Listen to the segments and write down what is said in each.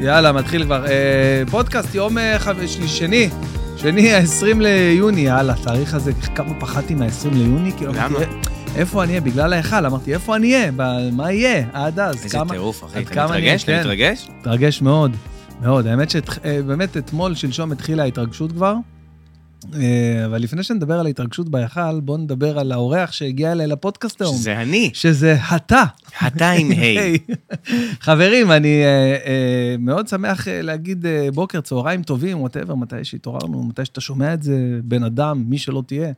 יאללה, מתחיל כבר. אה, פודקאסט יום אה, חב- ש- שני, שני ה-20 ליוני, יאללה, תאריך הזה, כמה פחדתי מה-20 ליוני, כאילו, למה? אמרתי, "אה, איפה אני אהיה? בגלל ההיכל, אמרתי, איפה אני אהיה? ב- מה יהיה? עד אז, איזה כמה... טירוף, אחי. עד אתה כמה אני- מתרגש? כן. אתה מתרגש? מתרגש מאוד, מאוד. האמת שבאמת אתמול, שלשום התחילה ההתרגשות כבר. אה, אבל לפני שנדבר על ההתרגשות בהיכל, בואו נדבר על האורח שהגיע אליי לפודקאסט היום. שזה אני. שזה אתה. אתה עם היי. חברים, אני אה, אה, מאוד שמח אה, להגיד אה, בוקר, צהריים טובים, וואטאבר, מתי שהתעוררנו, מתי שאתה שומע את זה, בן אדם, מי שלא תהיה.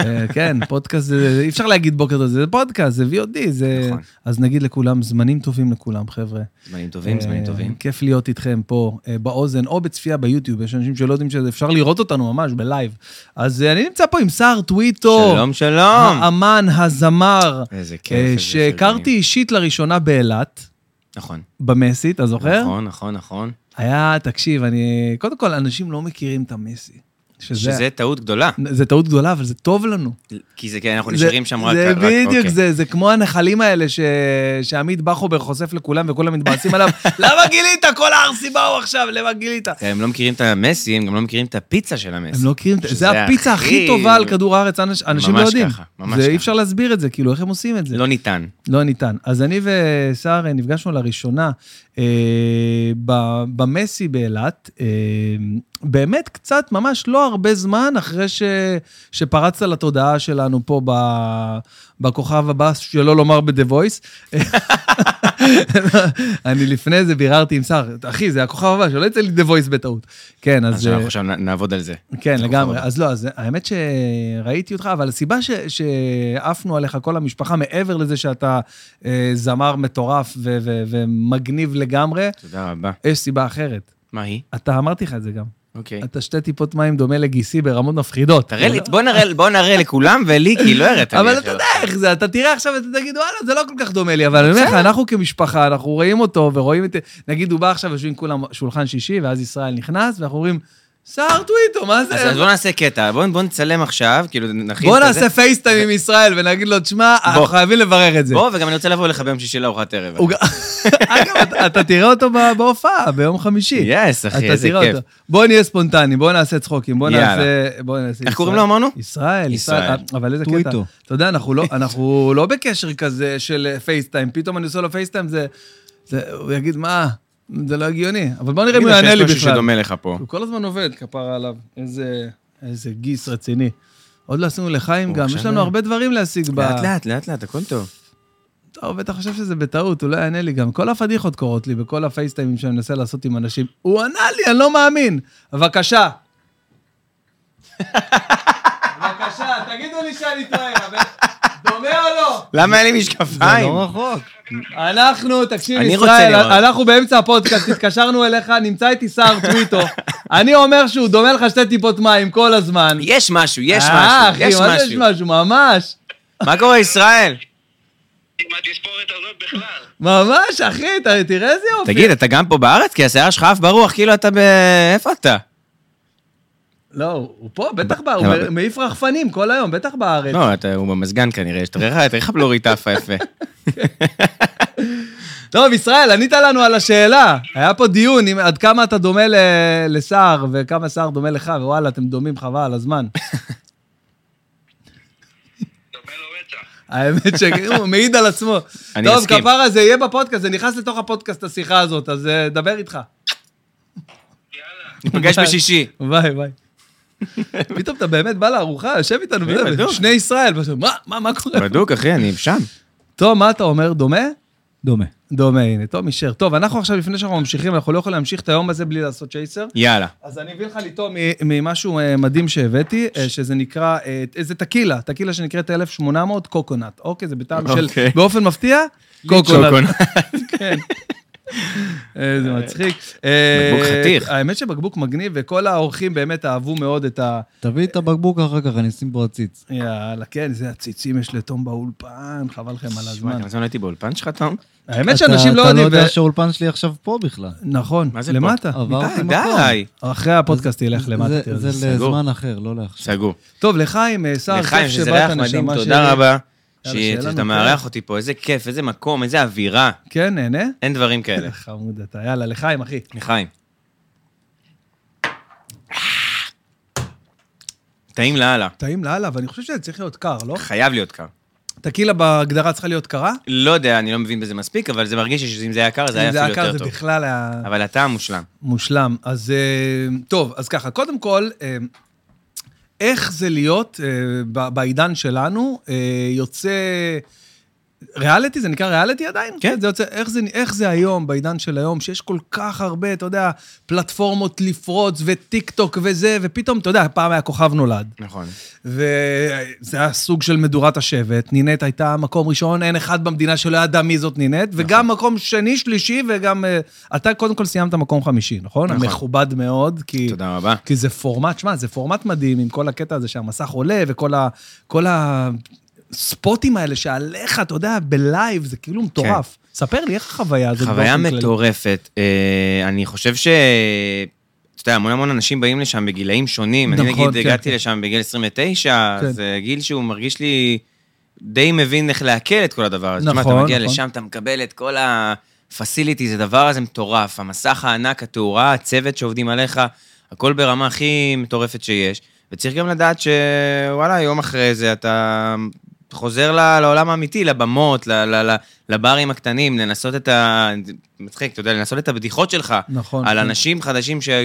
אה, כן, פודקאסט, זה- אי אפשר להגיד בוקר, טוב, זה פודקאסט, זה VOD, זה... נכון. אז נגיד לכולם, זמנים טובים לכולם, חבר'ה. זמנים טובים, זמנים אה, טובים. כיף להיות איתכם פה, אה, באוזן, או בצפייה ביוטיוב, יש אנשים שלא יודעים שזה, אפשר לראות אותנו ממש בלייב. אז אה, אני נמצא פה עם סער טוויטו. שלום, שלום. האמן, הזמר. איזה כיף. אה, איזה שהכרתי פרגונים. אישית לראשונה באילת, נכון. במסי, אתה זוכר? נכון, נכון, נכון. היה, תקשיב, אני... קודם כל, אנשים לא מכירים את המסי. שזה טעות גדולה. זה טעות גדולה, אבל זה טוב לנו. כי זה כן, אנחנו נשארים שם רק... זה רק- בדיוק, אוקיי. זה, זה כמו הנחלים האלה ש... שעמית בכובר חושף לכולם וכולם מתבאסים עליו, למה גילית? כל הערסים באו עכשיו, למה גילית? הם לא מכירים את המסי, הם גם לא מכירים את הפיצה של המסי. הם לא מכירים, את זה. שזה זה הפיצה הכי הכי- טובה על כדור הארץ, אנש- אנשים לא ממש יודעים. ככה, ממש זה אי ככה. אפשר להסביר את זה, כאילו, איך הם עושים את זה? לא ניתן. לא ניתן. אז אני וסער אה, נפגשנו לראשונה אה, ב- במסי באילת, אה, באמת קצת, ממש לא הרבה זמן אחרי ש, שפרצת לתודעה שלנו פה ב, בכוכב הבא, שלא לומר ב-The Voice. אני לפני זה ביררתי עם סער, אחי, זה הכוכב הבא, שלא יצא לי The Voice בטעות. כן, אז... אז אה, אנחנו עכשיו נ- נעבוד על זה. כן, זה לגמרי. כוכב. אז לא, אז האמת שראיתי אותך, אבל הסיבה ש- שעפנו עליך כל המשפחה, מעבר לזה שאתה אה, זמר מטורף ו- ו- ומגניב לגמרי, תודה רבה. יש סיבה אחרת. מה היא? אתה, אמרתי לך את זה גם. אוקיי. אתה שתי טיפות מים דומה לגיסי ברמות מפחידות. תראה לי, בוא נראה- בוא נראה לכולם ולי, כי לא הראת לי. אבל עכשיו. אתה יודע איך זה, אתה תראה עכשיו ואתה תגיד, וואלה, זה לא כל כך דומה לי, אבל אני אומר לך, אנחנו כמשפחה, אנחנו רואים אותו ורואים את... נגיד, הוא בא עכשיו, יושבים כולם שולחן שישי, ואז ישראל נכנס, ואנחנו אומרים, סער טוויטו, מה זה? אז אז בוא נעשה קטע, בוא בוא נצלם עכשיו, כאילו נכין בוא את זה. נעשה פייסטיים עם ישראל ונגיד לו, תשמע, אנחנו חייבים לברר את זה. בוא, וגם אני רוצה לבוא לך ביום שישי לארוחת ערב. הוא ג- אגב, אתה- אתה תראה אותו ב- בהופעה ביום חמישי. יס, אחי, אתה איזה תראה כיף. אותו. בוא נהיה ספונטני, בוא נעשה צחוקים, בוא יאללה. נעשה... בוא נעשה איך ישראל. קוראים לו אמרנו? ישראל, ישראל, אה, ישראל. אבל איזה קטע. טוויטו. אתה יודע, אנחנו לא- אנחנו לא בקשר כזה של אה, פייסטיים, פתאום אני עושה לו פייסטיים, זה... זה- הוא יגיד, מה, זה לא הגיוני. אבל בוא נראה אם הוא יענה לי יש משהו בכלל. שדומה לך פה. הוא כל הזמן עובד, כפרה עליו. איזה, איזה גיס רציני. עוד לא עשינו לחיים הוא גם, יש משנה. לנו הרבה דברים להשיג ב... לאט לאט, לאט לאט, הכל טוב. טוב, בטח חושב שזה בטעות, הוא לא יענה לי גם. כל הפדיחות קורות לי בכל הפייסטיימים שאני מנסה לעשות עם אנשים. הוא ענה לי, אני לא מאמין. בבקשה. בבקשה, תגידו לי שאני טועה, אבל דומה או לא? למה אין לי זה משקפיים? לא רחוק. אנחנו, תקשיב, אני רוצה ישראל, לראות. אנחנו באמצע הפודקאסט, התקשרנו אליך, נמצא איתי סער טוויטו. אני אומר שהוא דומה לך שתי טיפות מים כל הזמן. יש משהו, יש אה, משהו, אחי, יש מה זה יש משהו. משהו, ממש. מה קורה, ישראל? עם התספורת הזאת בכלל. ממש, אחי, ת- תראה איזה יופי. תגיד, אתה גם פה בארץ? כי השיער שלך עף ברוח, כאילו אתה ב... איפה אתה? לא, הוא פה, בטח, בא, הוא אבל- מ- מעיף רחפנים כל היום, בטח בארץ. לא, אתה- הוא במזגן כנראה, יש תראה לך- תראה לך בלורית עפה יפה. טוב, ישראל, ענית לנו על השאלה. היה פה דיון עם עד כמה אתה דומה ל- לסער, וכמה סער דומה לך, ווואלה, אתם דומים, חבל, הזמן. דומה לו רצח. האמת שהוא מעיד על עצמו. אני טוב, מסכים. כפרה, זה יהיה בפודקאסט, זה נכנס לתוך הפודקאסט, השיחה הזאת, אז אה, דבר איתך. יאללה. ניפגש בשישי. וואי, וואי. פתאום אתה באמת בא לארוחה, יושב איתנו, כן, וזה, בדיוק. שני ישראל, פשוט, מה, מה, מה קורה? בדוק, אחי, אני שם. טוב, מה אתה אומר, דומה? דומה. דומה, הנה, טוב, אישר. טוב, אנחנו עכשיו, לפני שאנחנו ממשיכים, אנחנו לא יכולים להמשיך את היום הזה בלי לעשות צ'ייסר. יאללה. אז אני אביא לך לטעום מ- ממשהו אה, מדהים שהבאתי, אה, שזה נקרא, אה, איזה טקילה, טקילה שנקראת 1800 קוקונט. אוקיי, זה בטעם של, אוקיי. באופן מפתיע, קוקונט. שוקונט. כן. איזה מצחיק. אה, בקבוק חתיך. האמת שבקבוק מגניב, וכל האורחים באמת אהבו מאוד את ה... תביא את הבקבוק אחר כך, אני אשים פה עציץ. יאללה, כן, זה הציצים יש לתום באולפן, חבל לכם על מה, הזמן. כמה זמן לא הייתי באולפן שלך, תום? האמת אתה- שאנשים לא אתה לא יודעים... יודע ו- שהאולפן שלי עכשיו פה בכלל. נכון, מה זה פה? למטה. עברתי די, מקום. די. אחרי הפודקאסט ילך למטה. זה- תראה, זה בסדר. סגור. לזמן אחר, לא לעכשיו. סגור. טוב, לחיים, אה, סער, לחיים, כיף שזה שבאת, ריח מדהים, נשמה שלי. תודה רבה. יאללה, שיט, שיהיה שאתה לנו מארח כיף. אותי פה, איזה כיף, איזה מקום, איזה אווירה. כן, נהנה? אין דברים כאלה. חמוד אתה. יאללה, לחיים, אחי. לחיים. טעים לאללה. טעים לאללה, ואני חושב שזה צריך להיות קר, לא? חייב להיות קר. טקילה בהגדרה צריכה להיות קרה? לא יודע, אני לא מבין בזה מספיק, אבל זה מרגיש לי שאם זה היה קר, זה היה אם אפילו קר, יותר זה טוב. בכלל היה... אבל הטעם מושלם. מושלם. אז אה, טוב, אז ככה, קודם כל, אה, איך זה להיות אה, ב- בעידן שלנו, אה, יוצא... ריאליטי, זה נקרא ריאליטי עדיין? כן. זה יוצא, איך, זה, איך זה היום, בעידן של היום, שיש כל כך הרבה, אתה יודע, פלטפורמות לפרוץ, וטיק טוק וזה, ופתאום, אתה יודע, פעם היה כוכב נולד. נכון. וזה היה סוג של מדורת השבט. נינט הייתה מקום ראשון, אין אחד במדינה שלא ידע מי זאת נינט, וגם נכון. מקום שני, שלישי, וגם... אה, אתה קודם כל סיימת מקום חמישי, נכון? נכון. מכובד מאוד, כי... תודה רבה. כי זה פורמט, שמע, זה פורמט מדהים עם כל הקטע הזה שהמסך עולה וכל ה... כל הספוטים האלה שעליך, אתה יודע, בלייב, זה כאילו מטורף. ספר לי איך החוויה הזאת כן. חוויה באופן כללי? מטורפת. אה, אני חושב ש... אתה יודע, המון המון אנשים באים לשם בגילאים שונים. אני נכון, נגיד כן, הגעתי כן. לשם בגיל 29, כן. זה גיל שהוא מרגיש לי די מבין איך לעכל את כל הדבר הזה. תשמע, נכון, אתה מגיע נכון. לשם, אתה מקבל את כל ה-facility, זה דבר הזה מטורף. המסך הענק, התאורה, הצוות שעובדים עליך, הכל ברמה הכי מטורפת שיש. וצריך גם לדעת שוואלה, יום אחרי זה אתה חוזר ל- לעולם האמיתי, לבמות, ל- ל- ל- לברים הקטנים, לנסות את ה... מצחיק, אתה יודע, לנסות את הבדיחות שלך. נכון. על כן. אנשים חדשים שראו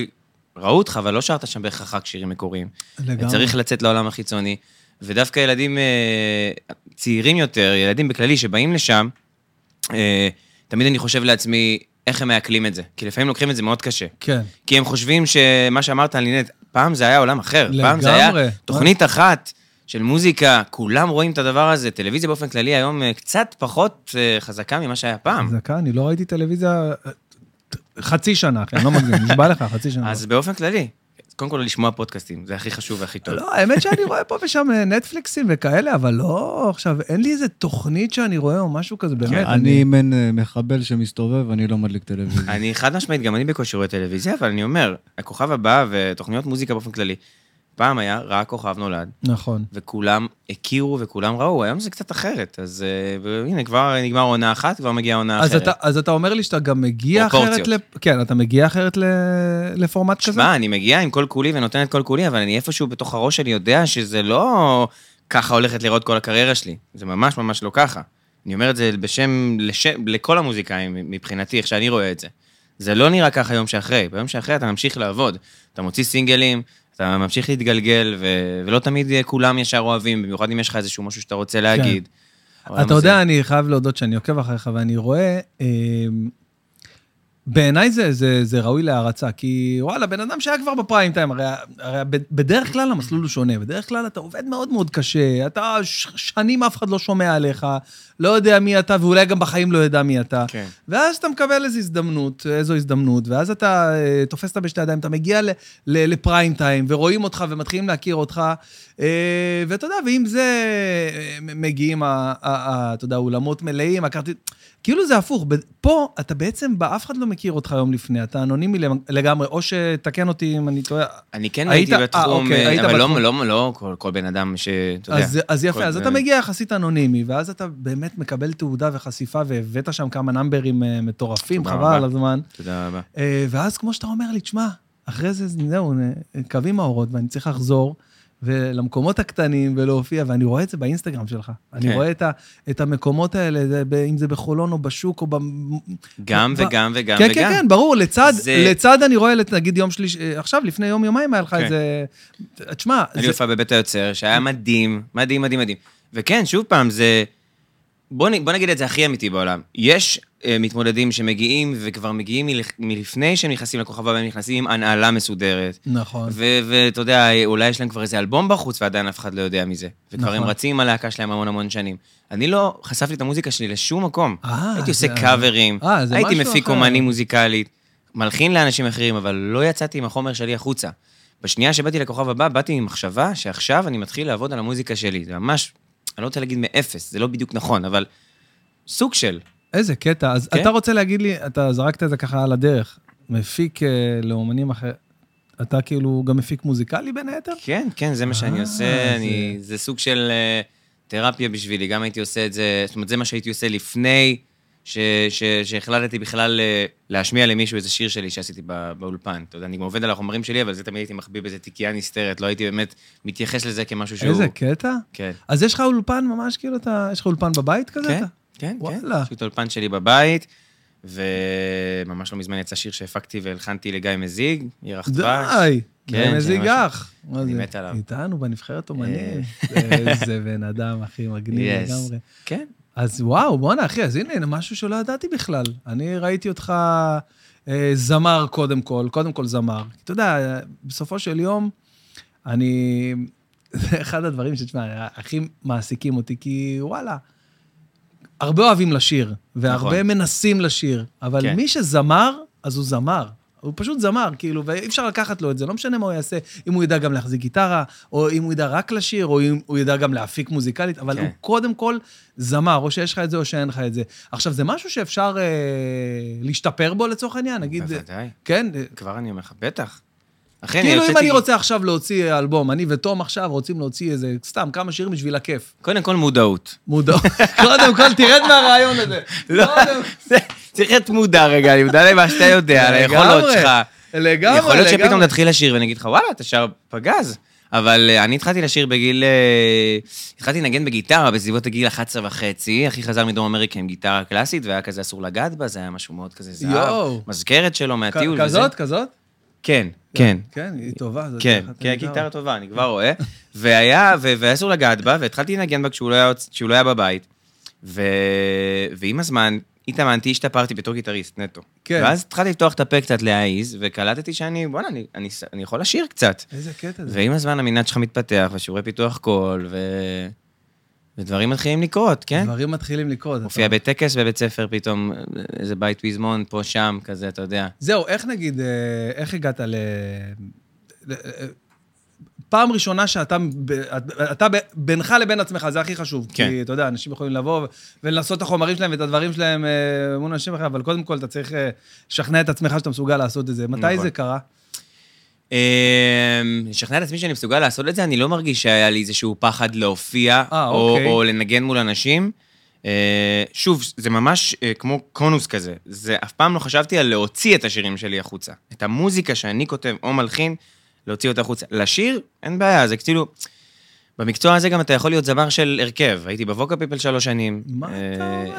אותך, אבל לא שרת שם בהכרח רק שירים מקוריים. לגמרי. צריך לצאת לעולם החיצוני, ודווקא ילדים אה, צעירים יותר, ילדים בכללי שבאים לשם, אה, תמיד אני חושב לעצמי, איך הם מעכלים את זה? כי לפעמים לוקחים את זה מאוד קשה. כן. כי הם חושבים שמה שאמרת על לינט, פעם זה היה עולם אחר. פעם זה היה לגמרי. תוכנית אחת של מוזיקה, כולם רואים את הדבר הזה. טלוויזיה באופן כללי היום אה, קצת פחות אה, חזקה ממה שהיה פעם. חזקה, אני לא ראיתי טלוויזיה אה, חצי שנה, אחי, אני לא מגזים, נשבע לך, חצי שנה. אז באופן כללי, קודם כל לשמוע פודקאסטים, זה הכי חשוב והכי טוב. לא, האמת שאני רואה פה ושם אה, נטפליקסים וכאלה, אבל לא, עכשיו, אין לי איזה תוכנית שאני רואה או משהו כזה, כן, באמת. אני מן אה, מחבל שמסתובב, אני לא מדליק טלוויזיה. אני חד משמעית, גם אני בקושי רואה טלוויזיה, אבל אני אומר, הכוכב הבא ותוכניות מוזיקה באופן כללי, פעם היה רק כוכב נולד, נכון. וכולם הכירו וכולם ראו, היום זה קצת אחרת. אז אה, הנה, כבר נגמר עונה אחת, כבר מגיעה עונה אז אחרת. אתה, אז אתה אומר לי שאתה גם מגיע אחרת, פרופורציות. ל... כן, אתה מגיע אחרת ל... לפורמט כזה? שמע, אני מגיע עם כל כולי ונותן את כל כולי, אבל אני איפשהו בתוך הראש שלי יודע שזה לא ככה הולכת לראות כל הקריירה שלי. זה ממש ממש לא ככה. אני אומר את זה בשם, לשם, לכל המוזיקאים מבחינתי, איך שאני רואה את זה. זה לא נראה ככה יום שאחרי. ביום שאחרי אתה ממשיך לעבוד. אתה מוציא סינגלים, אתה ממשיך להתגלגל, ו... ולא תמיד אה, כולם ישר אוהבים, במיוחד אם יש לך איזשהו משהו שאתה רוצה להגיד. העולם כן. אתה הזה- יודע, אני חייב להודות שאני עוקב אחריך ואני רואה... אמ, בעיניי זה, זה, זה ראוי להערצה, כי וואלה, בן אדם שהיה כבר בפריים טיים, הרי, הרי ב- בדרך כלל המסלול הוא שונה, בדרך כלל אתה עובד מאוד מאוד קשה, אתה ש- שנים אף אחד לא שומע עליך, לא יודע מי אתה, ואולי גם בחיים לא ידע מי אתה. כן. ואז אתה מקבל איזו הזדמנות, איזו הזדמנות, ואז אתה אה, תופס אותה בשתי ידיים, אתה מגיע ל- ל- לפריים טיים, ורואים אותך ומתחילים להכיר אותך, אה, ואתה יודע, ועם זה אה, מ- מגיעים, ה- ה- ה- אתה יודע, האולמות מלאים, הכרטיס... כאילו זה הפוך, ב- פה אתה בעצם, בא, אף אחד לא מכיר אותך יום לפני, אתה אנונימי למ- לגמרי, או שתקן אותי אם אני טועה. אני כן היית- הייתי אה, בתחום, אוקיי, אה, היית אבל בתחום. לא, לא, לא כל, כל בן אדם שאתה יודע. אז, אז יפה, כל- אז אתה מגיע יחסית אנונימי, ואז אתה באמת מקבל תעודה וחשיפה, והבאת שם כמה נאמברים אה, מטורפים, תודה חבל רבה. על הזמן. תודה רבה. אה, ואז כמו שאתה אומר לי, תשמע, אחרי זה זהו, נ- קווים האורות, ואני צריך לחזור ולמקומות הקטנים ולהופיע, ואני רואה את זה באינסטגרם שלך. אני כן. רואה את, ה, את המקומות האלה, זה, ב- אם זה בחולון או בשוק או ב... גם ב- וגם כן, וגם כן, וגם. כן, כן, ברור, לצד, זה- לצד אני רואה, לת- נגיד יום שלישי, אה, עכשיו, לפני יום, יומיים היה לך כן. איזה... תשמע, היה לי זה- הופעה בבית היוצר, שהיה מדהים, מדהים, מדהים, מדהים. וכן, שוב פעם, זה... בוא, נ... בוא נגיד את זה הכי אמיתי בעולם. יש אה, מתמודדים שמגיעים, וכבר מגיעים מל... מלפני שהם נכנסים לכוכב הבא, הם נכנסים עם הנהלה מסודרת. נכון. ו- ואתה יודע, אולי יש להם כבר איזה אלבום בחוץ, ועדיין אף אחד לא יודע מזה. וכבר הם נכון. רצים עם הלהקה שלהם המון המון שנים. אני לא חשפתי את המוזיקה שלי לשום מקום. אה, הייתי זה- עושה קאברים, אה, זה הייתי משהו מפיק אחר. אומני מוזיקלית, מלחין לאנשים אחרים, אבל לא יצאתי עם החומר שלי החוצה. בשנייה שבאתי לכוכב הבא, באתי עם מחשבה שעכשיו אני מתחיל לעבוד על המוזיקה שלי. זה ממש, אני לא רוצה להגיד מאפס, זה לא בדיוק נכון, אבל סוג של. איזה קטע. אז כן. אתה רוצה להגיד לי, אתה זרקת את זה ככה על הדרך, מפיק אה, לאומנים אחר... אתה כאילו גם מפיק מוזיקלי בין היתר? כן, כן, זה מה שאני אה, עושה, זה- אני, זה סוג של... אה, תרפיה בשבילי, גם הייתי עושה את זה, זאת אומרת, זה מה שהייתי עושה לפני ש, ש, שהחלטתי בכלל אה, להשמיע למישהו איזה שיר שלי שעשיתי בא, באולפן. אתה יודע, אני גם עובד על החומרים שלי, אבל זה תמיד הייתי מחביא באיזה תיקייה נסתרת, לא הייתי באמת מתייחס לזה כמשהו שהוא... איזה קטע? כן. אז יש לך אולפן ממש כאילו, אתה, יש לך אולפן בבית כזה? כן, אתה? כן, כן. וואלה. יש לי את האולפן שלי בבית, וממש לא מזמן יצא שיר שהפקתי והלחנתי לגיא מזיג, ירח דבש. די, כן, כן, כן, מזיג משהו. אח. מה אני זה? מת עליו. איתנו בנבחרת אומנים. אה. איזה בן אדם, אחי, מגניב Yes. לגמרי. כן. אז וואו, בואנה, אחי, אז הנה, הנה משהו שלא ידעתי בכלל. אני ראיתי אותך אה, זמר קודם כל, קודם כל זמר. אתה יודע, בסופו של יום, אני... זה אחד הדברים שתשמע, הכי מעסיקים אותי, כי וואלה, הרבה אוהבים לשיר, והרבה נכון. מנסים לשיר, אבל כן. מי שזמר, אז הוא זמר. הוא פשוט זמר, כאילו, ואי אפשר לקחת לו את זה, לא משנה מה הוא יעשה, אם הוא ידע גם להחזיק גיטרה, או אם הוא ידע רק לשיר, או אם הוא ידע גם להפיק מוזיקלית, אבל כן. הוא קודם כל זמר, או שיש לך את זה או שאין לך את זה. עכשיו, זה משהו שאפשר אה, להשתפר בו לצורך העניין, נגיד, בוודאי. כן, אה, כבר אני אומר לך, בטח. אחי, אני כאילו אם הוצאתי- אני רוצה עכשיו להוציא אלבום, אני ותום עכשיו רוצים להוציא איזה, סתם, כמה שירים בשביל הכיף. קודם כל מודעות. מודע. קודם כל, תרד מהרעיון הזה. לא. קודם- זה- צריך להיות מודע רגע, אני מודע למה שאתה יודע, על היכולות לגמרי, שלך. לגמרי, יכול להיות שפתאום לגמרי. תתחיל לשיר ואני אגיד לך, וואלה, אתה שר פגז. אבל אה, אני התחלתי לשיר בגיל... אה, התחלתי לנגן בגיטרה בסביבות הגיל 11 וחצי. אחי חזר מדרום אמריקה עם גיטרה קלאסית, והיה כזה אסור לגעת בה, זה היה משהו מאוד כזה זהב. יואו. מזכרת שלו כ- מהטיול. וזה. כזאת, כזאת? כן, כן. כן, היא טובה. זאת כן, אחת כן, הנהדרות. גיטרה טובה, אני כבר רואה. והיה, ו- והיה אסור לגעת בה, והתחלתי לנגן בה כשהוא לא היה, כשהוא לא היה בבית. ו... ועם הזמן התאמנתי, השתפרתי בתור גיטריסט נטו. כן. ואז התחלתי לפתוח את הפה קצת להעיז, וקלטתי שאני, בואנה, אני, אני, ס- אני יכול לשיר קצת. איזה קטע זה. ועם הזמן המנעד שלך מתפתח, ושיעורי פיתוח קול, ו... ודברים מתחילים לקרות, כן? דברים מתחילים לקרות. אתה- מופיע בטקס בבית ספר פתאום, אה, איזה בית פזמון פה, שם, כזה, אתה יודע. זהו, איך נגיד, אה, איך הגעת ל... ל- אה, פעם ראשונה שאתה, ב- אה, אתה ב- בינך לבין עצמך, זה הכי חשוב. כן. כי אתה יודע, אנשים יכולים לבוא ו- ולעשות את החומרים שלהם ואת הדברים שלהם אה, מול אנשים אחרים, אבל קודם כל אתה צריך אה, לשכנע את עצמך שאתה מסוגל לעשות את זה. מתי נכון. זה קרה? אמ, לשכנע את עצמי שאני מסוגל לעשות את זה, אני לא מרגיש שהיה לי איזשהו פחד להופיע, אה, או, אוקיי. או לנגן מול אנשים. אה, שוב, זה ממש אה, כמו קונוס כזה. זה אף פעם לא חשבתי על להוציא את השירים שלי החוצה. את המוזיקה שאני כותב או מלחין, להוציא אותה החוצה. לשיר, אין בעיה, זה כאילו... במקצוע הזה גם אתה יכול להיות זמר של הרכב. הייתי בווקה פיפל שלוש שנים. מה אתה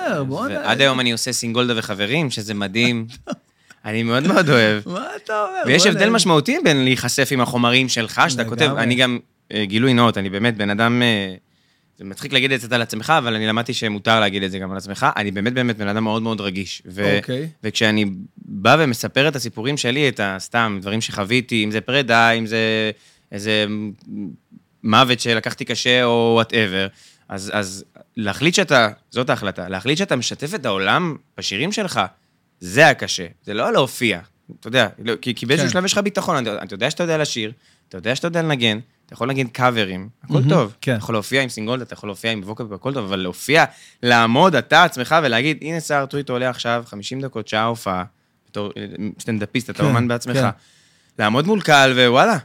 אה, אומר? בוא'נה, ועד היום אני עושה סינגולדה וחברים, שזה מדהים. אני מאוד מאוד אוהב. מה אתה אומר? ויש בוא'נה, הבדל משמעותי בין להיחשף עם החומרים שלך, שאתה לגמרי. כותב, אני גם, אה, גילוי נאות, אני באמת בן אדם, אה, זה מצחיק להגיד את זה על עצמך, אבל אני למדתי שמותר להגיד את זה גם על עצמך, אני באמת באמת בן אדם מאוד מאוד רגיש. ו- אוקיי. וכשאני בא ומספר את הסיפורים שלי, את הסתם, דברים שחוויתי, אם זה פרידה, אם זה איזה מוות שלקחתי קשה או וואטאבר, אז, אז להחליט שאתה, זאת ההחלטה, להחליט שאתה משתף את העולם בשירים שלך, זה היה קשה, זה לא להופיע. אתה יודע, לא, כי, כי באיזשהו כן. שלב יש לך ביטחון, אתה, אתה יודע שאתה יודע לשיר, אתה יודע שאתה יודע לנגן, אתה יכול לנגן קאברים, הכל מהמם, טוב. כן. אתה יכול להופיע עם סינגולדה, אתה יכול להופיע עם ווקאפ, הכל טוב, אבל להופיע, לעמוד אתה עצמך ולהגיד, הנה סער טוויטו עולה עכשיו 50 דקות, שעה הופעה, בתור אה, סטנדאפיסט, אתה כן, אומן בעצמך. כן. לעמוד מול קהל ווואלה,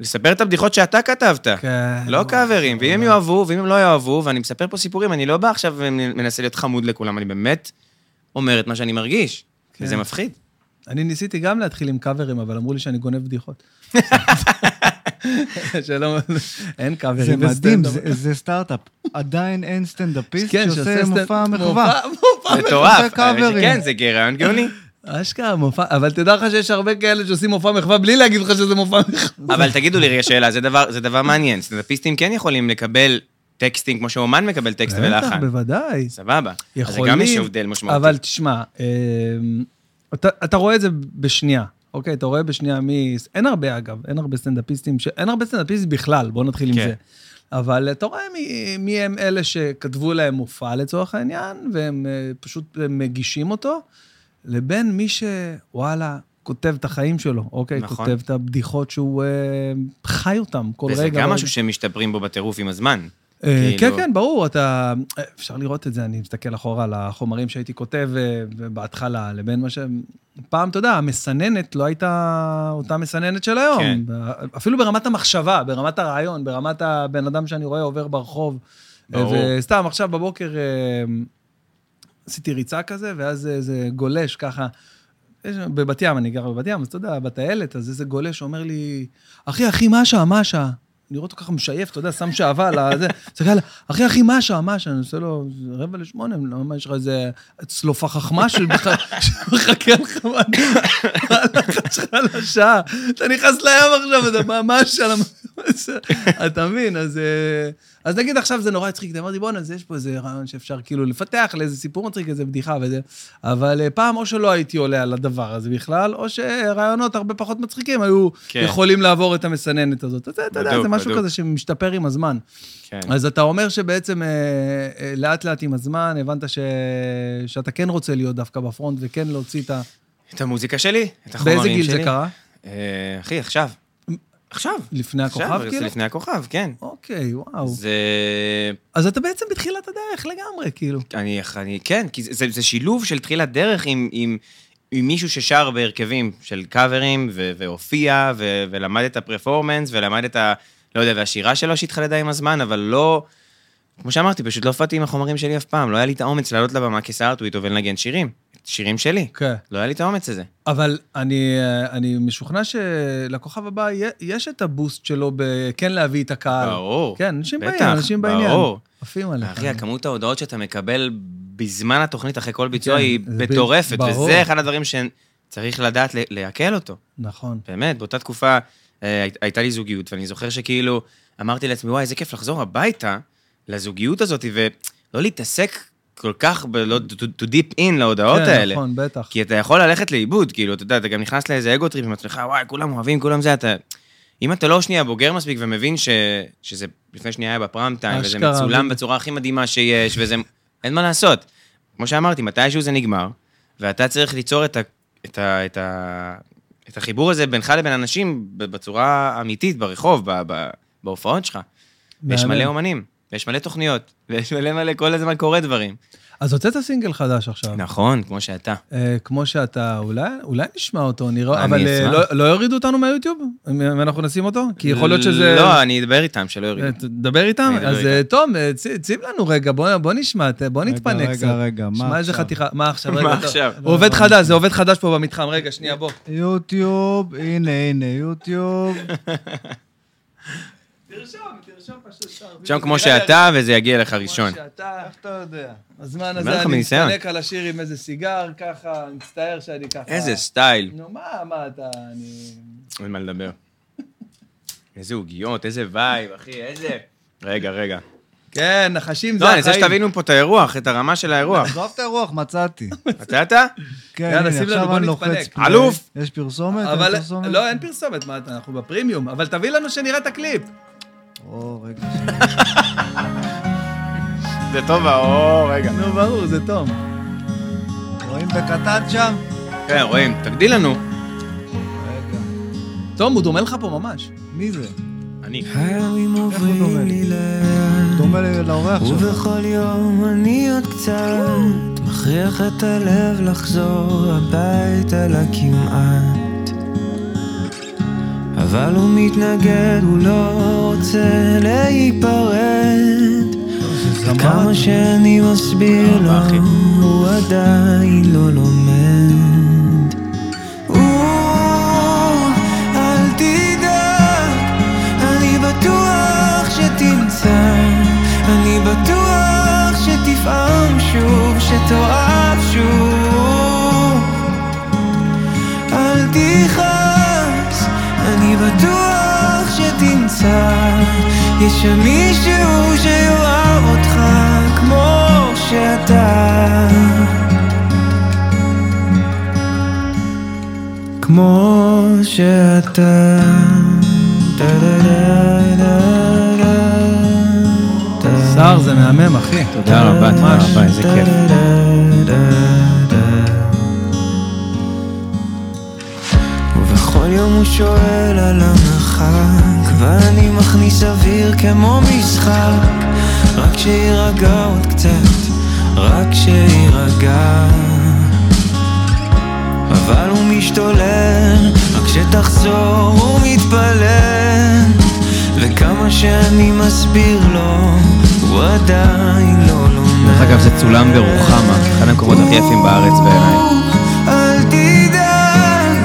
לספר את הבדיחות שאתה כתבת. כן. לא וואו, קאברים, ואם הם וואו. יאהבו, ואם הם לא יאהבו, ואני מספר פה סיפורים, אני לא בא עכשיו ומנסה להיות חמוד לכולם, אני באמת אומר את מה שאני מרגיש, כן. וזה מפחיד. אני ניסיתי גם להתחיל עם קאברים, אבל אמרו לי שאני גונב בדיחות. שלא, אין קאברים. זה מדהים, בסטנדאפ. זה- זה סטארט-אפ. עדיין אין סטנדאפיסט כן, שעושה סטנד- מופע מחווה. מופע- לא מופע מטורף. קאברים. כן, זה גרעיון גאוני. אשכרה, מופע, אבל תדע לך שיש הרבה כאלה שעושים מופע מחווה בלי להגיד לך שזה מופע מחווה. אבל תגידו לי רגע שאלה, זה דבר- זה דבר מעניין, סטנדאפיסטים כן יכולים לקבל טקסטים כמו שאומן מקבל טקסט ולחן. בוודאי. סבבה. אז יכולים. גם יש הבדל משמעותי. אבל תשמע, אמ, אתה, אתה רואה את זה בשנייה, אוקיי? אתה רואה בשנייה מי... אין הרבה, אגב, אין הרבה סטנדאפיסטים, ש... אין הרבה סטנדאפיסטים בכלל, בואו נתחיל עם כן. זה. אבל אתה רואה מי, מי הם אלה שכתבו להם מופע לצורך העניין, והם אה, פשוט אה, מגישים אותו, לבין מי שוואלה, כותב את החיים שלו, אוקיי? נכון. כותב את הבדיחות שהוא אה, חי אותם כל רגע. וזה גם ברגע. משהו שמשתפרים בו בטירוף עם הזמן. אה, כן, כאילו- כן, ברור, אתה... אה, אפשר לראות את זה, אני מסתכל אחורה על החומרים שהייתי כותב אה, בהתחלה, לבין מה ש... פעם, אתה יודע, המסננת לא הייתה אותה מסננת של היום. כן. אפילו ברמת המחשבה, ברמת הרעיון, ברמת הבן אדם שאני רואה עובר ברחוב. אה, ברור. וסתם, עכשיו בבוקר אה, עשיתי ריצה כזה, ואז אה, זה גולש ככה. יש- בבת ים, אני גר בבת ים, אז אתה יודע, בטיילת, אז איזה גולש אומר לי, אחי, אחי, מה השעה, מה השעה? אני רואה אותו ככה משייף, אתה יודע, שם שעבה על הזה, מסתכל עליו, אחי, אחי, מה השעה, מה השעה? אני עושה לו, "זה רבע לשמונה, לא, מה, יש לך איזה צלופח חכמה שבכלל, שמחכה לך, מה מה הלחץ שלך על השעה? אתה נכנס לים עכשיו, אתה, מה, מה השעה? למה- מה השעה?" אתה מבין, אז... אה, אז נגיד עכשיו זה נורא הצחיק, אמרתי, בואנה, אז יש פה איזה רעיון שאפשר כאילו לפתח לאיזה סיפור מצחיק, איזה בדיחה וזה, אבל אה, פעם או שלא הייתי עולה על הדבר הזה בכלל, או שרעיונות הרבה פחות מצחיקים היו כן. יכולים לעבור את המסננת הזאת. אז זה, אתה יודע, בדוק, זה משהו בדוק. כזה שמשתפר עם הזמן. כן. אז אתה אומר שבעצם אה, אה, לאט לאט עם הזמן הבנת ש- שאתה כן רוצה להיות דווקא בפרונט וכן להוציא את ה... את המוזיקה שלי, את החומרים באיזה שלי. גיל זה קרה? אה, אחי, עכשיו. עכשיו. לפני הכוכב, עכשיו, כאילו? לפני הכוכב, כן. אוקיי, וואו. זה... אז אתה בעצם בתחילת הדרך לגמרי, כאילו. אני, אני כן, כי זה, זה, זה שילוב של תחילת דרך עם, עם, עם מישהו ששר בהרכבים של קאברים, ו, והופיע, ו, ולמד את הפרפורמנס, ולמד את ה... לא יודע, והשירה שלו שהתחדדה עם הזמן, אבל לא... כמו שאמרתי, פשוט לא הופעתי עם החומרים שלי אף פעם, לא היה לי את האומץ לעלות לבמה כשר טוויטו ולנגן שירים. שירים שלי. כן. לא היה לי את האומץ הזה. אבל אני, אה, אני משוכנע שלכוכב הבא יה- יש את הבוסט שלו בכן להביא את הקהל. ברור. כן, אנשים בטח, באים, אנשים בעניין. ברור. עפים עליך. אחי, הכמות ההודעות שאתה מקבל בזמן התוכנית אחרי כל ביצוע כן, היא זה ב- מטורפת, ברור. וזה אחד הדברים שצריך לדעת ל- לעכל אותו. נכון. באמת, באותה תקופה אה, הי- הייתה לי זוגיות, ואני זוכר שכאילו אמרתי לעצמי, וואי, איזה כיף לחזור הביתה לזוגיות הזאת, ולא להתעסק כל כך, ב- לא, to- to deep in להודעות כן, האלה. נכון, בטח. כי אתה יכול ללכת לאיבוד, כאילו, אתה יודע, אתה גם נכנס לאיזה אגו טריפ עם עצמך, וואי, כולם אוהבים, כולם זה, אתה... אם אתה לא שנייה בוגר מספיק ומבין ש... שזה לפני שנייה היה בפריים טיים, וזה אשכרה, מצולם בדיוק. בצורה הכי מדהימה שיש, וזה... אין מה לעשות. כמו שאמרתי, מתישהו זה נגמר, ואתה צריך ליצור את, ה... את, ה... את, ה... את החיבור הזה בינך לבין אנשים ב- בצורה אמיתית, ברחוב, ב... ב... בהופעות שלך. ויש מהמם. מלא אומנים, ויש מלא תוכניות, ויש מלא מלא, כל הזמן קורה דברים. אז הוצאת סינגל חדש עכשיו. נכון, כמו שאתה. אה, כמו שאתה, אולי, אולי נשמע אותו, נראה, אני אבל אה, אשמח. לא, לא יורידו אותנו מהיוטיוב? אם אם אנחנו נשים אותו? כי יכול להיות שזה... לא, אני אדבר איתם, שלא יורידו. אה, תדבר איתם? אני אדבר אז אה, תום, אה, צ- ציב לנו רגע, בוא בוא נשמע, ת- בוא רגע, נתפנק רגע, קצת. רגע, מה שמע איזה עכשיו? חתיכה, מה עכשיו? לא, מה רגע, טוב. עכשיו? הוא עובד חדש, זה עובד חדש פה במתחם, רגע, שנייה, בוא. יוטיוב, הנה, הנה, יוטיוב. תרשום, תרשום פשוט שר. שם כמו שאתה, וזה יגיע לך ראשון. כמו שאתה, איך אתה יודע? הזמן אומר הזה לך אני מניסיון. מתפנק על השיר עם איזה סיגר, ככה, אני מצטער שאני ככה... איזה סטייל. נו, מה, מה אתה, אני... אין מה לדבר. איזה עוגיות, איזה וייב, אחי, איזה... רגע, רגע. כן, נחשים זה לא, אני החיים. רוצה שתבינו פה את האירוח, את הרמה של האירוח. עזוב את הרוח, מצאתי. מצאת? כן, יאללה, הנה, שים לנו, בוא עכשיו אני נתפנק. לוחץ. play. אלוף. יש פרסומת? אבל... אין פרסומת? לא, אין פרסומת, מה אתה, אנחנו בפרימיום. אבל תביא לנו שנראה את הקליפ. או, רגע. זה טוב, אה, או, רגע. נו, ברור, זה תום. רואים בקטן שם? כן, רואים, תגדיל לנו. רגע. תום, הוא דומה לך פה ממש. מי זה? אני. הימים איך הוא דומה? עוברים לי לאט, דומה לי לאורח שלו. ובכל יום אני עוד קצת מכריח את הלב לחזור הביתה לכמעט. אבל הוא מתנגד, הוא לא רוצה להיפרד. וכמה שאני מסביר לו, אחי. הוא עדיין לא לומד. הוא, אל תדאג, אני בטוח שתמצא, אני בטוח שתפעם שוב, שתאהב שוב. אל תכעס, אני בטוח שתמצא, יש שם מישהו שיאהב אותך כמו שאתה. כמו שאתה. שר, זה מהמם, אחי. תודה רבה, תודה רבה, איזה כיף. ובכל יום הוא שואל על המרחק, ואני מכניס אוויר כמו משחק. רק שיירגע עוד קצת, רק שיירגע. אבל הוא משתולל, רק שתחזור הוא מתפלל. וכמה שאני מסביר לו, הוא הוא עדיין לא לומד. דרך אגב, זה צולם ברוחמה, אחד המקומות הכי יפים בארץ בעיניי. אל תדאג,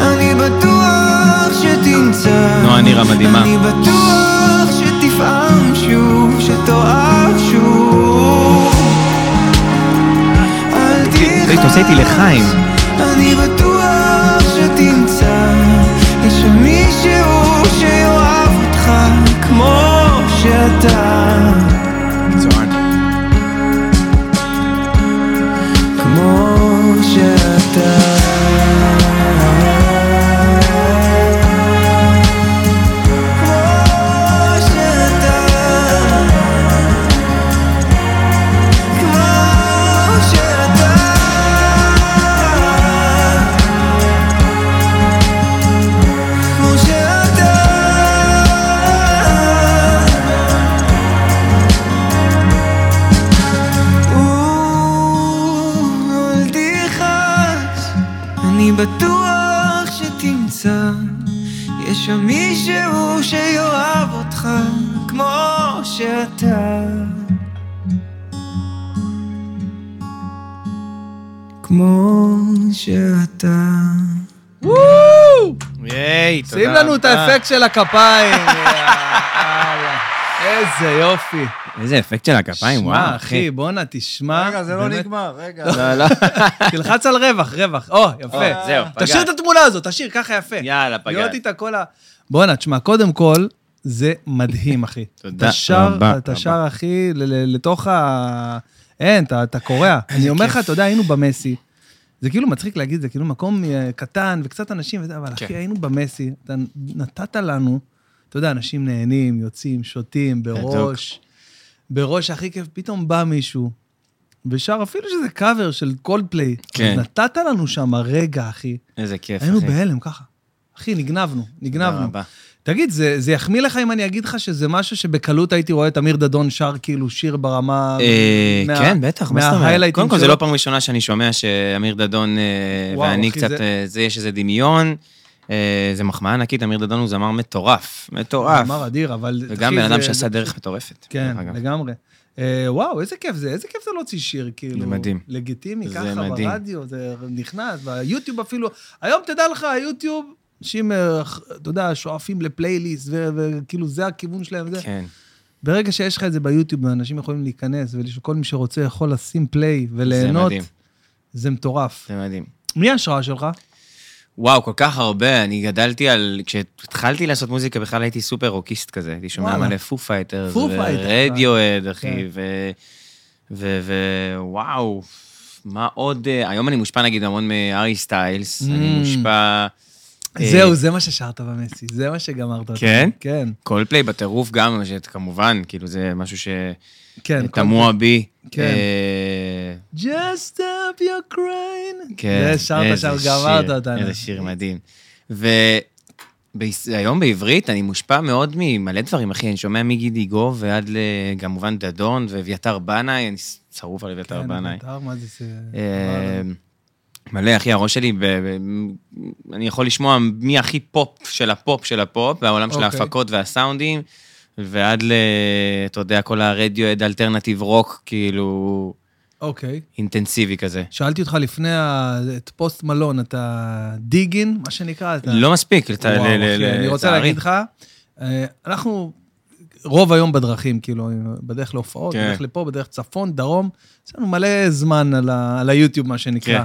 אני בטוח שתמצא. נועה נירה מדהימה. אני בטוח שתפעם שוב, שתאהב שוב. אל תרחק. היי, אתה כן, עושה איתי לחיים. אני בטוח שתמצא, יש שם מישהו שיאהב אותך כמו שאתה. מצוין. כמו שאתה. כמו שאתה. כמו שאתה. כמו שאתה. אל תכעס, אני בטוח שתמצא, יש שם מישהו שיאהב אותך כמו שאתה. כמו שאתה. ייי, תודה שים לנו את רבה. האפקט של הכפיים. יאללה. איזה יופי. איזה אפקט של הכפיים, שמע, וואו, אחי. אחי, בואנה, תשמע. רגע, זה לא באמת. נגמר, רגע. לא, לא. תלחץ על רווח, רווח. או, יפה. או, אה, זהו, תשאיר את פגעת. התמונה הזאת, תשאיר, ככה יפה. יאללה, פגעת. להיות איתה כל ה... בואנה, תשמע, קודם כל, זה מדהים, אחי. תודה אתה שר- רבה, אתה רבה. שר, אחי, ל- ל- לתוך ה... אין, אתה אתה קורע. אני אומר לך, אתה יודע, היינו במסי. זה כאילו מצחיק להגיד, זה כאילו מקום אה, קטן וקצת אנשים וזה, אבל כן. אחי, היינו במסי, אתה נתת לנו, אתה יודע, אנשים נהנים, יוצאים, שותים, בראש, בראש הכי כיף, פתאום בא מישהו, ושר אפילו שזה קאבר של קולדפליי. כן. אז נתת לנו שם רגע, אחי. איזה כיף, אחי. היינו בהלם, ככה. אחי, נגנבנו, תודה נגנבנו. רבה. תגיד, זה, זה יחמיא לך אם אני אגיד לך שזה משהו שבקלות הייתי רואה את אמיר דדון שר כאילו שיר ברמה... אה, מה- כן, בטח, מה זאת אומרת? מההיילייטים קודם כל, זה שלו? לא פעם ראשונה שאני שומע שאמיר דדון אה, וואו, ואני אחי, קצת, זה- אה, זה, יש איזה דמיון. אה, זה מחמאה ענקית, אמיר דדון הוא זמר מטורף. מטורף. אמר אדיר, אבל... וגם אחי, בן אדם זה- שעשה זה- דרך מטורפת. כן, דרך אגב. לגמרי. אה, וואו, איזה כיף זה, איזה כיף זה להוציא שיר, כאילו. זה מדהים. לגיטימי, זה ככה, מדהים. ברדיו, זה נכנס, ביוטיוב אפילו. היום, תדע לך, היוטיוב, אנשים, אה, אתה יודע, שואפים לפלייליסט, ו- וכאילו זה הכיוון שלהם. וזה. כן. ברגע שיש לך את זה ביוטיוב, אנשים יכולים להיכנס, וכל מי שרוצה יכול לשים פליי וליהנות, מדהים. כן. זה מטורף. זה מדהים. מי ההשראה שלך? וואו, כל כך הרבה. אני גדלתי על... כשהתחלתי לעשות מוזיקה, בכלל הייתי סופר רוקיסט כזה. הייתי שומע וואלה. מלא פו פייטרס, פו פייטרס, ורדיואד, אחי, כן. ו... ו... ו... וואו, מה עוד... אה, היום אני מושפע, נגיד, המון מארי סטיילס. אני Mm. מושפע... אה, זהו, זה מה ששרת במסי, זה מה שגמרת. אותי. כן? כן, כל פליי בטירוף גם, שאת- כמובן, כאילו, זה משהו כן. שתמוה בי. כן. אה, כל- Just stop your crying. כן, זה שרת איזה שם, שיר, גמרת כן, אותנו. איזה שיר מדהים. והיום בעברית אני מושפע מאוד ממלא דברים, אחי, אני שומע מגידי גוב ועד ל- כמובן דדון ואביתר בנאי, אני שרוף על אביתר כן, בנאי. אביתר, מה זה, זה... אה, מלא, אחי, הראש שלי, ב- ב- אני יכול לשמוע מי הכי פופ של הפופ של הפופ, והעולם של אוקיי. ההפקות והסאונדים, ועד ל... אתה יודע, כל הרדיו-אד אלטרנטיב רוק, כאילו, אוקיי. אינטנסיבי כזה. שאלתי אותך לפני ה- את פוסט מלון, אתה דיגין, מה שנקרא? אתה... לא מספיק, לת- כן. וואו, ל- ל- אחי, אני רוצה לצערי. להגיד לך, אה, אנחנו רוב היום בדרכים, כאילו, בדרך להופעות, כן. בדרך לפה, בדרך צפון, דרום, יש לנו מלא זמן על, ה, על היוטיוב, מה שנקרא. כן.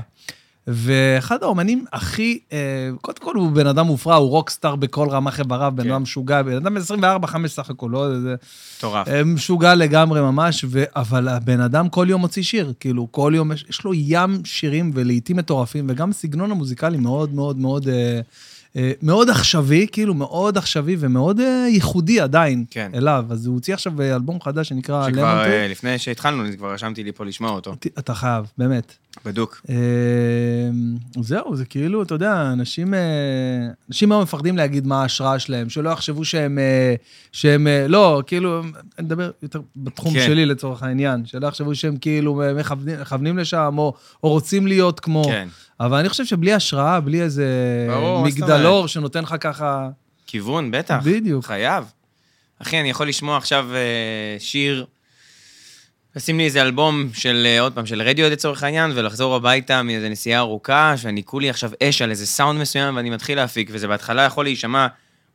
ואחד האומנים הכי, אה, קודם כל הוא בן אדם מופרע, הוא רוקסטאר בכל רמה חבריו, בן כן. אדם משוגע, בן אדם 24-5 סך הכל, לא... זה, מטורף. אה, משוגע לגמרי ממש, ו... אבל הבן אדם כל יום מוציא שיר, כאילו, כל יום יש, יש לו ים שירים ולעיתים מטורפים, וגם סגנון המוזיקלי מאוד מאוד מאוד, אה, אה, מאוד עכשווי, כאילו, מאוד עכשווי ומאוד אה, ייחודי עדיין כן. אליו. אז הוא הוציא עכשיו אה, אלבום חדש שנקרא שכבר "Lemon Tree". אה, לפני שהתחלנו, אני כבר רשמתי לי פה לשמוע אותו. ת- אתה חייב, באמת. בדוק. אה, זהו, זה כאילו, אתה יודע, אנשים, אה, אנשים היום מפחדים להגיד מה ההשראה שלהם, שלא יחשבו שהם, אה, שהם, אה, לא, כאילו, אני מדבר יותר בתחום כן. שלי לצורך העניין, שלא יחשבו שהם כאילו אה, מכוונים, מכוונים לשם, או, או רוצים להיות כמו, כן. אבל אני חושב שבלי השראה, בלי איזה ברור, מה זאת מגדלור אומרת? שנותן לך ככה, כיוון, בטח. בדיוק. חייב. אחי, אני יכול לשמוע עכשיו אה, שיר לשים לי איזה אלבום של, אה, עוד פעם, של רדיו לצורך העניין, ולחזור הביתה מאיזו נסיעה ארוכה, שאני כולי עכשיו אש על איזה סאונד מסוים, ואני מתחיל להפיק, וזה בהתחלה יכול להישמע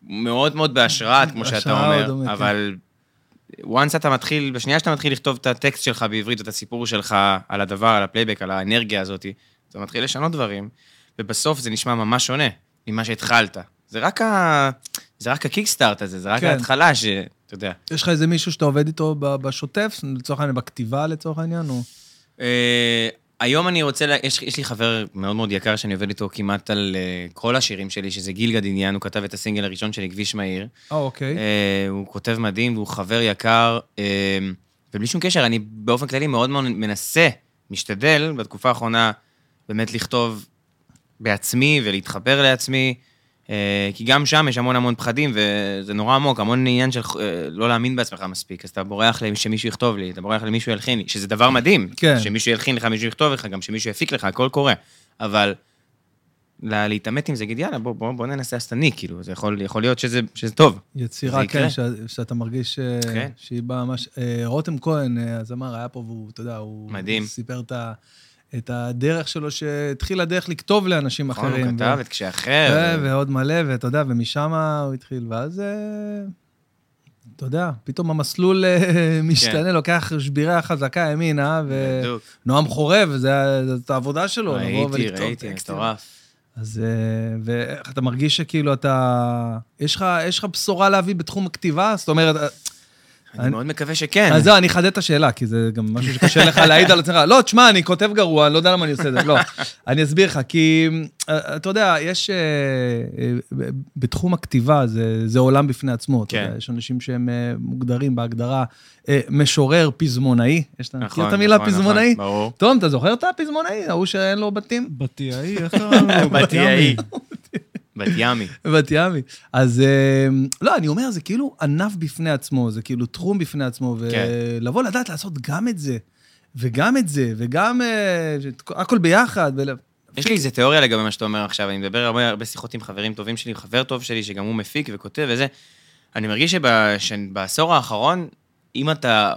מאוד מאוד בהשראת, כמו שאתה בהשראה עוד אומר, דומה, כן. אבל once אתה מתחיל, בשנייה שאתה מתחיל לכתוב את הטקסט שלך בעברית, את הסיפור שלך על הדבר, על הפלייבק, על האנרגיה הזאת, אתה מתחיל לשנות דברים, ובסוף זה נשמע ממש שונה ממה שהתחלת. זה רק ה... זה רק הקיקסטארט הזה, זה רק כן. ההתחלה ש... אתה יודע. יש לך איזה מישהו שאתה עובד איתו ב- בשוטף, לצורך העניין, בכתיבה לצורך העניין, או... אה, היום אני רוצה, לה... יש, יש לי חבר מאוד מאוד יקר שאני עובד איתו כמעט על אה, כל השירים שלי, שזה גיל גדיניאן, הוא כתב את הסינגל הראשון שלי, כביש מהיר. אה, אוקיי. אה, הוא כותב מדהים והוא חבר יקר, אה, ובלי שום קשר, אני באופן כללי מאוד מאוד מנסה, משתדל, בתקופה האחרונה, באמת לכתוב בעצמי ולהתחבר לעצמי, אה, כי גם שם יש המון המון פחדים, וזה נורא עמוק, המון עניין של אה, לא להאמין בעצמך מספיק, אז אתה בורח שמישהו יכתוב לי, אתה בורח למישהו ילחין לי, שזה דבר מדהים, כן. שמישהו ילחין לך, מישהו יכתוב לך, גם שמישהו יפיק לך, הכל קורה, אבל... לה- להתעמת עם זה, להגיד, יאללה, בוא, בוא, בוא ננסה עשתני, כאילו, זה יכול, יכול להיות שזה, שזה טוב. יצירה, זה כן, יקרה. ש- שאתה מרגיש אה, כן. שהיא באה ממש... אה, רותם כהן, אה, הזמר, היה פה והוא, אתה יודע, הוא... מדהים. סיפר את ה- את הדרך שלו, שהתחילה דרך לכתוב לאנשים נכון, אחרים. הוא כתב את ו- אה, כשאחר. ו- ועוד מלא, ואתה יודע, ומשם הוא התחיל, ואז, אה, אתה יודע, פתאום המסלול אה, משתנה, כן. לוקח שבירה חזקה ימינה, בדיוק. ונועם חורב, זה ה- זאת העבודה שלו, לא, לבוא ראיתי, ולכתוב ראיתי, טקסטים. מטורף. אז אה, ואיך אתה מרגיש שכאילו אתה, יש לך, יש לך בשורה להביא בתחום הכתיבה? זאת אומרת, אה, אני אני- מאוד מקווה שכן. אז זהו, אני אחדד את השאלה, כי זה גם משהו שקשה לך להעיד על עצמך. לא, תשמע, אני כותב גרוע, אני לא יודע למה אני עושה את זה. לא, אני אסביר לך, כי אה, אתה יודע, יש... אה, אה, ב- בתחום הכתיבה זה, זה עולם בפני עצמו. אתה כן. יודע, יש אנשים שהם אה, מוגדרים בהגדרה אה, משורר פזמונאי. יש אתה מכיר את המילה פזמונאי? נכון, ברור. תום, אתה זוכר את הפזמונאי? ההוא שאין לו בתים? בתיאי, איך קראנו לו? בת יאי. בת ימי. בת ימי. אז אה, לא, אני אומר, זה כאילו ענף בפני עצמו, זה כאילו תחום בפני עצמו, כן. ולבוא לדעת לעשות גם את זה, וגם את זה, וגם אה, שאת- הכל ביחד. ול- לא יש לי איזה תיאוריה לגבי מה שאתה אומר עכשיו, אני מדבר הרבה, הרבה שיחות עם חברים טובים שלי, חבר טוב שלי, שגם הוא מפיק וכותב וזה. אני מרגיש שבע- שבעשור האחרון, אם אתה,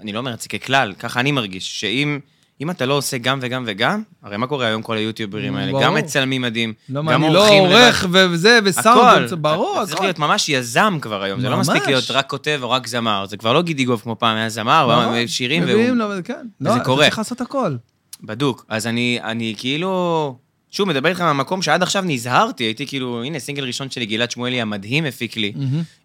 אני לא אומר את זה ככלל, ככה אני מרגיש, שאם אם אתה לא עושה גם וגם וגם, הרי מה קורה היום כל היוטיוברים האלה? Mm, ברור. גם מצלמים מדהים, גם למה, אני עורכים לא לבד. עורך ו- וזה, וסאונד, הכל. ברור, אתה צריך הכל. להיות ממש יזם כבר היום, זה לא ממש. מספיק להיות רק כותב או רק זמר. זה כבר לא גידי גוב כמו פעם, היה זמר, הוא היה ממש. אה, שירים נכון. מביאים והוא לו, כן. לא, אתה קורה. צריך לעשות הכל. בדוק. אז אני אני כאילו, שוב, מדבר איתך מהמקום שעד עכשיו נזהרתי, הייתי כאילו, הנה, סינגל ראשון שלי, גלעד שמואלי המדהים הפיק לי.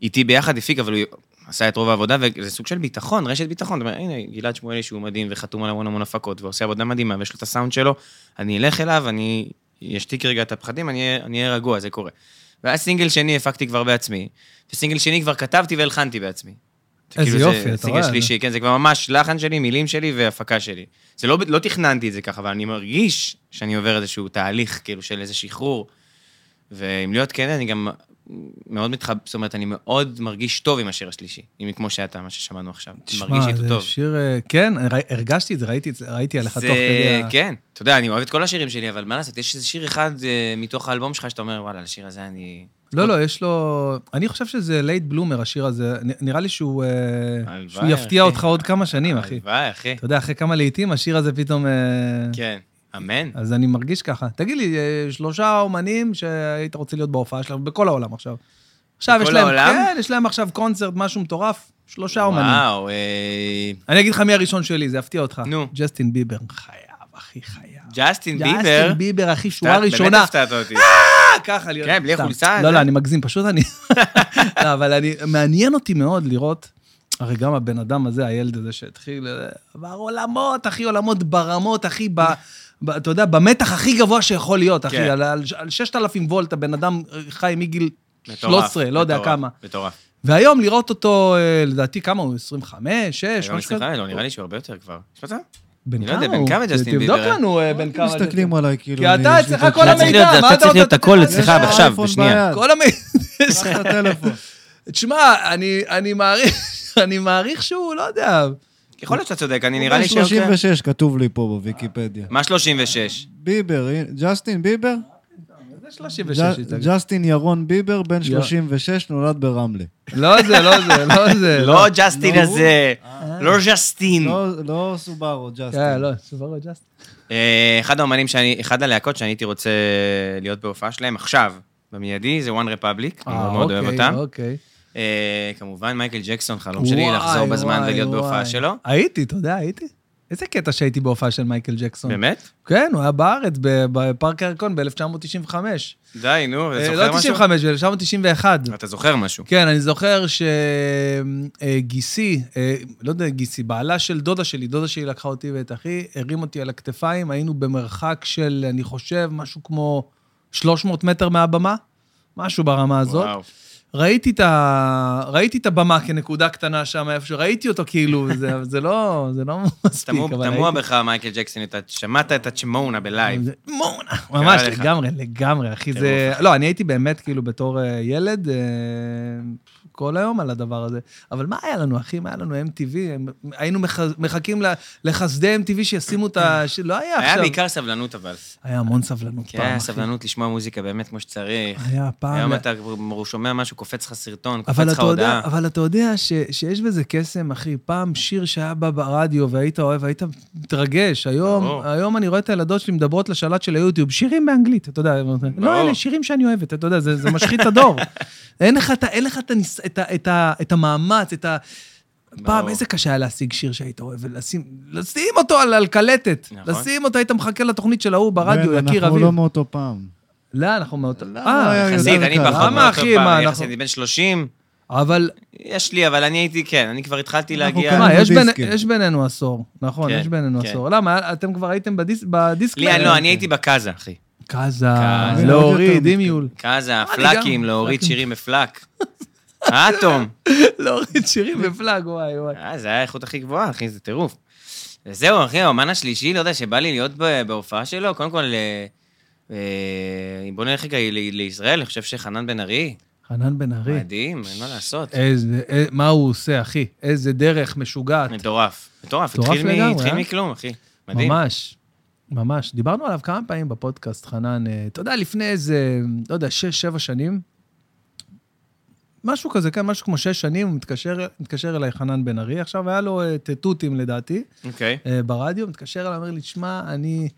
איתי ביחד הפיק, אבל הוא עשה את רוב העבודה, וזה סוג של ביטחון, רשת ביטחון. אתה אומר, הנה, גלעד שמואלי שהוא מדהים וחתום על המון המון הפקות, ועושה עבודה מדהימה, ויש לו את הסאונד שלו, אני אלך אליו, אני אשתיק רגע את הפחדים, אני אהיה- אני אהיה רגוע, זה קורה. ואז סינגל שני הפקתי כבר בעצמי, וסינגל שני כבר כתבתי והלחנתי בעצמי. איזה כאילו יופי, זה אתה סינגל רואה. שלישי, כן, זה כבר ממש לחן שלי, מילים שלי והפקה שלי. זה לא, לא תכננתי את זה ככה, אבל אני מרגיש שאני עובר איזשהו תהליך, כאילו, של איזה שחרור. ואם להיות כן, אני גם מאוד מתחבר, זאת אומרת, אני מאוד מרגיש טוב עם השיר השלישי, אם כמו שאתה, מה ששמענו עכשיו. מרגיש איתו זה טוב. שיר, אה, כן, ר- הרגשתי את זה, ראיתי את זה, ראיתי עליך תוך כדי. ה- כן, אתה יודע, אני אוהב את כל השירים שלי, אבל מה לעשות, יש איזה שיר אחד אה, מתוך האלבום שלך שאתה אומר, וואלה, לשיר הזה אני... לא, לא, יש לו... אני חושב שזה לייט בלומר, השיר הזה. נ- נראה לי שהוא אה, הלוואי, שהוא יפתיע אחי. אותך עוד כמה שנים, אחי. הלוואי, אחי. אתה יודע, אחרי כמה לעיתים, השיר הזה פתאום... אה, כן, אמן. אז אני מרגיש ככה. תגיד לי, אה, שלושה אומנים שהיית רוצה להיות בהופעה שלהם, בכל העולם עכשיו. עכשיו בכל יש להם... העולם? כן, יש להם עכשיו קונצרט, משהו מטורף. שלושה אומנים. וואו, אה, אני אגיד לך מי הראשון שלי, זה יפתיע אותך. נו. ג'סטין ביבר. חייב, אחי, חייב. ג'סטין ביבר. ג'סטין ביבר, אחי, אתה שורה באמת ראשונה. אה, הפתעת אותי. ככה להיות... כן, בלי סתם. חולצה, לא, זה- לא, אני מגזים, פשוט אני... לא, אבל אני... מעניין אותי מאוד לראות, הרי גם הבן אדם הזה, הילד הזה שהתחיל, אה, עבר עולמות, אחי, עולמות ברמות, אחי, ב... ב- אתה יודע, במתח הכי גבוה שיכול להיות, אחי, כן. על, על, על 6,000 וולט, הבן אדם אה, חי מגיל מטורף, 13, לא יודע מטורף, כמה. מטורף. והיום לראות אותו, אה, לדעתי, כמה הוא? 25, 6, היום משהו כזה? סליחה, לא, נראה לי שהוא הרבה יותר כבר. יש מצב? בן אני לא יודע, כמה בן הוא? כמה ת- ג'סטין תבדוק ביבר? לנו אה, בן כמה... מסתכלים עליי, כאילו... כי אני- אתה יש לי אצלך את כל אתה הקלט. לא, צריך המידע, להיות- מה אתה אתה צריך עוד- להיות הכל יש אצלך לך עכשיו, אייפון בשנייה. ביד. כל המידע. יש לך את הטלפון. תשמע, אני, אני מעריך, אני מעריך שהוא, לא יודע. יכול להיות שאתה צודק, אני נראה לא, לי שאוקיי. 36 כתוב לי פה בוויקיפדיה. מה 36? ביבר, הנה, ג'סטין ביבר? בן 36 ג'- התאגד. ג'סטין ירון ביבר, בן יא. 36, נולד ברמלה. לא זה, לא זה, לא אה. זה. לא ג'סטין לא הזה, לא ג'סטין. לא- לא סובארו, ג'סטין. כן, לא, סוברו ג'סט. אה, אחד האומנים שאני, אחד הלהקות שאני הייתי רוצה להיות בהופעה שלהם עכשיו, במיידי, זה One Republic, אני אה, מאוד מאוד אוהב אותם. אה, אוקיי. אה, כמובן, מייקל ג'קסון, חלום שלי וואי, לחזור בזמן וואי, ולהיות בהופעה וואי. אה, שלו. הייתי, אתה יודע, הייתי. איזה קטע שהייתי בהופעה של מייקל ג'קסון. באמת? כן, הוא היה בארץ, ב- בפארק הירקון ב-1995. די, נו, אתה לא זוכר משהו? 95, ב-1991. אתה זוכר משהו. כן, אני זוכר שגיסי, לא יודע, גיסי, בעלה של דודה שלי, דודה שלי לקחה אותי ואת אחי, הרים אותי על הכתפיים, היינו במרחק של, אני חושב, משהו כמו 300 מטר מהבמה, משהו ברמה הזאת. וואו. ראיתי את, ה... ראיתי את הבמה כנקודה קטנה שם, איפה שראיתי אותו כאילו, זה, זה לא, זה לא מספיק, תמוה- אבל תמוה ראיתי- בך, מייקל גקסון, אתה שמעת את הצ'מונה בלייב. זה- מונה, ממש, לך. לגמרי, לגמרי, אחי, טירוף, זה... לא, אני הייתי באמת כאילו בתור אה, ילד, אה, כל היום על הדבר הזה. אבל מה היה לנו, אחי? מה היה לנו MTV? הם- היינו מח- מחכים ל- לחסדי MTV שישימו את ה... שלא היה היה עכשיו. בעיקר סבלנות, אבל. היה המון סבלנות כי פעם, היה אחי. סבלנות לשמוע מוזיקה באמת כמו שצריך. היה פעם... היום אתה שומע משהו, קופץ לך סרטון, קופץ אה, אבל לך אתה, יודע, הודעה. אבל אתה יודע ש, שיש בזה קסם, אחי. פעם שיר שהיה בא ברדיו והיית אוהב, היית מתרגש. היום, ברור. היום אני רואה את הילדות שלי מדברות לשלט של היוטיוב, שירים באנגלית, אתה יודע. לא, אלה שירים שאני אוהבת, אתה יודע, זה, זה משחית את הדור. אין לך, את ה- אין לך את, הניס, את, ה- את, ה- את המאמץ, את ה... פעם, ברור. איזה קשה היה להשיג שיר שהיית אוהב, ולשים לשים אותו על, על קלטת. נכון. לשים אותו, היית מחכה לתוכנית של ההוא ברדיו, כן, יקיר אנחנו אביב. לא מאותו פעם. לא, אנחנו מאותו... לא, לא אה, היה- יחסית, יותר אני קל. פחות למה, מאותו אחי, פעם, מה, אני אנחנו- יחסית בן 30, אבל יש לי, אבל אני הייתי, כן, אני כבר התחלתי אנחנו להגיע. כאן. מה, יש, בין, דיסקים. יש בינינו עשור, נכון, כן, יש בינינו כן. עשור. למה? אתם כבר הייתם בדיס, בדיסק? כן. לי, לא, אני הייתי בקאזה, אחי. קאזה, קאזה. להוריד, עם יול. קאזה, אני הפלאקים, גם- להוריד פלאקים. שירים בפלאק. האטום. להוריד שירים בפלאג, וואי וואי. אה, זה היה האיכות הכי גבוהה, אחי, זה טירוף. זהו, אחי, האומן השלישי, לא יודע, שבא לי להיות ב- בהופעה שלו, קודם כל, אה, אה, בוא נלך רגע ל- לישראל, אני חושב שחנן בן ארי, חנן בן ארי. מדהים, אין מה לעשות. איזה, אה, מה הוא עושה, אחי? איזה דרך משוגעת. מטורף. מטורף, מטורף התחיל מ- לגמרי, התחיל אה? מכלום, אחי. מדהים. ממש, ממש. דיברנו עליו כמה פעמים בפודקאסט, חנן. אה, אתה יודע, לפני איזה, לא יודע, שש, שבע שנים, משהו כזה, כן, משהו כמו שש שנים, הוא מתקשר, מתקשר אליי חנן בן ארי. עכשיו, היה לו אה, טטוטים, לדעתי. אוקיי. אה, ברדיו, מתקשר אליי, אומר לי, שמע, אני...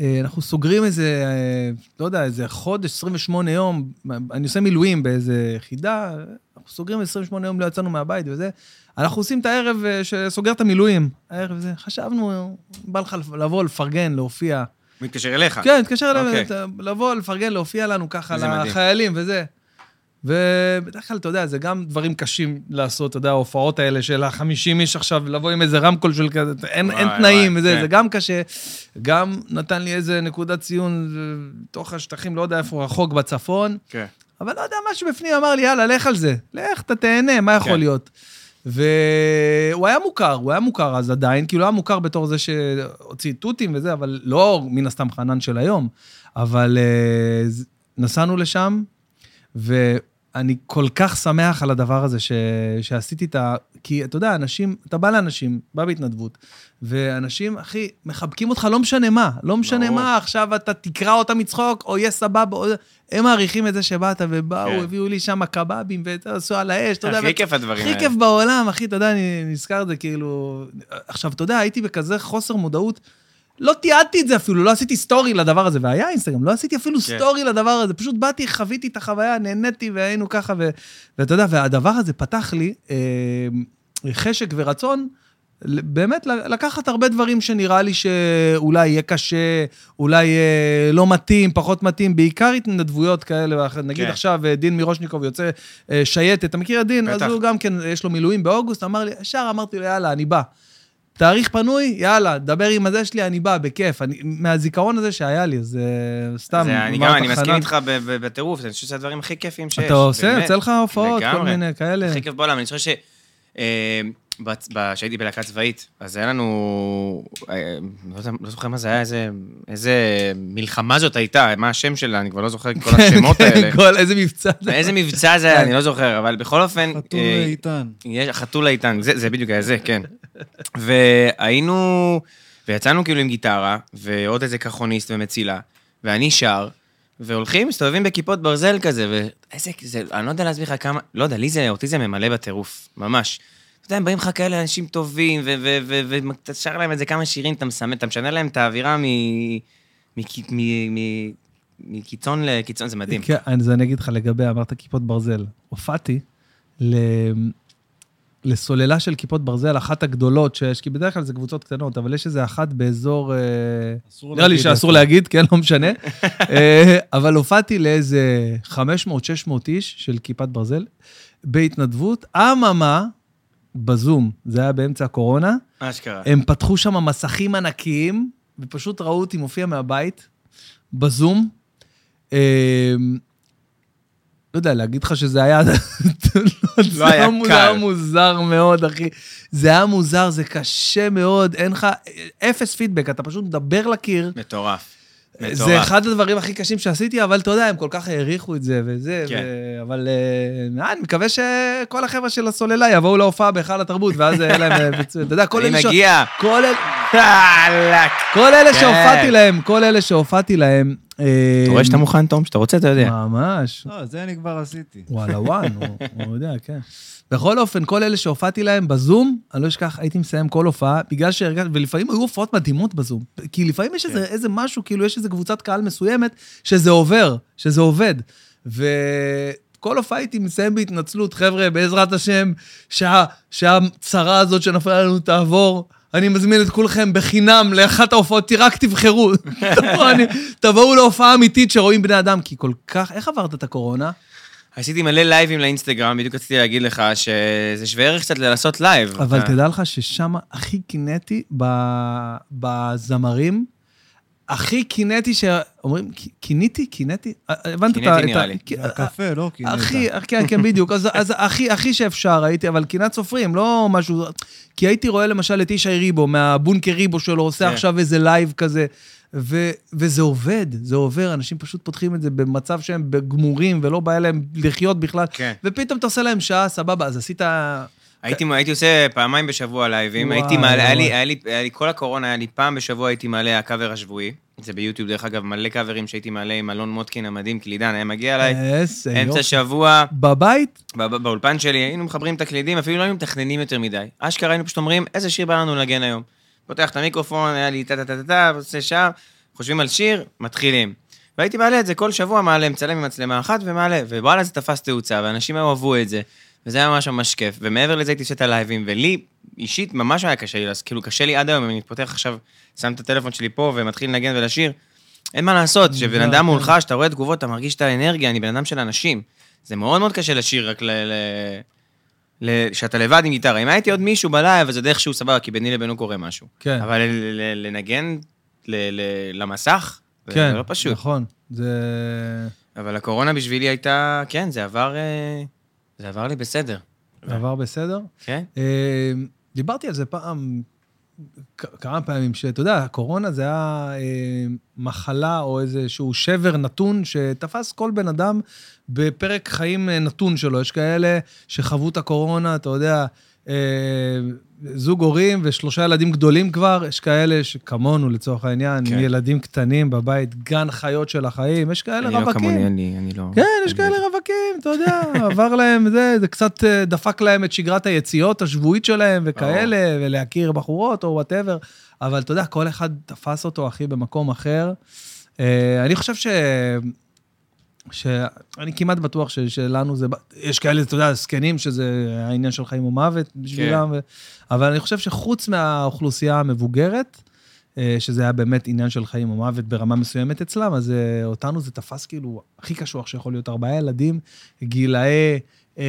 אה, אנחנו סוגרים איזה, אה, לא יודע, איזה חודש, 28 יום, אני עושה מילואים באיזה יחידה, אנחנו סוגרים 28 יום, לא יצאנו מהבית וזה. אנחנו עושים את הערב אה, שסוגר את המילואים. הערב הזה, חשבנו, בא לך לבוא, לפרגן, להופיע. מתקשר אליך. כן, התקשר אליו, אוקיי. אתה- לבוא, לפרגן, להופיע לנו ככה, זה מדהים. לחיילים וזה. ובדרך כלל, אתה יודע, זה גם דברים קשים לעשות, אתה יודע, ההופעות האלה של החמישים איש עכשיו, לבוא עם איזה רמקול של כזה, אין, וואי, אין תנאים וואי, וזה, כן. זה גם קשה. גם נתן לי איזה נקודת ציון אה, בתוך השטחים, לא יודע איפה, רחוק בצפון. כן. אבל לא יודע, משהו בפנים אמר לי, יאללה, לך על זה. לך, אתה תהנה, מה יכול כן. להיות? והוא היה מוכר, הוא היה מוכר אז עדיין, כאילו היה מוכר בתור זה שהוציא תותים וזה, אבל לא מן הסתם חנן של היום. אבל אה, ז- נסענו לשם, ואני כל כך שמח על הדבר הזה ש... שעשיתי את ה... כי אתה יודע, אנשים, אתה בא לאנשים, בא בהתנדבות, ואנשים, אחי, מחבקים אותך, לא משנה מה, לא משנה ברור. מה, עכשיו אתה תקרע אותם מצחוק, או יהיה סבבה, או... הם מעריכים את זה שבאת, ובאו, כן. הביאו לי שם קבבים, ועשו על האש, אתה יודע, הכי ו- כיף הדברים הכי האלה. כיף בעולם, אחי, אתה יודע, אני נזכר את זה, כאילו... עכשיו, אתה יודע, הייתי בכזה חוסר מודעות. לא תיעדתי את זה אפילו, לא עשיתי סטורי לדבר הזה, והיה אינסטגרם, לא עשיתי אפילו כן. סטורי לדבר הזה, פשוט באתי, חוויתי את החוויה, נהניתי, והיינו ככה, ו... ואתה יודע, והדבר הזה פתח לי אה, חשק ורצון ל- באמת ל- לקחת הרבה דברים שנראה לי שאולי יהיה קשה, אולי אה, לא מתאים, פחות מתאים, בעיקר התנדבויות כאלה ואחרות. נגיד כן. עכשיו אה, דין מירושניקוב יוצא אה, שייטת, אתה מכיר את דין? בטח. אז הוא גם כן, יש לו מילואים באוגוסט, אמר לי, ישר אמרתי לו, יאללה, אני בא. תאריך פנוי, יאללה, דבר עם הזה שלי, אני בא, בכיף. אני, מהזיכרון הזה שהיה לי, אז אה, סתם, זה, אני אמרת, גם, אני מסכים חנן, איתך ב- ב- בטירוף, אני חושב שזה הדברים הכי כיפים שיש. אתה עושה, באמת. יוצא לך הופעות, כל לגמרי. מיני כאלה. הכי כיף בעולם. אני חושב אה, שכשהייתי בלהקה צבאית, אז היה לנו, אה, לא יודע- לא זוכר מה זה היה, איזה- איזה מלחמה זאת הייתה, מה השם שלה, אני כבר לא זוכר את כל השמות האלה. כן, כל, איזה מבצע זה. איזה מבצע זה היה, אני לא זוכר, אבל בכל אופן... חתול אה, איתן. יש- החתול האיתן, זה, זה בדיוק היה זה, כן. והיינו, ויצאנו כאילו עם גיטרה, ועוד איזה קרחוניסט ומצילה, ואני שר, והולכים, מסתובבים בכיפות ברזל כזה, ואיזה, זה, אני לא יודע להסביר לך כמה, לא יודע, לי זה, אותי זה ממלא בטירוף, ממש. אתה יודע, הם באים לך כאלה אנשים טובים, ואתה שר להם איזה כמה שירים, אתה מסמן, אתה משנה להם את האווירה מ... מק- מ- מ- מקיצון לקיצון, זה מדהים. כן, אז אני אגיד לך לגבי, אמרת כיפות ברזל. הופעתי ל... לסוללה של כיפות ברזל, אחת הגדולות שיש, כי בדרך כלל זה קבוצות קטנות, אבל יש איזה אחת באזור... אה, אסור נראה לי להגיד שאסור איפה. להגיד, כן, לא משנה. אה, אבל הופעתי לאיזה 500-600 איש של כיפת ברזל, בהתנדבות, אממה, בזום, זה היה באמצע הקורונה, אשכרה. הם פתחו שם מסכים ענקיים, ופשוט ראו אותי מופיע מהבית, בזום. אמ, לא יודע, להגיד לך שזה היה... לא, זה היה מוזר- קל. זה היה מוזר מאוד, אחי. זה היה מוזר, זה קשה מאוד, אין לך... אפס פידבק, אתה פשוט מדבר לקיר. מטורף. זה מטורף. אחד הדברים הכי קשים שעשיתי, אבל אתה יודע, הם כל כך העריכו את זה וזה, כן. ו... אבל אה, אה, אני מקווה שכל החבר'ה של הסוללה יבואו להופעה בהיכל התרבות, ואז יהיה להם אה, פיצוי. אתה יודע, כל אני אלה ש... מגיע. כל אלה... חלק. כל אלה כן. שהופעתי להם, כל אלה שהופעתי להם. אה, אתה רואה שאתה אמ, מוכן, תום? כשאתה רוצה, אתה יודע. ממש. לא, זה אני כבר עשיתי. וואלה וואן, הוא- הוא יודע, כן. בכל אופן, כל אלה שהופעתי להם בזום, אני לא אשכח, הייתי מסיים כל הופעה, בגלל שהרגשתי, ולפעמים היו הופעות מדהימות בזום. כי לפעמים יש איזה, איזה משהו, כאילו יש איזה קבוצת קהל מסוימת, שזה עובר, שזה עובד. וכל הופעה הייתי מסיים בהתנצלות, חבר'ה, בעזרת השם, שה, שהצרה הזאת שנפלה לנו תעבור. אני מזמין את כולכם בחינם לאחת ההופעות, רק תבחרו. תבואו, אני- תבואו להופעה אמיתית שרואים בני אדם, כי כל כך... איך עברת את הקורונה? עשיתי מלא לייבים לאינסטגרם, בדיוק רציתי להגיד לך שזה שווה ערך קצת לעשות לייב. אבל אתה- תדע לך ששם הכי קינאתי ב- בזמרים, הכי קינאתי שאומרים, "ק- קינאתי? קינאתי? אה, הבנת את ה... קינאתי את ה- נראה לי. כי- אה, זה הקפה, לא? כי הכי, כן, כן, בדיוק. אז, אז הכי, הכי שאפשר הייתי, אבל קנאת סופרים, לא משהו... כי הייתי רואה למשל את ישי ריבו, מהבונקר ריבו שלו, עושה כן. עכשיו איזה לייב כזה, ו, וזה עובד, זה עובר, אנשים פשוט פותחים את זה במצב שהם גמורים ולא בא להם לחיות בכלל, כן. אה, ופתאום אתה עושה להם שעה, סבבה, אז עשית... הייתי, הייתי עושה פעמיים בשבוע לייבים, וואי, הייתי מעלה, היה לי, וואי. היה, לי, היה לי, כל הקורונה היה לי פעם בשבוע הייתי מעלה הקאבר השבועי, זה ביוטיוב דרך אגב, מלא קאברים שהייתי מעלה עם אלון מוטקין המדהים, קלידן, היה מגיע אליי, איזה יופי. אמצע שבוע, בבית, בא- בא- באולפן שלי, היינו מחברים תקלידים, אפילו לא היינו מתכננים יותר מדי. אשכרה היינו פשוט אומרים, איזה שיר בא לנו לנגן היום. פותח את המיקרופון, היה לי טה-טה-טה-טה, עושה שם, חושבים על שיר, מתחילים. והייתי מעלה את זה כל שבוע, מעלה, מצלם עם מצלמה אחת ומעלה, ווואלה זה תפס תאוצה, ואנשים היו אהבו את זה, וזה היה ממש ממש כיף. ומעבר לזה הייתי עושה את הלייבים, ולי אישית ממש היה קשה לי, אז כאילו קשה לי עד היום, אם אני פותח עכשיו, שם את הטלפון שלי פה ומתחיל לנגן ולשיר, אין מה Mm, לעשות, לא, כשבן כן. אדם מולך, כשאתה רואה תגובות, אתה מרגיש את האנרגיה, אני בן אדם של אנשים. זה מאוד מאוד קשה לשיר רק ל... ל... ל... שאתה לבד עם גיטרה. אם הייתי עוד מישהו בלייב, אז זה דרך שהוא סבבה, כי ביני לבינו קורה משהו. כן. אבל ל... ל... לנגן ל... ל... למסך, כן, זה לא פשוט. נכון. נכון, זה... אבל הקורונה בשבילי הייתה, כן, זה עבר, אה, זה עבר לי בסדר, עבר בסדר. כן? אה, דיברתי על זה פעם, כ- כמה פעמים, שאתה יודע, הקורונה זה היה אה, מחלה או איזשהו שבר נתון שתפס כל בן אדם בפרק חיים אה, נתון שלו. יש כאלה שחוו את הקורונה, אתה יודע, אה, זוג הורים ושלושה ילדים גדולים כבר, יש כאלה שכמונו לצורך העניין, כן. כן. ילדים קטנים בבית, גן חיות של החיים, יש כאלה אני רווקים. לא כמוני, אני, אני לא... כן, יש כאלה רווקים, אתה יודע, עבר להם זה, זה קצת אה, דפק להם את שגרת היציאות השבועית שלהם וכאלה, ולהכיר בחורות או וואטאבר, אבל אתה יודע, כל אחד תפס אותו, אחי, במקום אחר. אה, אני חושב ש... ש... אני כמעט בטוח ש... שלנו זה... ב- יש כאלה, אתה יודע, זקנים, שזה העניין של חיים ומוות בשבילם, ו... אבל אני חושב שחוץ מהאוכלוסייה המבוגרת, אה, שזה היה באמת עניין של חיים ומוות ברמה מסוימת אצלם, אז אה, אותנו זה תפס כאילו הכי קשוח שיכול להיות. ארבעה ילדים, גילאי אה,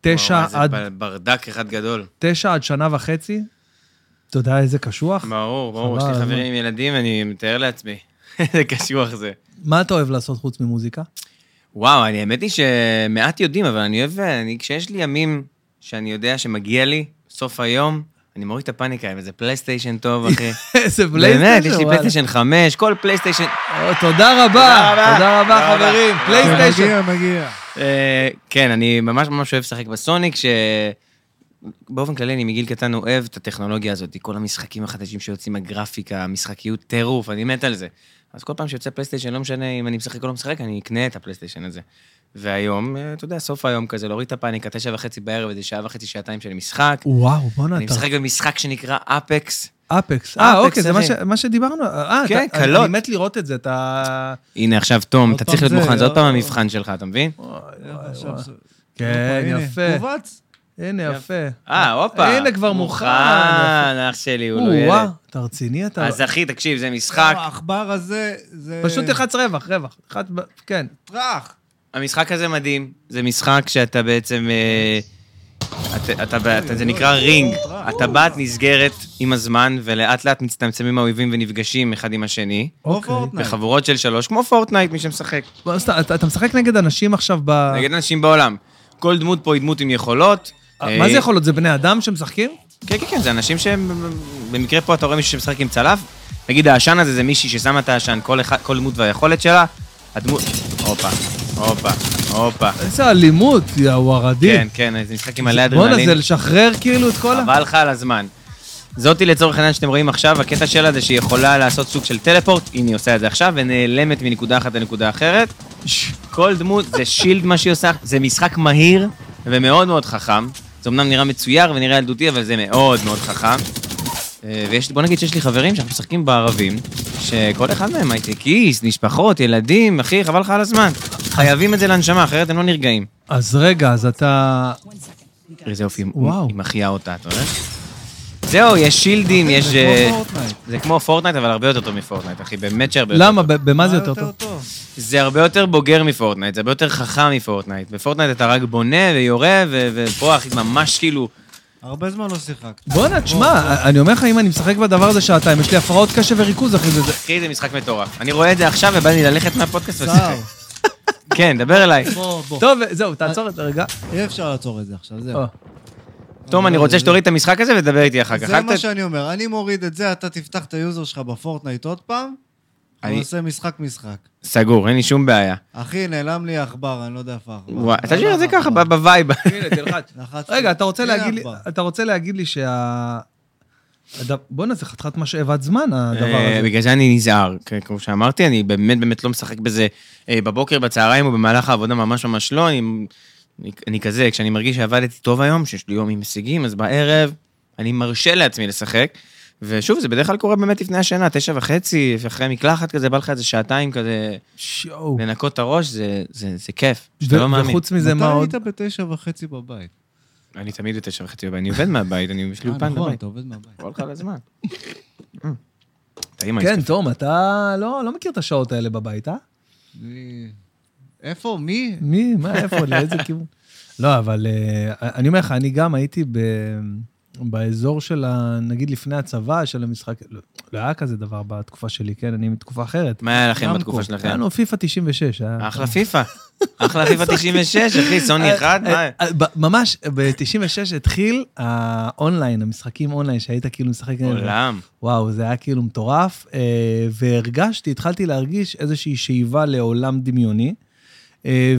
תשע וואו, עד, איזה ב- ברדק אחד גדול. תשע עד שנה וחצי. אתה יודע איזה קשוח? ברור, ברור, יש חבל, לי הזמן. חברים עם ילדים, אני מתאר לעצמי. איזה קשוח זה. מה אתה אוהב לעשות חוץ ממוזיקה? וואו, אני האמת היא שמעט יודעים, אבל אני אוהב, אני, כשיש לי ימים שאני יודע שמגיע לי, סוף היום, אני מוריד את הפאניקה עם איזה פלייסטיישן טוב, אחי. איזה פלייסטיישן. באמת, יש לי וואלה. פלייסטיישן 5, כל פלייסטיישן... אה, תודה רבה, רבה. תודה רבה תודה רבה. חברים, תודה פלייסטיישן. מגיע, מגיע. אה, כן, אני ממש ממש אוהב לשחק בסוניק, ש... באופן כללי, אני מגיל קטן אוהב את הטכנולוגיה הזאת, כל המשחקים החדשים שיוצאים, הגרפיקה, המשחקיות, טירוף, אני מת על זה. אז כל פעם שיוצא פלייסטיישן, לא משנה אם אני משחק או לא משחק, אני אקנה את הפלייסטיישן הזה. והיום, אה, אתה יודע, סוף היום כזה, להוריד את הפאניקה, תשע וחצי בערב, איזה שעה וחצי, שעתיים של משחק. וואו, בואנה, אני אתה... משחק במשחק שנקרא אפקס. אפקס. אה, אפקס, אוקיי, זה מה אחי. ש- מה שדיברנו. אה, כן, אתה- אני- קלות. אני מת לראות את זה, אתה... הנה, עכשיו, תום, עוד אתה פעם צריך להיות זה, מוכן, זה עוד אה, פעם אה. המבחן שלך, אתה מבין? לא כן, הנה, יפה. קובץ. הנה, יפה. אה, הופה. הנה, כבר מוכן. מוכן, אח שלי, הוא לא או-אה, ילד. אתה רציני, אתה... אז אחי, תקשיב, זה משחק. לא, העכבר הזה, זה... פשוט תלחץ רווח, רווח. תלחץ ב- כן. טראח. המשחק הזה מדהים. זה משחק שאתה בעצם... אה, אתה, אתה, אתה, אתה, זה נקרא רינג. הטבעת נסגרת עם הזמן, ולאט לאט מצטמצמים האויבים ונפגשים אחד עם השני. או אוקיי. לא פורטנייט. בחבורות של שלוש, כמו פורטנייט, מי שמשחק. בוא, סתם, אתה אתה משחק נגד אנשים עכשיו ב... נגד אנשים בעולם. כל דמות פה היא דמות עם יכולות. אה, מה אה, זה יכול להיות? זה בני אדם שמשחקים? כן, כן, כן, זה אנשים שהם... במקרה פה אתה רואה מישהו שמשחק עם צלף, נגיד העשן הזה זה מישהי ששמה את העשן, כל, אחד, כל דמות והיכולת שלה, הדמות... הופה, הופה, הופה. איזה אלימות, יא וורדים. כן, כן, זה משחק עם מלא בואנה, אדרנלין. זה לשחרר כאילו את כל ה... חבל לך על הזמן. זאתי לצורך העניין שאתם רואים עכשיו, הקטע שלה זה שהיא יכולה לעשות סוג של טלפורט, הנה היא עושה את זה עכשיו, ונעלמת מנקודה אחת לנקודה אחרת. כל דמות, זה שילד מה שהיא עושה, זה משחק מהיר ומאוד מאוד חכם. זה אמנם נראה מצויר ונראה ילדותי, אבל זה מאוד מאוד חכם. אה, ויש, בוא נגיד שיש לי חברים שאנחנו משחקים בערבים, שכל אחד מהם הייטקיסט, משפחות, ילדים, אחי, חבל לך על הזמן. חייבים את זה לנשמה, אחרת הם לא נרגעים. אז רגע, אז אתה... תראי איזה יופי, היא- וואו. היא מחיה אותה, אתה יודע? זהו, יש שילדים, יש... זה אה, כמו פורטנייט. לא. זה כמו פורטנייט, אבל הרבה יותר טוב מפורטנייט, אחי, באמת שהרבה יותר. למה? ב- במה זה יותר טוב? טוב? זה הרבה יותר בוגר מפורטנייט, זה הרבה יותר חכם מפורטנייט. בפורטנייט אתה רק בונה ויורה, ו- ופה אחי, ממש כאילו... הרבה זמן לא שיחקת. בואנה, תשמע, אני אומר לך, אם אני משחק בדבר הזה שעתיים, יש לי הפרעות קשב וריכוז אחרי זה. זה- אחי, זה משחק מטורף. אני רואה את זה עכשיו, ובא לי ללכת מהפודקאסט צער. ולשחק. כן, דבר אליי. בוא, בוא. לא טוב, זהו, תעצור את זה רגע. אי אפשר לעצור את זה עכשיו, זהו. אה. תום, אני רוצה שתוריד את המשחק הזה ותדבר איתי אחר כך. זה אל מה ת- שאני אומר, אני מוריד את זה, אתה תפתח את היוזר שלך בפורטנייט עוד פעם, אני- ועושה משחק-משחק. סגור, אין לי שום בעיה. אחי, נעלם לי עכבר, אני לא יודע איפה העכבר. וואי, נעלם תשאיר את זה העכבר. ככה, ב- בווייב. לחצתי. רגע, אתה רוצה הנה להגיד לי, העכבר. אתה רוצה להגיד לי שה... הד- בואנה, זה חתיכת משאבת זמן, הדבר אה, הזה. בגלל זה אני נזהר, כ- כמו שאמרתי, אני באמת באמת לא משחק בזה אה, בבוקר, בצהריים או במהלך העבודה, ממש ממש לא. אני, אני, אני כזה, כשאני מרגיש שעבדתי טוב היום, שיש לי יום עם הישגים, אז בערב אני מרשה לעצמי לשחק. ושוב, זה בדרך כלל קורה באמת לפני השינה, תשע וחצי, אחרי מקלחת כזה, בא לך איזה שעתיים כזה, שואו. לנקות את הראש, זה, זה, זה כיף, שאתה לא ו- מאמין. וחוץ מזה, מה עוד? מתי היית בתשע וחצי בבית? אני תמיד בתשע וחצי בבית, אני עובד מהבית, אני, יש לי כאילו, אה, אולפן נכון, בבית. אתה עובד מהבית. כל אחד הזמן. אה. טעים האיש כן, תום, אתה לא לא מכיר את השעות האלה בבית, אה? אני- איפה? מי? מי, מה, איפה, לאיזה כיוון? לא, אבל אה, אני אומר לך, אני גם הייתי ב... באזור של, ה... נגיד, לפני הצבא, של המשחק, לא, לא היה כזה דבר בתקופה שלי, כן? אני מתקופה אחרת. מה היה לכם רמקו, בתקופה שלכם? היה לנו פיפא 96. היה- אחלה פיפא. אחלה פיפא 96, אחי, סוני 1, מה? אה, ב- ממש, ב-96 התחיל האונליין, המשחקים אונליין, שהיית כאילו משחק... נגד- עולם. וואו, זה היה כאילו מטורף, אה, והרגשתי, התחלתי להרגיש איזושהי שאיבה לעולם דמיוני, אה,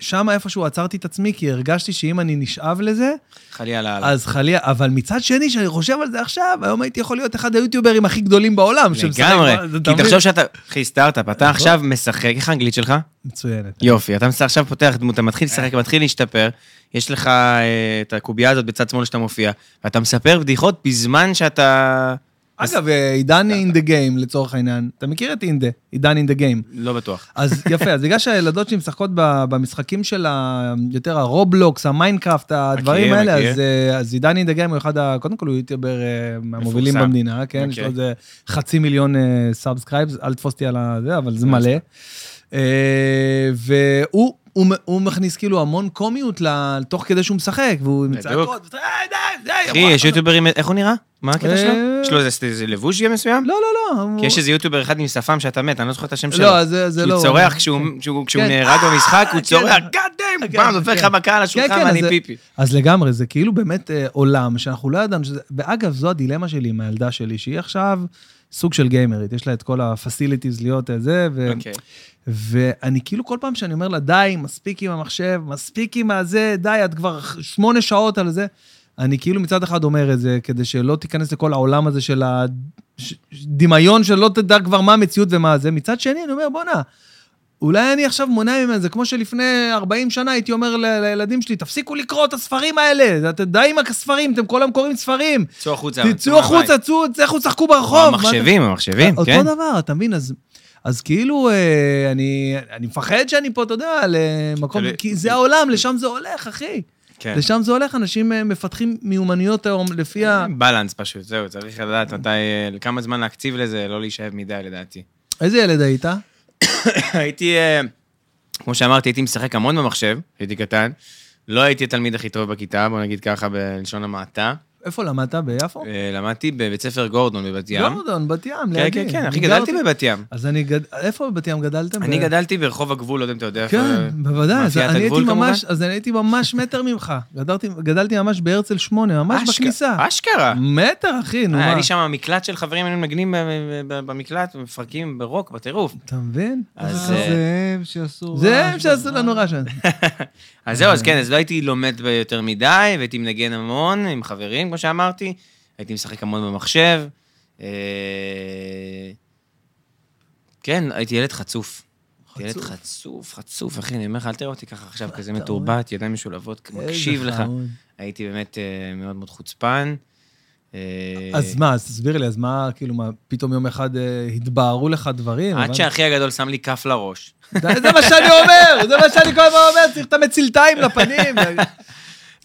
ושם איפשהו עצרתי את עצמי, כי הרגשתי שאם אני נשאב לזה, חלילה לאללה. אז חלילה, אבל מצד שני, שאני חושב על זה עכשיו, היום הייתי יכול להיות אחד היוטיוברים הכי גדולים בעולם, שמשחק לגמרי. ב- אתה כי מבין? תחשוב שאתה, אחי, סטארט-אפ, אתה נכון. עכשיו משחק, איך האנגלית שלך? מצוינת. יופי, אתה מש- עכשיו פותח דמות, אתה מתחיל לשחק, אה. אתה מתחיל להשתפר, יש לך אה, את הקובייה הזאת בצד שמאל שאתה מופיע, ואתה מספר בדיחות בזמן שאתה... אגב, אה, עידן אין דה גיים, לצורך העניין, אתה מכיר את אינדה, עידן אין דה גיים. לא בטוח. אז יפה, אז בגלל שהילדות שלי משחקות ב- במשחקים של ה- יותר הרובלוקס, המיינקראפט, הדברים מכיר, האלה, מכיר. אז, אה, אז עידן אינדגם הוא אחד, ה- קודם כל הוא יוטיובר אה, מהמובילים מפורסם. במדינה, כן? יש אוקיי. לו איזה חצי מיליון סאבסקרייבס, אל תפוס אותי על זה, אבל זה מלא. אה, והוא... הוא, מ- הוא מכניס כאילו המון קומיות ל- תוך כדי שהוא משחק, והוא עם בדיוק. צעקות, "אה, די, די, די, אחי, וואי, יש יוטיוברים, איך הוא נראה? מה הקטע שלו? אה. יש לו איזה- איזה לבוש גם מסוים? לא, לא, לא. כי יש הוא- איזה יוטיובר אחד עם שפם שאתה מת, אני לא זוכר את השם שלו. לא, זה, זה לא... הוא צורח כשהוא- כשהוא כשהוא כן. נהרג במשחק, הוא כן. צורח, God damn, כן, פעם דופק לך כן. בקהל השולחן כן, אז ואני זה- פיפי. אז לגמרי, זה כאילו באמת אה, עולם שאנחנו לא ידענו שזה... ואגב, זו הדילמה שלי עם הילדה שלי, שהיא עכשיו סוג של גיימרית, יש לה את כל הפסיליטיז להיות אה, זה, ו... אוקיי. ואני כאילו כל פעם שאני אומר לה, די, מספיק עם המחשב, מספיק עם הזה, די, את כבר שמונה שעות על זה, אני כאילו מצד אחד אומר את זה, כדי שלא תיכנס לכל העולם הזה של הדמיון, שלא לא תדע כבר מה המציאות ומה זה. מצד שני, אני אומר, בואנה, אולי אני עכשיו מונע ממנו, זה כמו שלפני 40 שנה הייתי אומר ל- לילדים שלי, תפסיקו לקרוא את הספרים האלה, אתם די עם הספרים, אתם כולם קוראים ספרים. צאו החוצה. תצאו החוצה, צאו, לכו שחקו ברחוב. מה אתם- המחשבים, המחשבים, אותו כן. דבר, אתה מבין? אז... אז כאילו, אה, אני, אני מפחד שאני פה, אתה יודע, למקום, אלה- כי זה העולם, לשם זה הולך, אחי. כן. לשם זה הולך, אנשים אה, מפתחים מיומנויות היום לפי ה... בלנס פשוט, זהו, צריך לדעת מתי, אה, כמה זמן להקציב לזה, לא להישאב מדי לדעתי. איזה ילד היית? הייתי, אה, כמו שאמרתי, הייתי משחק המון במחשב, הייתי קטן. לא הייתי התלמיד הכי טוב בכיתה, בוא נגיד ככה בלשון המעטה. איפה למדת? ביפו? אה, למדתי בבית ספר גורדון בבת ים. גורדון, בת ים, כן, לידי. כן, כן, אחי, אני גדלתי גרתי- בבת ים. אז אני גד... איפה בבת ים גדלתם? אני ב- גדלתי ברחוב הגבול, לא יודע אם אתה יודע. איפה- כן, בוודאי, אז מאפיית אני הייתי הגבול, כמובן. ממש, אז אני הייתי ממש מטר ממך. גדלתי, גדלתי ממש בהרצל שמונה, ממש אשכ- בכניסה. אשכרה. מטר, אחי, נו אה, היה מה. לי שם מקלט של חברים, היינו מנגנים ב- ב- ב- במקלט, מפרקים ברוק, בטירוף. אתה מבין? אז, אה, זה הם שעשו... זה רעש הם שעשו בזמן. לנו רעש. אז זהו, אז כן, אז לא הייתי לומד ב- יותר מדי, והייתי מנגן המון עם חברים, כמו שאמרתי, הייתי משחק המון במחשב. אה, כן, הייתי ילד חצוף. הייתי ילד חצוף. חצוף, חצוף, אחי, אני אומר לך, אל תראה אותי ככה עכשיו, כזה אתה מתורבת, ידיים משולבות, מקשיב איזה לך. חמוד. הייתי באמת אה, מאוד מאוד חוצפן. אה, אז מה, אז תסביר לי, אז מה, כאילו, מה, פתאום יום אחד אה, התבהרו לך דברים? עד אבל- שהאחי הגדול שם לי כף לראש. זה זה מה שאני אומר, זה מה שאני כל הזמן אומר, צריך את המצילתיים לפנים.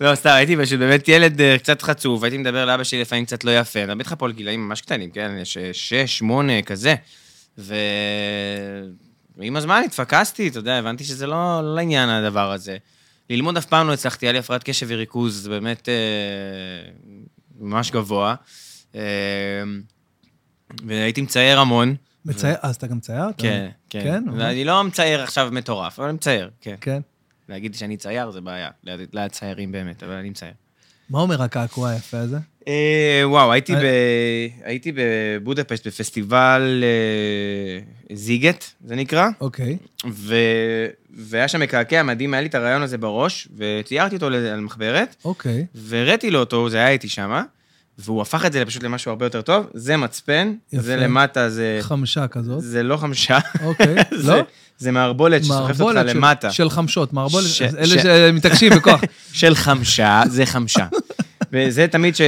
לא, סתם, הייתי פשוט באמת ילד אה, קצת חצוף, הייתי מדבר לאבא שלי לפעמים קצת לא יפה, אני מדבר איתך פה על גילאים ממש קטנים, כן? ש- שש, שמונה, כזה. ו... עם הזמן התפקסתי, אתה יודע, הבנתי שזה לא, לא לעניין הדבר הזה. ללמוד אף פעם לא הצלחתי, היה לי הפרעת קשב וריכוז, זה באמת אה, ממש גבוה. אה, והייתי מצייר המון. מצייר, אה, אז אתה גם מצייר? אתה- כן, כן. כן? ואני לא מצייר עכשיו מטורף, אבל מצייר, כן. כן. להגיד שאני צייר זה בעיה, ליד- ליד ציירים באמת, אבל אני מצייר. מה אומר הקעקוע היפה הזה? אה, וואו, הייתי, אה. ב... הייתי בבודפשט בפסטיבל אה, זיגט, זה נקרא, אוקיי. ו... והיה שם מקעקע מדהים, היה לי את הרעיון הזה בראש, וציירתי אותו ל- על מחברת, אוקיי. והראיתי לו אותו, זה היה איתי שמה, והוא הפך את זה פשוט למשהו הרבה יותר טוב, זה מצפן, יפה. זה למטה, זה, חמשה כזאת. אה, זה לא חמשה, אוקיי. זה, לא? זה מערבולת שסוחפת אותך מערבולת של- למטה. של חמשות, מערבולת, ש- אז ש- אלה שמתעקשים בכוח. של חמשה, זה חמשה. וזה תמיד ש...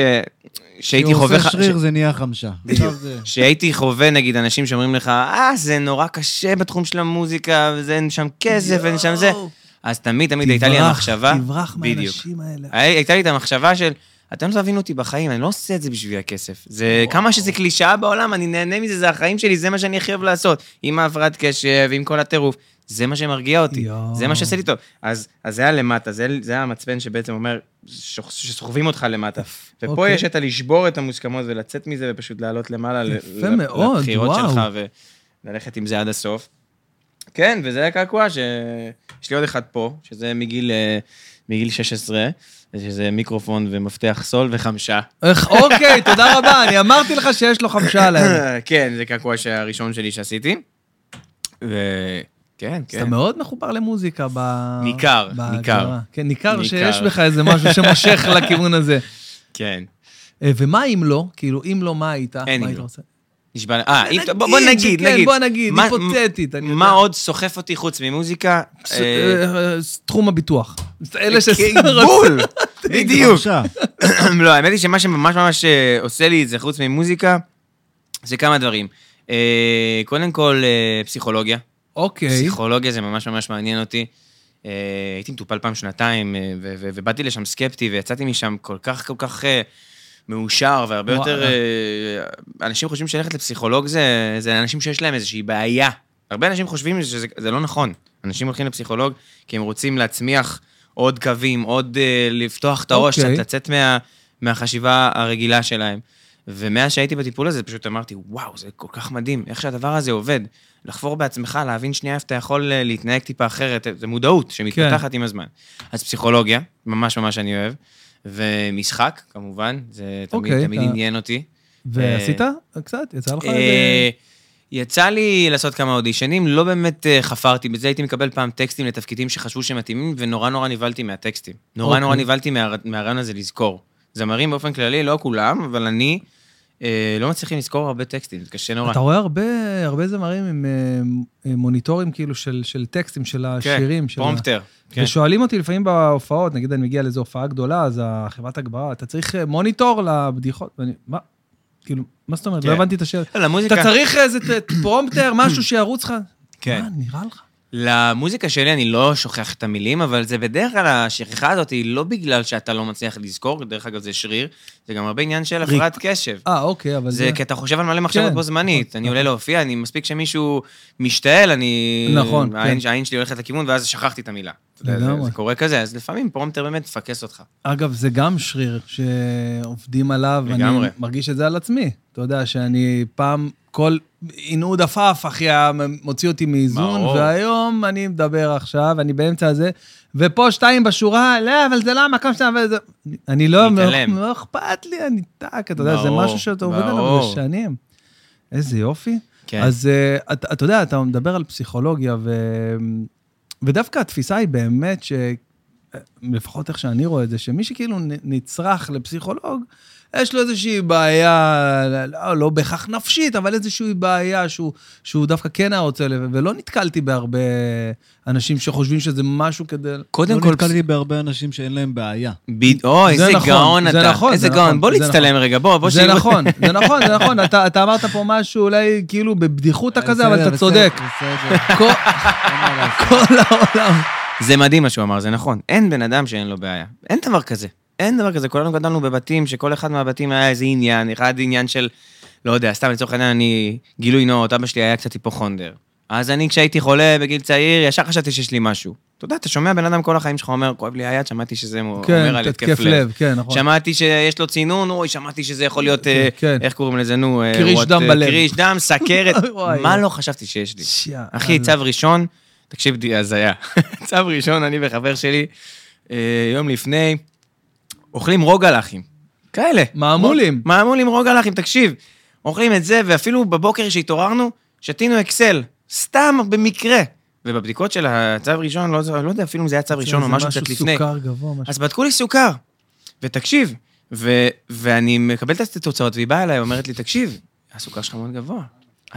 שהייתי כשהוא חווה... עושה ח- שריר זה נהיה חמשה. בדיוק. עכשיו זה- שהייתי חווה, נגיד, אנשים שאומרים לך, אה, זה נורא קשה בתחום של המוזיקה, וזה אין שם כסף, אין שם זה. יואו. אז תמיד, תמיד הייתה לי תברח, המחשבה, תברח בדיוק. מהאנשים האלה. הי- הייתה לי את המחשבה של, אתם לא תבינו אותי בחיים, אני לא עושה את זה בשביל הכסף. זה, כמה שזה קלישאה בעולם, אני נהנה מזה, זה החיים שלי, זה מה שאני הכי אוהב לעשות. עם ההפרעת קשב, עם כל הטירוף, זה מה שמרגיע אותי, יואו. זה מה שעושה לי טוב. אז אז זה היה למטה, זה זה היה המצפן שבעצם אומר, שוח- שסוחבים אותך למטה. ופה אוקיי. יש את הלשבור את המוסכמות ולצאת מזה ופשוט לעלות למעלה ל- יפה ל- מאוד, לבחירות וואו. שלך וללכת עם זה עד הסוף. כן, וזה היה קעקוע ש... יש לי עוד אחד פה, שזה מגיל, אה, מגיל 16, שזה מיקרופון ומפתח סול וחמשה. איך- אוקיי, תודה רבה, אני אמרתי לך שיש לו חמשה על האלה. כן, זה קעקוע הראשון שלי שעשיתי. וכן, אז אתה כן. מאוד מחובר למוזיקה ב... ניכר, בהגדרה. ניכר. כן, ניכר ניכר. שיש בך איזה משהו שמושך לכיוון הזה. כן. אה, ומה אם לא? כאילו, אם לא, מה היית? אין מה אם היית לא. עושה? נשבע, אה, אם- נגיד בוא בוא נגיד, שכן, נגיד. בוא נגיד, מה- היפותטית, אני מה יודע. עוד סוחף אותי חוץ ממוזיקה? ס- אה, אה, אה, תחום הביטוח. אלה ש... בול, בדיוק. חמשה. לא, האמת היא שמה שממש ממש אה, עושה לי את זה, חוץ ממוזיקה, זה כמה דברים. אה, קודם כל, אה, פסיכולוגיה. אוקיי. פסיכולוגיה זה ממש ממש מעניין אותי. אה, הייתי מטופל פעם שנתיים, אה, ו- ו- ובאתי לשם סקפטי, ויצאתי משם כל כך כל כך אה, מאושר, והרבה וואלה. יותר... אה, אנשים חושבים שללכת לפסיכולוג זה זה אנשים שיש להם איזושהי בעיה. הרבה אנשים חושבים שזה זה לא נכון. אנשים הולכים לפסיכולוג כי הם רוצים להצמיח עוד קווים, עוד אה, לפתוח את הראש, אוקיי. קצת לצאת מה, מהחשיבה הרגילה שלהם. ומאז שהייתי בטיפול הזה, פשוט אמרתי, וואו, זה כל כך מדהים, איך שהדבר הזה עובד. לחפור בעצמך, להבין שנייה איפה אתה יכול אה, להתנהג טיפה אחרת, זה מודעות כן. שמתפתחת עם הזמן. אז פסיכולוגיה, ממש ממש אני אוהב, ומשחק, כמובן, זה תמיד, אוקיי, לא תמיד אה, עניין אותי. ועשית קצת? יצא לך איזה... אה, יצא לי לעשות כמה אודישנים, לא באמת אה, חפרתי בזה, הייתי מקבל פעם טקסטים לתפקידים שחשבו שמתאימים, ונורא נורא נבהלתי מהטקסטים. נורא אוקיי. נורא נבהלתי מה- מהרעיון הזה לזכור. זמרים באופן כללי, לא כולם, אבל אני אה, לא מצליחים לזכור הרבה טקסטים, זה קשה נורא. אתה רואה הרבה, הרבה זמרים עם אה, מוניטורים כאילו של, של טקסטים, כן, של השירים. של ה- פרומפטר. כן. ושואלים אותי לפעמים בהופעות, נגיד אני מגיע לאיזו הופעה גדולה, אז החברת הגברה, אתה צריך אה, מוניטור לבדיחות, ואני, מה? כאילו, מה זאת אומרת? לא כן. הבנתי את השאלה. לא, למוזיקה, אתה צריך איזה ט- פרומפטר, משהו שירוץ לך? כן. מה, נראה לך? למוזיקה שלי אני לא שוכח את המילים, אבל זה בדרך כלל, השכחה הזאת היא לא בגלל שאתה לא מצליח לזכור, דרך אגב זה שריר, זה גם הרבה עניין של הפרעת קשב. אה, אוקיי, אבל זה כי אתה חושב על מלא מחשבות כן, בו זמנית. אני עולה להופיע, אני מספיק שמישהו משתעל, אני... נכון, העין- כן. העין שלי הולכת לכיוון, ואז שכחתי את המילה. אתה יודע, זה- לגמרי. זה קורה כזה, אז לפעמים פרומטר באמת מפקס אותך. אגב, זה גם שריר שעובדים עליו, לגמרי. אני מרגיש את זה על עצמי. אתה יודע שאני פעם, כל עינוד עפעף, אחי, היה מוציא אותי מאיזון, ברור. והיום אני מדבר עכשיו, אני באמצע הזה, ופה שתיים בשורה, לא, אבל זה לא המקום שאתה... אבל זה-" אני לא, מתעלם. לא אכפת לי, אני טאק, אתה יודע, זה ברור, משהו שאתה עובד עליו ברור. בשנים. איזה יופי. כן. אז uh, אתה, אתה יודע, אתה מדבר על פסיכולוגיה, ו... ודווקא התפיסה היא באמת ש... לפחות איך שאני רואה את זה, שמי שכאילו נ- נצרך לפסיכולוג, יש לו איזושהי בעיה, לא, לא בהכרח נפשית, אבל איזושהי בעיה שהוא, שהוא דווקא כן היה רוצה, לב- ולא נתקלתי בהרבה אנשים שחושבים שזה משהו כדי... קודם לא נתקלתי בהרבה אנשים שאין להם בעיה. ב- אוי, זה איזה נכון, גאון זה אתה. נכון, איזה זה גאון. נכון, בוא זה להצטלם רגע, בוא, בוא זה שיראו- נכון, זה נכון, זה נכון, אתה, אתה אמרת פה משהו אולי כאילו אה, בבדיחותא כזה, אבל אתה בסדר, צודק. בסדר, כל- אין מה לעשות. כל העולם. זה מדהים מה שהוא אמר, זה נכון. אין בן אדם שאין לו בעיה. אין דבר כזה. אין דבר כזה. כולנו גדלנו בבתים, שכל אחד מהבתים היה איזה עניין, אחד עניין של, לא יודע, סתם לצורך העניין, אני, גילוי נאות, אבא שלי היה קצת היפוכונדר. אז אני, כשהייתי חולה בגיל צעיר, ישר חשבתי שיש לי משהו. אתה יודע, אתה שומע בן אדם כל החיים שלך אומר, כואב לי היד, שמעתי שזה אומר כן, על התקף לב. כן, נכון. שמעתי שיש לו צינון, אוי, שמעתי שזה יכול להיות, אה, כן. איך קוראים לזה, נו? אה, קריש what, דם אה, בלב. קריש דם, סכרת. וואי. מה לא חשבתי שיש לי? שיאללה. אחי, צו ראשון, תקשיב, די- הזיה. צו ראשון, אני וחבר שלי, אה, יום לפני, אוכלים רוגלחים. כאלה. מעמולים. מעמולים רוגלחים, תקשיב. אוכלים את זה, ואפילו בבוקר שהתעוררנו, שתינו אקסל. סתם, במקרה. ובבדיקות של הצו ראשון, לא, לא יודע אפילו אם זה היה צו ראשון או כן, זה משהו קצת לפני. סוכר גבוה, משהו. אז בדקו לי סוכר. ותקשיב, ו- ואני מקבל את התוצאות, והיא באה אליי, אומרת לי, תקשיב, הסוכר שלך מאוד גבוה.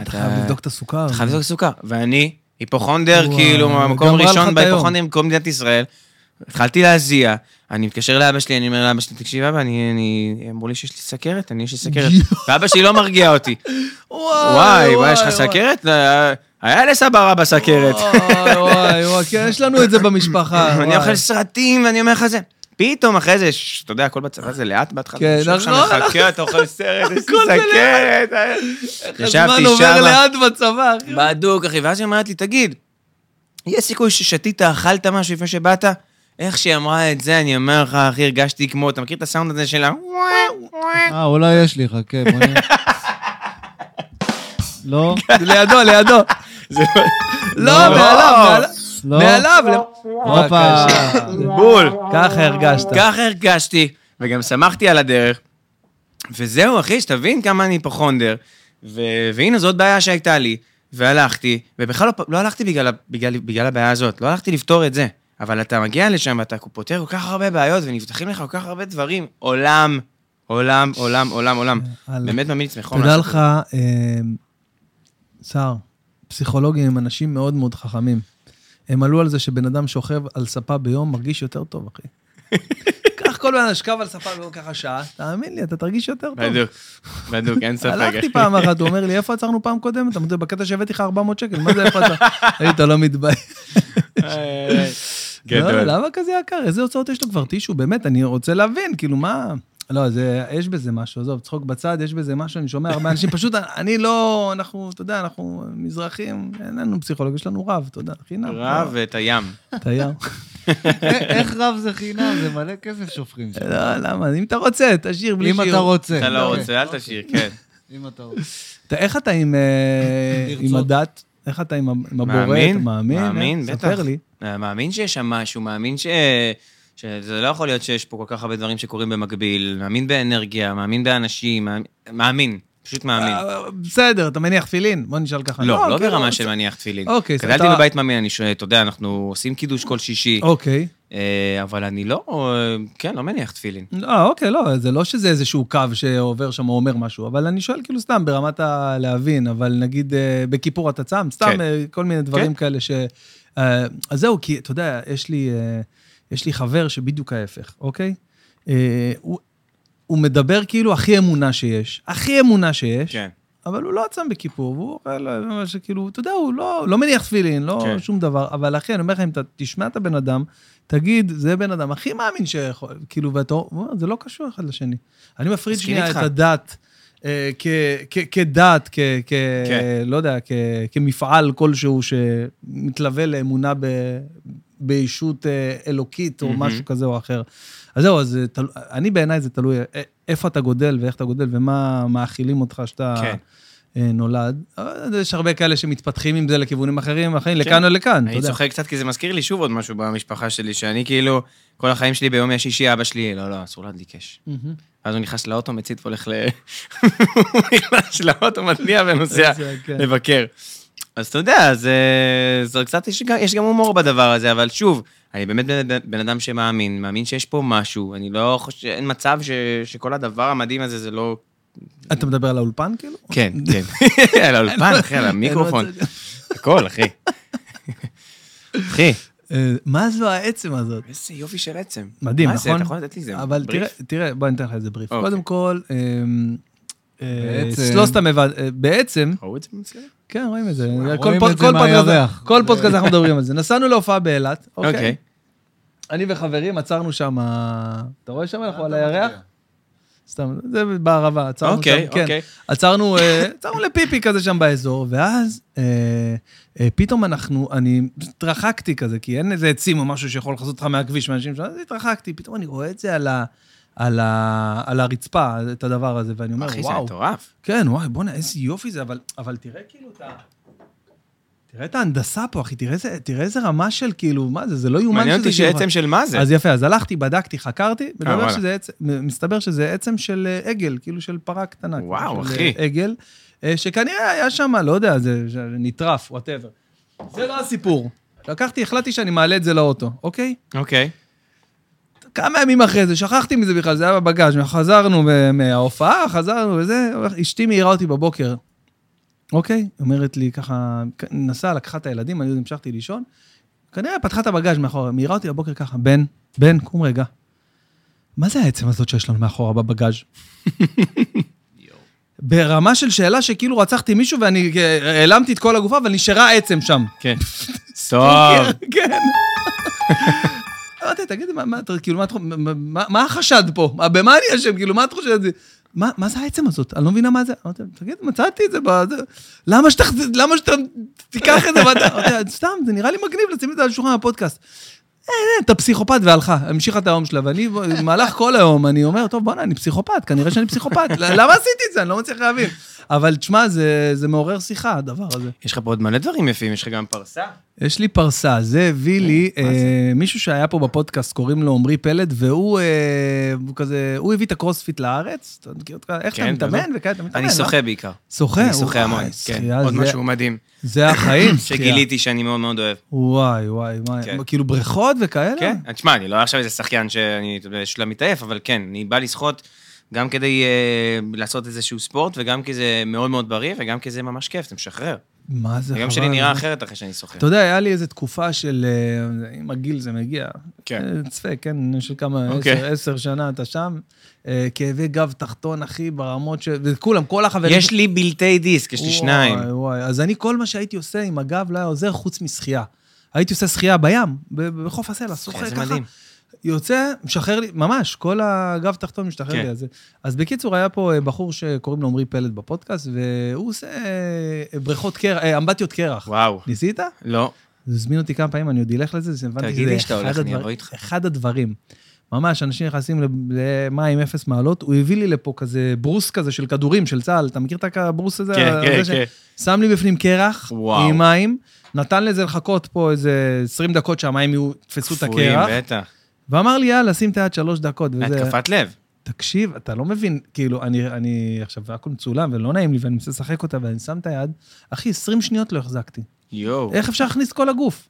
אתה חייב לבדוק את הסוכר. אתה חייב לבדוק סוכר. ואני, היפוכונדר, אה. וואו, כאילו, גמרה מהמקום לך את הראשון היום. בהיפוכונדרים בכל מדינת ישראל. התחלתי להזיע, אני מתקשר לאבא שלי, אני אומר לאבא שלי, תקשיב, אבא, אני, אני, אמרו לי שיש לי סכרת, אני, יש לי סכרת. ואבא שלי לא מרגיע אותי. וואי, וואי, יש לך סכרת? אה, היה לסבא רבא סכרת. וואי, וואי, וואי, כן, יש לנו את זה במשפחה. אני וואי. אוכל סרטים, ואני אומר לך זה. פתאום אחרי זה, ש- אתה יודע, הכל בצבא זה לאט בהתחלה. כן, אתה יושב שם, נכון. מחכה, אתה אוכל סרט, יש לי הכל זה סכרת. אה. ישבתי לא. הזמן עובר שמה. לאט בצבא, אחי. בדוק, אחי. ואז היא אומרת לי, תגיד, יש סיכוי ששתית, אכלת משהו לפני שבאת? איך שהיא אמרה את זה, אני אומר לך, אחי, הרגשתי כמו, אתה מכיר את הסאונד הזה של ה... אה, אולי יש לי, חכה, בוא נראה. לא, לידו, לידו. לא, לא. מעליו, לא. מעליו. הופה. בול. ככה הרגשת. ככה הרגשתי, וגם שמחתי על הדרך. וזהו, אחי, שתבין כמה אני היפוכונדר. ו- והנה, זאת בעיה שהייתה לי, והלכתי, ובכלל לא, פ- לא הלכתי בגלל, ה- בגלל, בגלל הבעיה הזאת, לא הלכתי לפתור את זה. אבל אתה מגיע לשם ואתה פותר כל כך הרבה בעיות, ונפתחים לך כל כך הרבה דברים. עולם, עולם, עולם, עולם, עולם. יאללה. באמת ממליץ מחום. תודה לעשות לך, אה, סער, פסיכולוגים הם אנשים מאוד מאוד חכמים. הם עלו על זה שבן אדם שוכב על ספה ביום מרגיש יותר טוב, אחי. קח כל בן אדם שכב על ספה ביום ככה שעה, תאמין לי, אתה תרגיש יותר את זה. טוב. בדוק, בדוק, אין ספק. אחי. הלכתי פעם אחת, הוא אומר לי, איפה עצרנו פעם קודמת? אמרתי, בקטע שהבאתי לך 400 שקל, מה זה איפה עצרנו? היית לא מתבייש. איי, איי, איי. לא, גדול. למה כזה יקר? איזה הוצאות יש לו כבר? טישו, באמת, אני רוצה להבין, כאילו, מה... לא, זה, יש בזה משהו, עזוב, צחוק בצד, יש בזה משהו, אני שומע הרבה אנשים, פשוט אני לא, אנחנו, אתה יודע, אנחנו מזרחים, אין לנו פסיכולוג, יש לנו רב, אתה יודע, חינם. רב ואת הים. תייר. אה, איך רב זה חינם? זה מלא כסף שופכים שם. לא, למה? אם אתה רוצה, תשאיר בלי אם שיר. אתה רוצה. אתה לא אוקיי. רוצה, אל תשאיר, כן. אם אתה רוצה. אתה- איך אתה עם אה, לרצות. עם הדת? איך אתה עם ה- עם הבורא? אתה מאמין? מאמין? מאמין, אה? בטח. ספר לי. אה, מאמין שיש שם משהו, מאמין ש... שזה לא יכול להיות שיש פה כל כך הרבה דברים שקורים במקביל. מאמין באנרגיה, מאמין באנשים, מאמין- מאמין, פשוט מאמין. אה, בסדר, אתה מניח תפילין? בוא נשאל ככה. לא, לא אוקיי, ברמה של מניח תפילין. אוקיי, אז גדלתי אתה- בבית מאמין, אני שואל, אתה יודע, אנחנו עושים קידוש כל שישי. אוקיי. אה, אבל אני לא, אה, כן, לא מניח תפילין. אה, אוקיי, לא, זה לא שזה איזשהו קו שעובר שם או אומר משהו, אבל אני שואל כאילו סתם ברמת הלהבין, אבל נגיד אה, בכיפור אתה צם, סתם כן. אה, כל מיני דברים כן. כאלה ש... אה, אז זהו, כי אתה יודע, יש לי, אה, יש לי חבר שבדיוק ההפך, אוקיי? אה, הוא, הוא מדבר כאילו הכי אמונה שיש, הכי אמונה שיש, כן. אבל הוא לא צם בכיפור, והוא אוכל, אה, ממש כאילו, אתה יודע, הוא לא, לא מניח תפילין, לא כן. שום דבר, אבל אחי, אני אומר לך, אם אתה תשמע את הבן אדם, תגיד, זה בן אדם הכי מאמין שיכול, כאילו, ואתה הוא אומר, זה לא קשור אחד לשני. אני מפריד מסכים שנייה את איתך. הדת. אה, כ- כ- כדת, כ... כ- כן. לא יודע, כ- כמפעל כלשהו שמתלווה לאמונה ב- בישות אה, אלוקית או מהמם. משהו כזה או אחר. אז זהו, אז אה, תל- אני בעיניי זה תלוי אה, איפה אתה גודל ואיך אתה גודל ומה מאכילים אותך שאתה כן. אה, נולד. אבל יש הרבה כאלה שמתפתחים עם זה לכיוונים אחרים, אחרים כן. לכאן או לכאן, אתה אני יודע. צוחק קצת, כי זה מזכיר לי שוב עוד משהו במשפחה שלי, שאני כאילו, כל החיים שלי ביום השישי, אבא שלי, לא, לא, אסור להדליק אש. מהמם. אז הוא נכנס לאוטו, מצית והולך ל... הוא נכנס לאוטו, מניע ונוסע זה, כן. לבקר. אז אתה יודע, זה, זה קצת, יש גם, יש גם הומור בדבר הזה, אבל שוב, אני באמת בן, בן אדם שמאמין, מאמין שיש פה משהו, אני לא חושב, אין מצב ש, שכל הדבר המדהים הזה זה לא... אתה מדבר על האולפן כאילו? כן, כן. על האולפן, אחי, על המיקרופון, הכל, אחי. אחי, אה, מה זו העצם הזאת? איזה יופי של עצם. מדהים, מה זה, נכון? אתה יכול לתת לי איזה אבל תראה, בריף? תראה, בוא אני אתן לך איזה בריף. אוקיי. קודם כל, אמ, אה, בעצם- שלושת המבד... אה, בעצם, ראו את זה במצלם? כן, רואים את זה. רואים כל את פוד- זה כל פודקאסט- מהירח. כל זה- פודקאסט אנחנו מדברים על זה. נסענו להופעה באילת, אוקיי. אוקיי? אני וחברים עצרנו שם, אה, אתה רואה שם? אה, אנחנו על הירח? סתם, זה בערבה, עצרנו שם, אוקיי, כן. אוקיי. עצרנו, אה, עצרנו לפיפי כזה שם באזור, ואז אה, אה, פתאום אנחנו, אני התרחקתי כזה, כי אין איזה עצים או משהו שיכול לחזות לך מהכביש, מאנשים שם, אז התרחקתי, פתאום אני רואה את זה על, ה, על, ה, על הרצפה, את הדבר הזה, ואני אומר, אחי, זה וואו, מטורף. כן, וואי, בואנה, איזה יופי זה, אבל, אבל תראה כאילו את ה... תראה את ההנדסה פה, אחי, תראה איזה, תראה איזה רמה של כאילו, מה זה, זה לא יאומן שזה... מעניין אותי כאילו- שעצם של מה זה. אה, אז יפה, אז הלכתי, בדקתי, חקרתי, מדבר וואלה. שזה עצם, מסתבר שזה עצם של אה, עגל, כאילו של פרה קטנה. כאילו, וואו, של, אחי. אה, עגל, אה, שכנראה היה שם, לא יודע, זה זה נטרף, וואטאבר. זה לא הסיפור. לקחתי, החלטתי שאני מעלה את זה לאוטו, אוקיי? אוקיי. כמה ימים אחרי זה, שכחתי מזה בכלל, זה היה בבגאז', חזרנו מה- מההופעה, חזרנו וזה, אשתי מעירה אותי בבוקר. אוקיי? אומרת לי ככה, נסעה, לקחה את הילדים, אני עוד המשכתי לישון. כנראה פתחה את הבגאז' מאחורה, מעירה אותי בבוקר ככה, בן, בן, קום רגע. מה זה העצם הזאת שיש לנו מאחורה בבגאז'? ברמה של שאלה שכאילו רצחתי מישהו ואני אה, העלמתי את כל הגופה, אבל נשארה עצם שם. כן. טוב. כן. אמרתי, תגיד, מה- מה אתה- כאילו, מה את חו- מה- מה- מה החשד פה? מה- במה אני אשם? כאילו, מה את חושבת? מה מה זה העצם הזאת? אני לא מבינה מה זה. אמרתי, תגיד, מצאתי את זה ב... זה- למה שאתה... למה שאתה... תיקח את זה ואתה... אמרתי, סתם, זה נראה לי מגניב לשים את זה על שולחן הפודקאסט. "אה, אה, אתה פסיכופת והלכה, המשיכה את היום שלה, ואני במהלך כל היום, אני אומר, טוב, בואנה, אני פסיכופת, כנראה שאני פסיכופת, למה עשיתי את זה? אני לא מצליח להבין. אבל תשמע, זה- זה מעורר שיחה, הדבר הזה. יש לך פה עוד מלא דברים יפים, יש לך גם פרסה. יש לי פרסה, זה הביא כן, לי אה, מישהו שהיה פה בפודקאסט, קוראים לו עמרי פלד, והוא אה, הוא כזה, הוא הביא את הקרוספיט לארץ, אתה מכיר אותך, איך אתה כן, מתאמן בטח. וכאלה, אתה מתאמן. אני לא? שוחה בעיקר. שוחה? אני שוחה המון, וואי, כן. שחייה עוד זה- משהו מדהים, זה החיים, שחייה. לא. שגיליתי שאני מאוד מאוד אוהב. וואי, וואי, כן. וואי, כאילו בריכות וכאלה? כן, תשמע, אני לא עכשיו איזה שחיין שאני, אתה יודע, יש לה מתעייף, אבל כן, אני בא לשחות גם כדי אה, לעשות איזשהו ספורט, וגם כי זה מאוד מאוד בריא, וגם כי זה ממש כיף, זה משחרר. מה זה חבל. היום שלי נראה זה- אחרת אחרי שאני שוחה. אתה יודע, היה לי איזו תקופה של, אה, עם הגיל זה מגיע. כן. אה, צפה, כן, של כמה, אוקיי. עשר, עשר שנה אתה שם. אה, כאבי גב תחתון, אחי, ברמות ש... וכולם, כל החברים... יש לי בלתי דיסק, יש לי שניים. וואי, וואי. אז אני, כל מה שהייתי עושה עם הגב לא היה עוזר חוץ משחייה. הייתי עושה שחייה בים, ב- בחוף הסלע, שוחה זה ככה. מדהים. יוצא, משחרר לי, ממש, כל הגב תחתון משתחרר כן. לי על זה. אז בקיצור, היה פה אה, בחור שקוראים לו עמרי פלד בפודקאסט, והוא עושה אה, בריכות קרח, אה, אמבטיות קרח. וואו. ניסית? אז לא. הוא הזמין אותי כמה פעמים, אני עוד אלך לזה, זה הבנתי תגיד שזה לי שאתה אחד הולך, אני הדבר- אבוא איתך. אחד הדברים. ממש, אנשים נכנסים לב- למים אפס מעלות, הוא הביא לי לפה כזה ברוס כזה של כדורים של צה"ל, אתה מכיר את הברוס הזה? כן, הזה כן, ש- כן. שם לי בפנים קרח, וואו. עם מים, נתן לזה לחכות פה איזה 20 דקות שהמים יהיו, תפסו את קפואים, הקרח, בטח. ואמר לי, יאללה, שים את היד שלוש דקות, וזה... התקפת לב. תקשיב, אתה לא מבין, כאילו, אני, אני עכשיו, הכל מצולם ולא נעים לי, ואני מנסה לשחק אותה, ואני שם את היד, אחי, 20 שניות לא החזקתי. יואו. איך אפשר להכניס כל הגוף?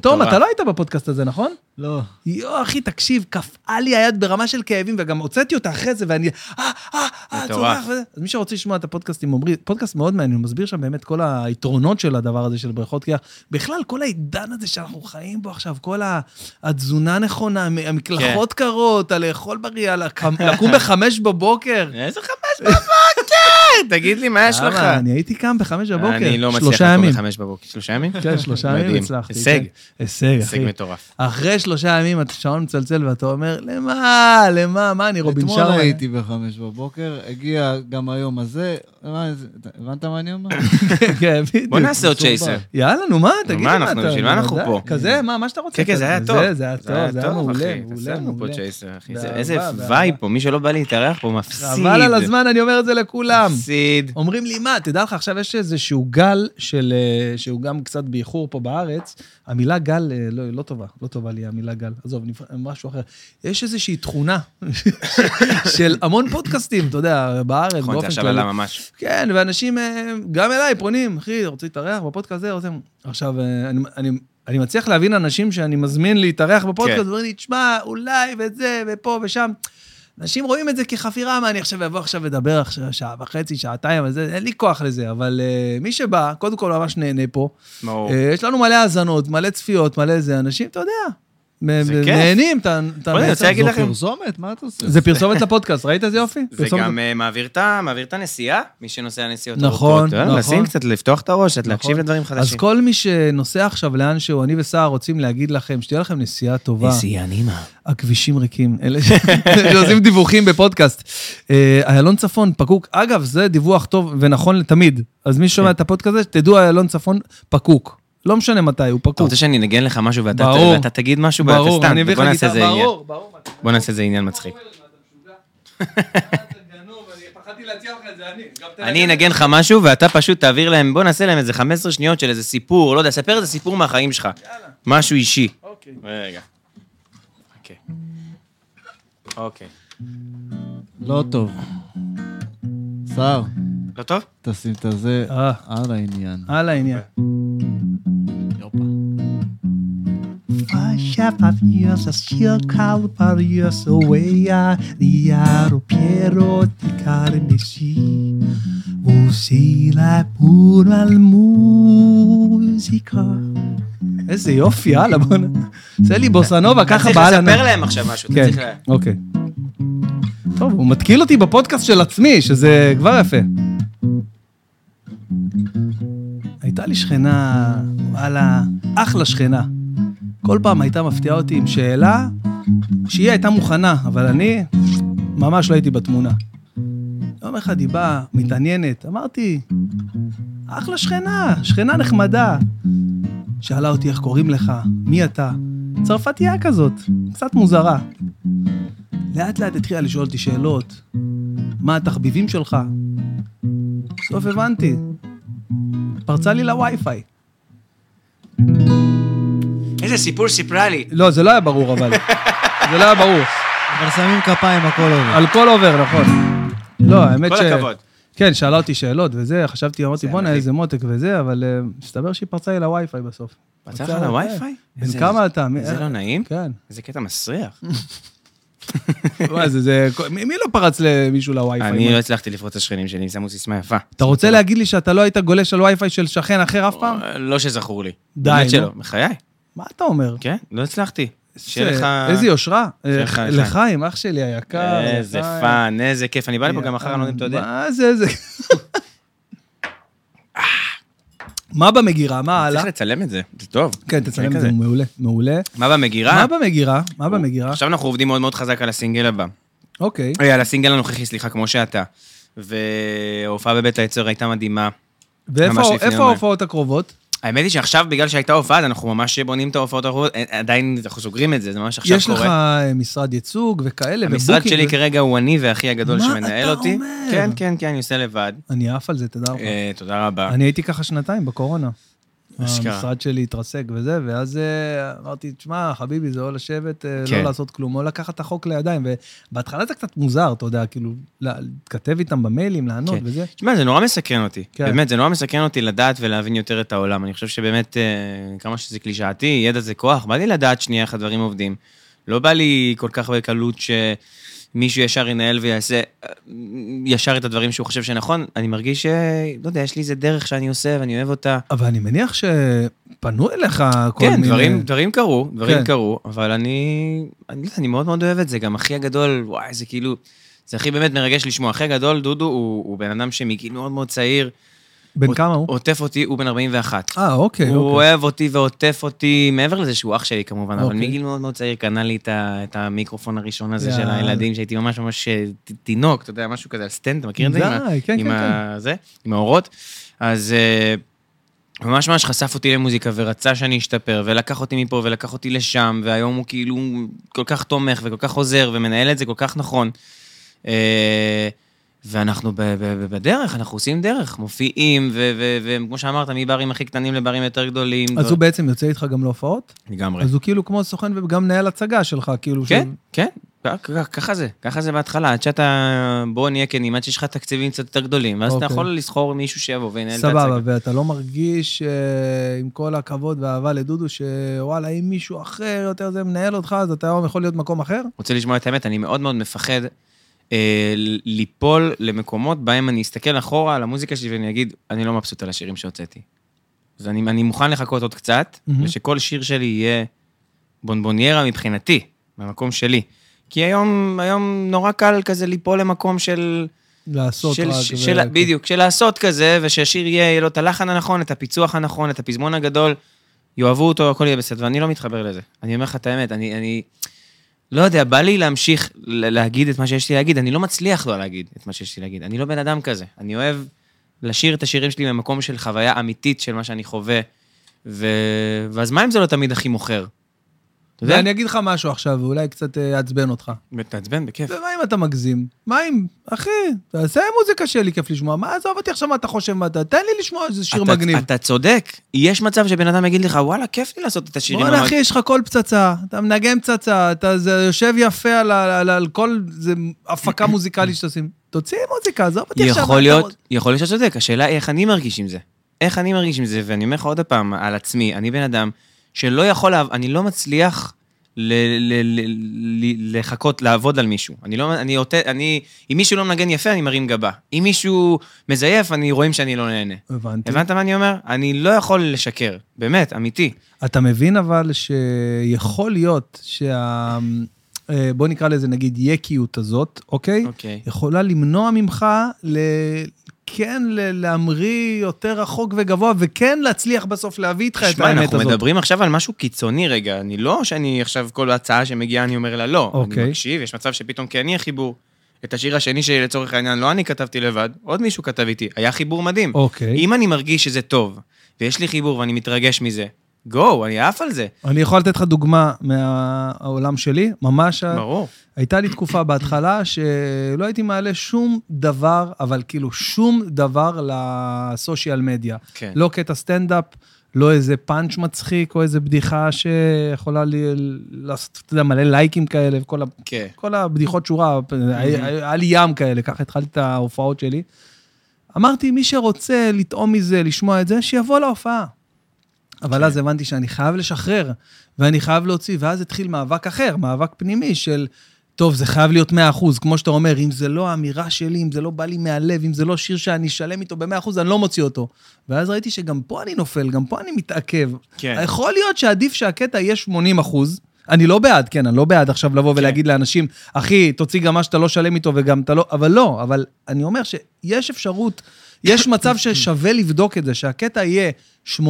תום, מטורף. אתה לא היית בפודקאסט הזה, נכון? לא. יואו, אחי, תקשיב, קפאה לי היד ברמה של כאבים, וגם הוצאתי אותה אחרי זה, ואני... אה, אה, אה, מטורף. צורח. וזה. אז מי שרוצה לשמוע את הפודקאסט עם עמרי, פודקאסט מאוד מעניין, הוא מסביר שם באמת כל היתרונות של הדבר הזה, של בריכות קרח. בכלל, כל העידן הזה שאנחנו חיים בו עכשיו, כל ה- התזונה הנכונה, המ- המקלחות כן. קרות, הלאכול בריא, על הקמ- לקום בחמש בבוקר. איזה חמש בבוקר! תגיד לי, מה יש לך? למה? אני הייתי קם בחמש בבוקר, אני לא מצליח שלושה לקום ימים. בחמש בבוקר. שלושה ימים? כן, שלושה ימים מדהים. הצלחתי. הישג, כן. הישג, הישג אחי. מטורף. אחרי שלושה ימים השעון מצלצל ואתה אומר, למה, למה, מה, אני רובין אתמול שרמה? הייתי בחמש בבוקר, הגיע גם היום הזה, מה זה- הבנת מה אני אומר? כן, בדיוק. בוא נעשה עוד צ'ייסר. יאללה, נו מה, תגיד לי מה, מה אנחנו- אתה... בשביל מה אנחנו די, פה? כזה, מה, מה שאתה רוצה. כן, כן, זה היה כזה. טוב. זה היה טוב, זה היה מעולה, אחי. מעולה, תעשה לנו פה מעולה. צ'ייסר, אחי. זה- באהבה, איזה באהבה. וייב פה, מי שלא בא להתארח פה מפסיד. חבל על הזמן, אוקיי, אני אומר את זה לכולם. מפסיד. אומרים לי, מה, תדע לך, עכשיו יש איזשהו גל של... אה, שהוא גם קצת באיחור פה בארץ. המילה גל, אה, לא, לא טובה, לא טובה לי המילה גל. עזוב, נפ- משהו אחר. יש איזושהי תכונה של המון פודקאסטים, אתה יודע, בארץ, באופן כללי. נכון, זה עכשיו עלה ממש. כן, ואנשים, אה, גם אליי פונים, אחי, רוצה להתארח בפודקאסט הזה, רוצה... עכשיו, אה, אני, אני, אני מצליח להבין אנשים שאני מזמין להתארח בפודקאסט, כן. ואומרים לי, תשמע, אולי, וזה, ופה ושם. אנשים רואים את זה כחפירה, מה, אני עכשיו אבוא עכשיו לדבר עכשיו שעה וחצי, שעתיים, וזה, אין לי כוח לזה, אבל אה, מי שבא, קודם כל ממש נהנה פה. ברור. אה, יש לנו מלא האזנות, מלא צפיות, מלא זה, אנשים, אתה יודע, מ- זה מ- כיף. נהנים, אתה... אתה- בוא'נה, אני רוצה להגיד זו לכם- פרסומת, מה אתה עושה? זה פרסומת לפודקאסט, ראית איזה יופי? זה פרסומת גם אה, מעביר את ה- מעביר את הנסיעה, מי שנוסע נסיעות ארוכות. נכון, אתה יודע, נכון. לשים קצת, לפתוח את הראש, קצת להקשיב נכון. לדברים אז חדשים. כל מי שנוסע עכשיו לאנשהו, אני וסער רוצים להגיד לכם, שתהיה לכם נסיעה טובה. נעימה. הכבישים ריקים, אלה ש- שעושים דיווחים בפודקאסט. אה, איילון צפון פקוק, אגב, זה דיווח טוב ונכון לתמיד. אז מי כן. ששומע את הפודקאסט הזה, תדעו, איילון צפון פקוק. לא משנה מתי, הוא אתה פקוק. רוצה שאני אנגן לך משהו ואתה ברור. ואתה תגיד משהו? ואתה ברור, סתם, אני אביא לך בוא נעשה גיטרה, איזה עניין. ברור, ברור. מה אתה- בוא נעשה איזה עניין מצחיק. אתה משוגע? אה, אתה גנוב, אני פחדתי להציע לך את זה, אני. גם תנגן אני את זה. אנגן לך משהו ואתה פשוט תעביר להם, בוא נעשה להם איזה 15 שניות של איזה סיפור, לא יודע, ספר איזה סיפור מהחיים שלך. משהו אישי. אוקיי. רגע. אוקיי. אוקיי. לא טוב. סער, לא טוב? תשים את הזה אה. על העניין. Ah, על העניין. יופה. Faixa paviosa, circal pariosa, uea, diaro piero di carmesì. Usila puro al musica. איזה יופי, יאללה, בוא נ... זה לי בוסנובה, אתה ככה צריך באללה. לספר להם עכשיו משהו, אתה כן, צריך... ל- אוקיי. טוב, הוא מתקיל אותי בפודקאסט של עצמי, שזה כבר יפה. הייתה לי שכנה, וואלה, אחלה שכנה. כל פעם הייתה מפתיעה אותי עם שאלה שהיא הייתה מוכנה, אבל אני ממש לא הייתי בתמונה. יום אחד היא באה, מתעניינת, אמרתי, אחלה שכנה, שכנה נחמדה. שאלה אותי איך קוראים לך, מי אתה? צרפתייה כזאת, קצת מוזרה. לאט לאט התחילה לשאול אותי שאלות, מה התחביבים שלך? בסוף הבנתי, פרצה לי לווי-פיי. איזה סיפור סיפרה לי. לא, זה לא היה ברור אבל, זה לא היה ברור. אבל שמים כפיים, הכל עובד. על כל עובר, נכון. לא, האמת כל ש... הכבוד. כן, שאלה אותי שאלות וזה, חשבתי, אמרתי, זה בואנה, מדהים. איזה מותק וזה, אבל אה, מסתבר שהיא פרצה לי לווי-פיי בסוף. כן. פצח לך לווי-פיי? בן כמה אתה? מי- זה לא נעים? כן. איזה קטע מסריח. וואי, זה- זה... מי מי לא פרץ למישהו לווי-פיי? אני לא הצלחתי לפרוץ לשכנים שלי, הם שמו סיסמה יפה. אתה רוצה להגיד לי שאתה לא היית גולש על ווי-פיי של שכן אחר אף פעם? לא שזכור לי. די, באמת נו. שלא, בחיי. מה אתה אומר? כן, לא הצלחתי. שיהיה איזה- לך... איזה יושרה. שיהיה לך, אה, לחיים. לחיים, אח שלי היקר. איזה לחיים. פאן, איזה כיף. אני בא לפה גם אחר, אני לא יודע אם אתה יודע. מה זה, איזה... מה במגירה? מה הלאה? צריך לצלם את זה, זה טוב. כן, תצלם את זה, כזה. מעולה, מעולה. מה במגירה? מה במגירה? מה במגירה? עכשיו אנחנו עובדים מאוד מאוד חזק על הסינגל הבא. אוקיי. אה, על הסינגל הנוכחי, סליחה, כמו שאתה. וההופעה בבית היוצר הייתה מדהימה. ואיפה ממש לפני איפה יומיים. ההופעות הקרובות? האמת היא שעכשיו, בגלל שהייתה הופעה, אז אנחנו ממש בונים את ההופעות האחרות, אה, עדיין אנחנו סוגרים את זה, זה ממש עכשיו יש לך קורה. אה, משרד ייצוג וכאלה, המשרד ובוקינג שלי ו- כרגע הוא אני ואחי הגדול כן, מה שמנהל אתה אותי. אומר? אוקיי. כן, כן, כן, אני עושה לבד. אני עף על זה, תדע לך. אה, תודה רבה. אני הייתי ככה שנתיים בקורונה. אשכרה. המשרד שלי התרסק וזה, ואז אה, אמרתי, תשמע, חביבי, זה או לשבת, אה, כן. לא לעשות כלום, או לקחת את החוק לידיים. ובהתחלה זה קצת מוזר, אתה יודע, כאילו, לה- להתכתב איתם במיילים, לענות כן. וזה. תשמע, זה נורא מסקרן אותי. כן. כן. באמת, זה נורא מסקרן אותי לדעת ולהבין יותר את העולם. אני חושב שבאמת, אה, כמה שזה קלישאתי, ידע זה כוח, בא לי לדעת שנייה איך הדברים עובדים. לא בא לי כל כך בקלות שמישהו ישר ינהל ויעשה אה, ישר את הדברים שהוא חושב שנכון. אני מרגיש ש... לא יודע, יש לי איזה דרך שאני עושה ואני אוהב אותה. אבל אני מניח שפנו אליך כל כן, מיני... דברים, דברים קרו, דברים כן. קרו, אבל אני, אני, לא יודע, אני מאוד מאוד אוהב את זה. גם אחי הגדול, וואי, זה כאילו, זה הכי באמת מרגש לשמוע. אחי הגדול, דודו, הוא, הוא בן אדם שמגיל מאוד מאוד צעיר, בן עות- כמה הוא? עוטף אותי, הוא בן 41. אה, אוקיי, הוא אוקיי. אוהב אותי ועוטף אותי, מעבר לזה שהוא אח שלי כמובן, אבל אוקיי. מגיל מאוד מאוד צעיר קנה לי את ה- את המיקרופון הראשון הזה של יאללה. הילדים, שהייתי ממש ממש אה, ת- תינוק, אתה יודע, משהו כזה על סטנד, אתה מכיר את זה? עם ה- די, כן, עם כן, כן. ה- זה, עם האורות. אז אה, ממש ממש חשף אותי למוזיקה ורצה שאני אשתפר, ולקח אותי מפה ולקח אותי לשם, והיום הוא כאילו כל כך תומך וכל כך עוזר ומנהל את זה כל כך נכון. אה, ואנחנו ב- ב- ב- בדרך, אנחנו עושים דרך, מופיעים, וכמו שאמרת, מברים הכי קטנים לברים יותר גדולים. כן. אז ו- הוא בעצם יוצא איתך גם להופעות? לגמרי. אז הוא כאילו כמו סוכן וגם מנהל הצגה שלך, כאילו... כן, שהוא- כן, כ- כ- ככה זה, ככה זה בהתחלה, עד שאתה, בוא נהיה כנים, עד שיש לך תקציבים קצת יותר גדולים, ואז אתה אוקיי. יכול לסחור מישהו שיבוא וינהל את ההצגה. סבבה, ואתה לא מרגיש, אה, עם כל הכבוד והאהבה לדודו, שוואלה, אם מישהו אחר יותר זה מנהל אותך, אז אתה היום יכול להיות מקום אחר? רוצה לשמוע את האמת, אני מאוד מאוד מפחד אה, ל- ליפול למקומות בהם אני אסתכל אחורה על המוזיקה שלי ואני אגיד, אני לא מבסוט על השירים שהוצאתי. אז אני, אני מוכן לחכות עוד קצת, מהמם. ושכל שיר שלי יהיה בונבוניירה מבחינתי, מהמקום שלי. כי היום, היום נורא קל כזה ליפול למקום של... לעשות של, רק... ש, ו- כן. של, בדיוק, של לעשות כזה, ושהשיר יהיה, יהיה לו את הלחן הנכון, את הפיצוח הנכון, את הפזמון הגדול, יאהבו אותו, הכל יהיה בסדר, ואני לא מתחבר לזה. אני אומר לך את האמת, אני, אני לא יודע, בא לי להמשיך ל- להגיד את מה שיש לי להגיד, אני לא מצליח לא להגיד את מה שיש לי להגיד. אני לא בן אדם כזה. אני אוהב לשיר את השירים שלי ממקום של חוויה אמיתית של מה שאני חווה, ו... ואז מה אם זה לא תמיד הכי מוכר? אתה יודע? ואני אגיד לך משהו עכשיו, ואולי קצת אה, יעצבן אותך. מתעצבן, בכיף. ומה אם אתה מגזים? מה אם, אחי, תעשה מוזיקה שיהיה לי כיף לשמוע. מה, עזוב אותי עכשיו מה אתה חושב, מה אתה, תן לי לשמוע איזה שיר אתה- מגניב. אתה צודק, יש מצב שבן אדם יגיד לך, וואלה, כיף לי לעשות את השירים בואנה, המג- אחי, יש לך קול פצצה, אתה מנגן פצצה, אתה זה יושב יפה על, ה- על, על כל זה הפקה מוזיקלית שאתה עושים. תוציא מוזיקה, עזוב אותי עכשיו. יכול מה אתה להיות, רוצה. יכול להיות שאתה צודק, השאלה היא איך אני מרגיש עם זה. איך אני מרגיש עם זה, ואני אומר לך עוד פעם, על עצמי, אני בן אדם שלא יכול, לה- אני לא מצליח ל- ל- ל- ל- לחכות, לעבוד על מישהו. אני לא, אני עוטה, אני, אם מישהו לא מנגן יפה, אני מרים גבה. אם מישהו מזייף, אני רואים שאני לא נהנה. הבנתי. הבנת מה אני אומר? אני לא יכול לשקר, באמת, אמיתי. אתה מבין אבל שיכול להיות שה... אה, בוא נקרא לזה, נגיד, יקיות הזאת, אוקיי? אוקיי. יכולה למנוע ממך ל... כן ל- להמריא יותר רחוק וגבוה, וכן להצליח בסוף להביא איתך את תשמע, האמת אנחנו הזאת. מדברים עכשיו על משהו קיצוני רגע. אני לא שאני עכשיו כל הצעה שמגיעה אני אומר לה לא. אוקיי. אני מקשיב, יש מצב שפתאום כן יהיה חיבור. את השיר השני שלי לצורך העניין לא אני כתבתי לבד, עוד מישהו כתב איתי. היה חיבור מדהים. אוקיי. אם אני מרגיש שזה טוב, ויש לי חיבור ואני מתרגש מזה, גו, אני עף על זה. אני יכול לתת לך דוגמה מהעולם שלי, ממש... ה- ברור. הייתה לי תקופה בהתחלה שלא הייתי מעלה שום דבר, אבל כאילו שום דבר לסושיאל מדיה. כן. לא קטע סטנדאפ, לא איזה פאנץ' מצחיק, או איזה בדיחה שיכולה לי- לעשות, אתה יודע, מלא לייקים כאלה, וכל ה... כן. כל הבדיחות שורה, היה היה לי ים כאלה, ככה התחלתי את ההופעות שלי. אמרתי, מי שרוצה לטעום מזה, לשמוע את זה, שיבוא להופעה. אבל אז הבנתי שאני חייב לשחרר, ואני חייב להוציא, ואז התחיל מאבק אחר, מאבק פנימי של, טוב, זה חייב להיות 100 אחוז, כמו שאתה אומר, אם זה לא האמירה שלי, אם זה לא בא לי מהלב, אם זה לא שיר שאני שלם איתו ב-100 אחוז, אני לא מוציא אותו. ואז ראיתי שגם פה אני נופל, גם פה אני מתעכב. כן. יכול להיות שעדיף שהקטע יהיה 80 אחוז. אני לא בעד, כן, אני לא בעד עכשיו לבוא ולהגיד לאנשים, אחי, תוציא גם מה שאתה לא שלם איתו וגם אתה לא, אבל לא, אבל אני אומר שיש אפשרות, יש מצב ששווה לבדוק את זה, שהקטע יהיה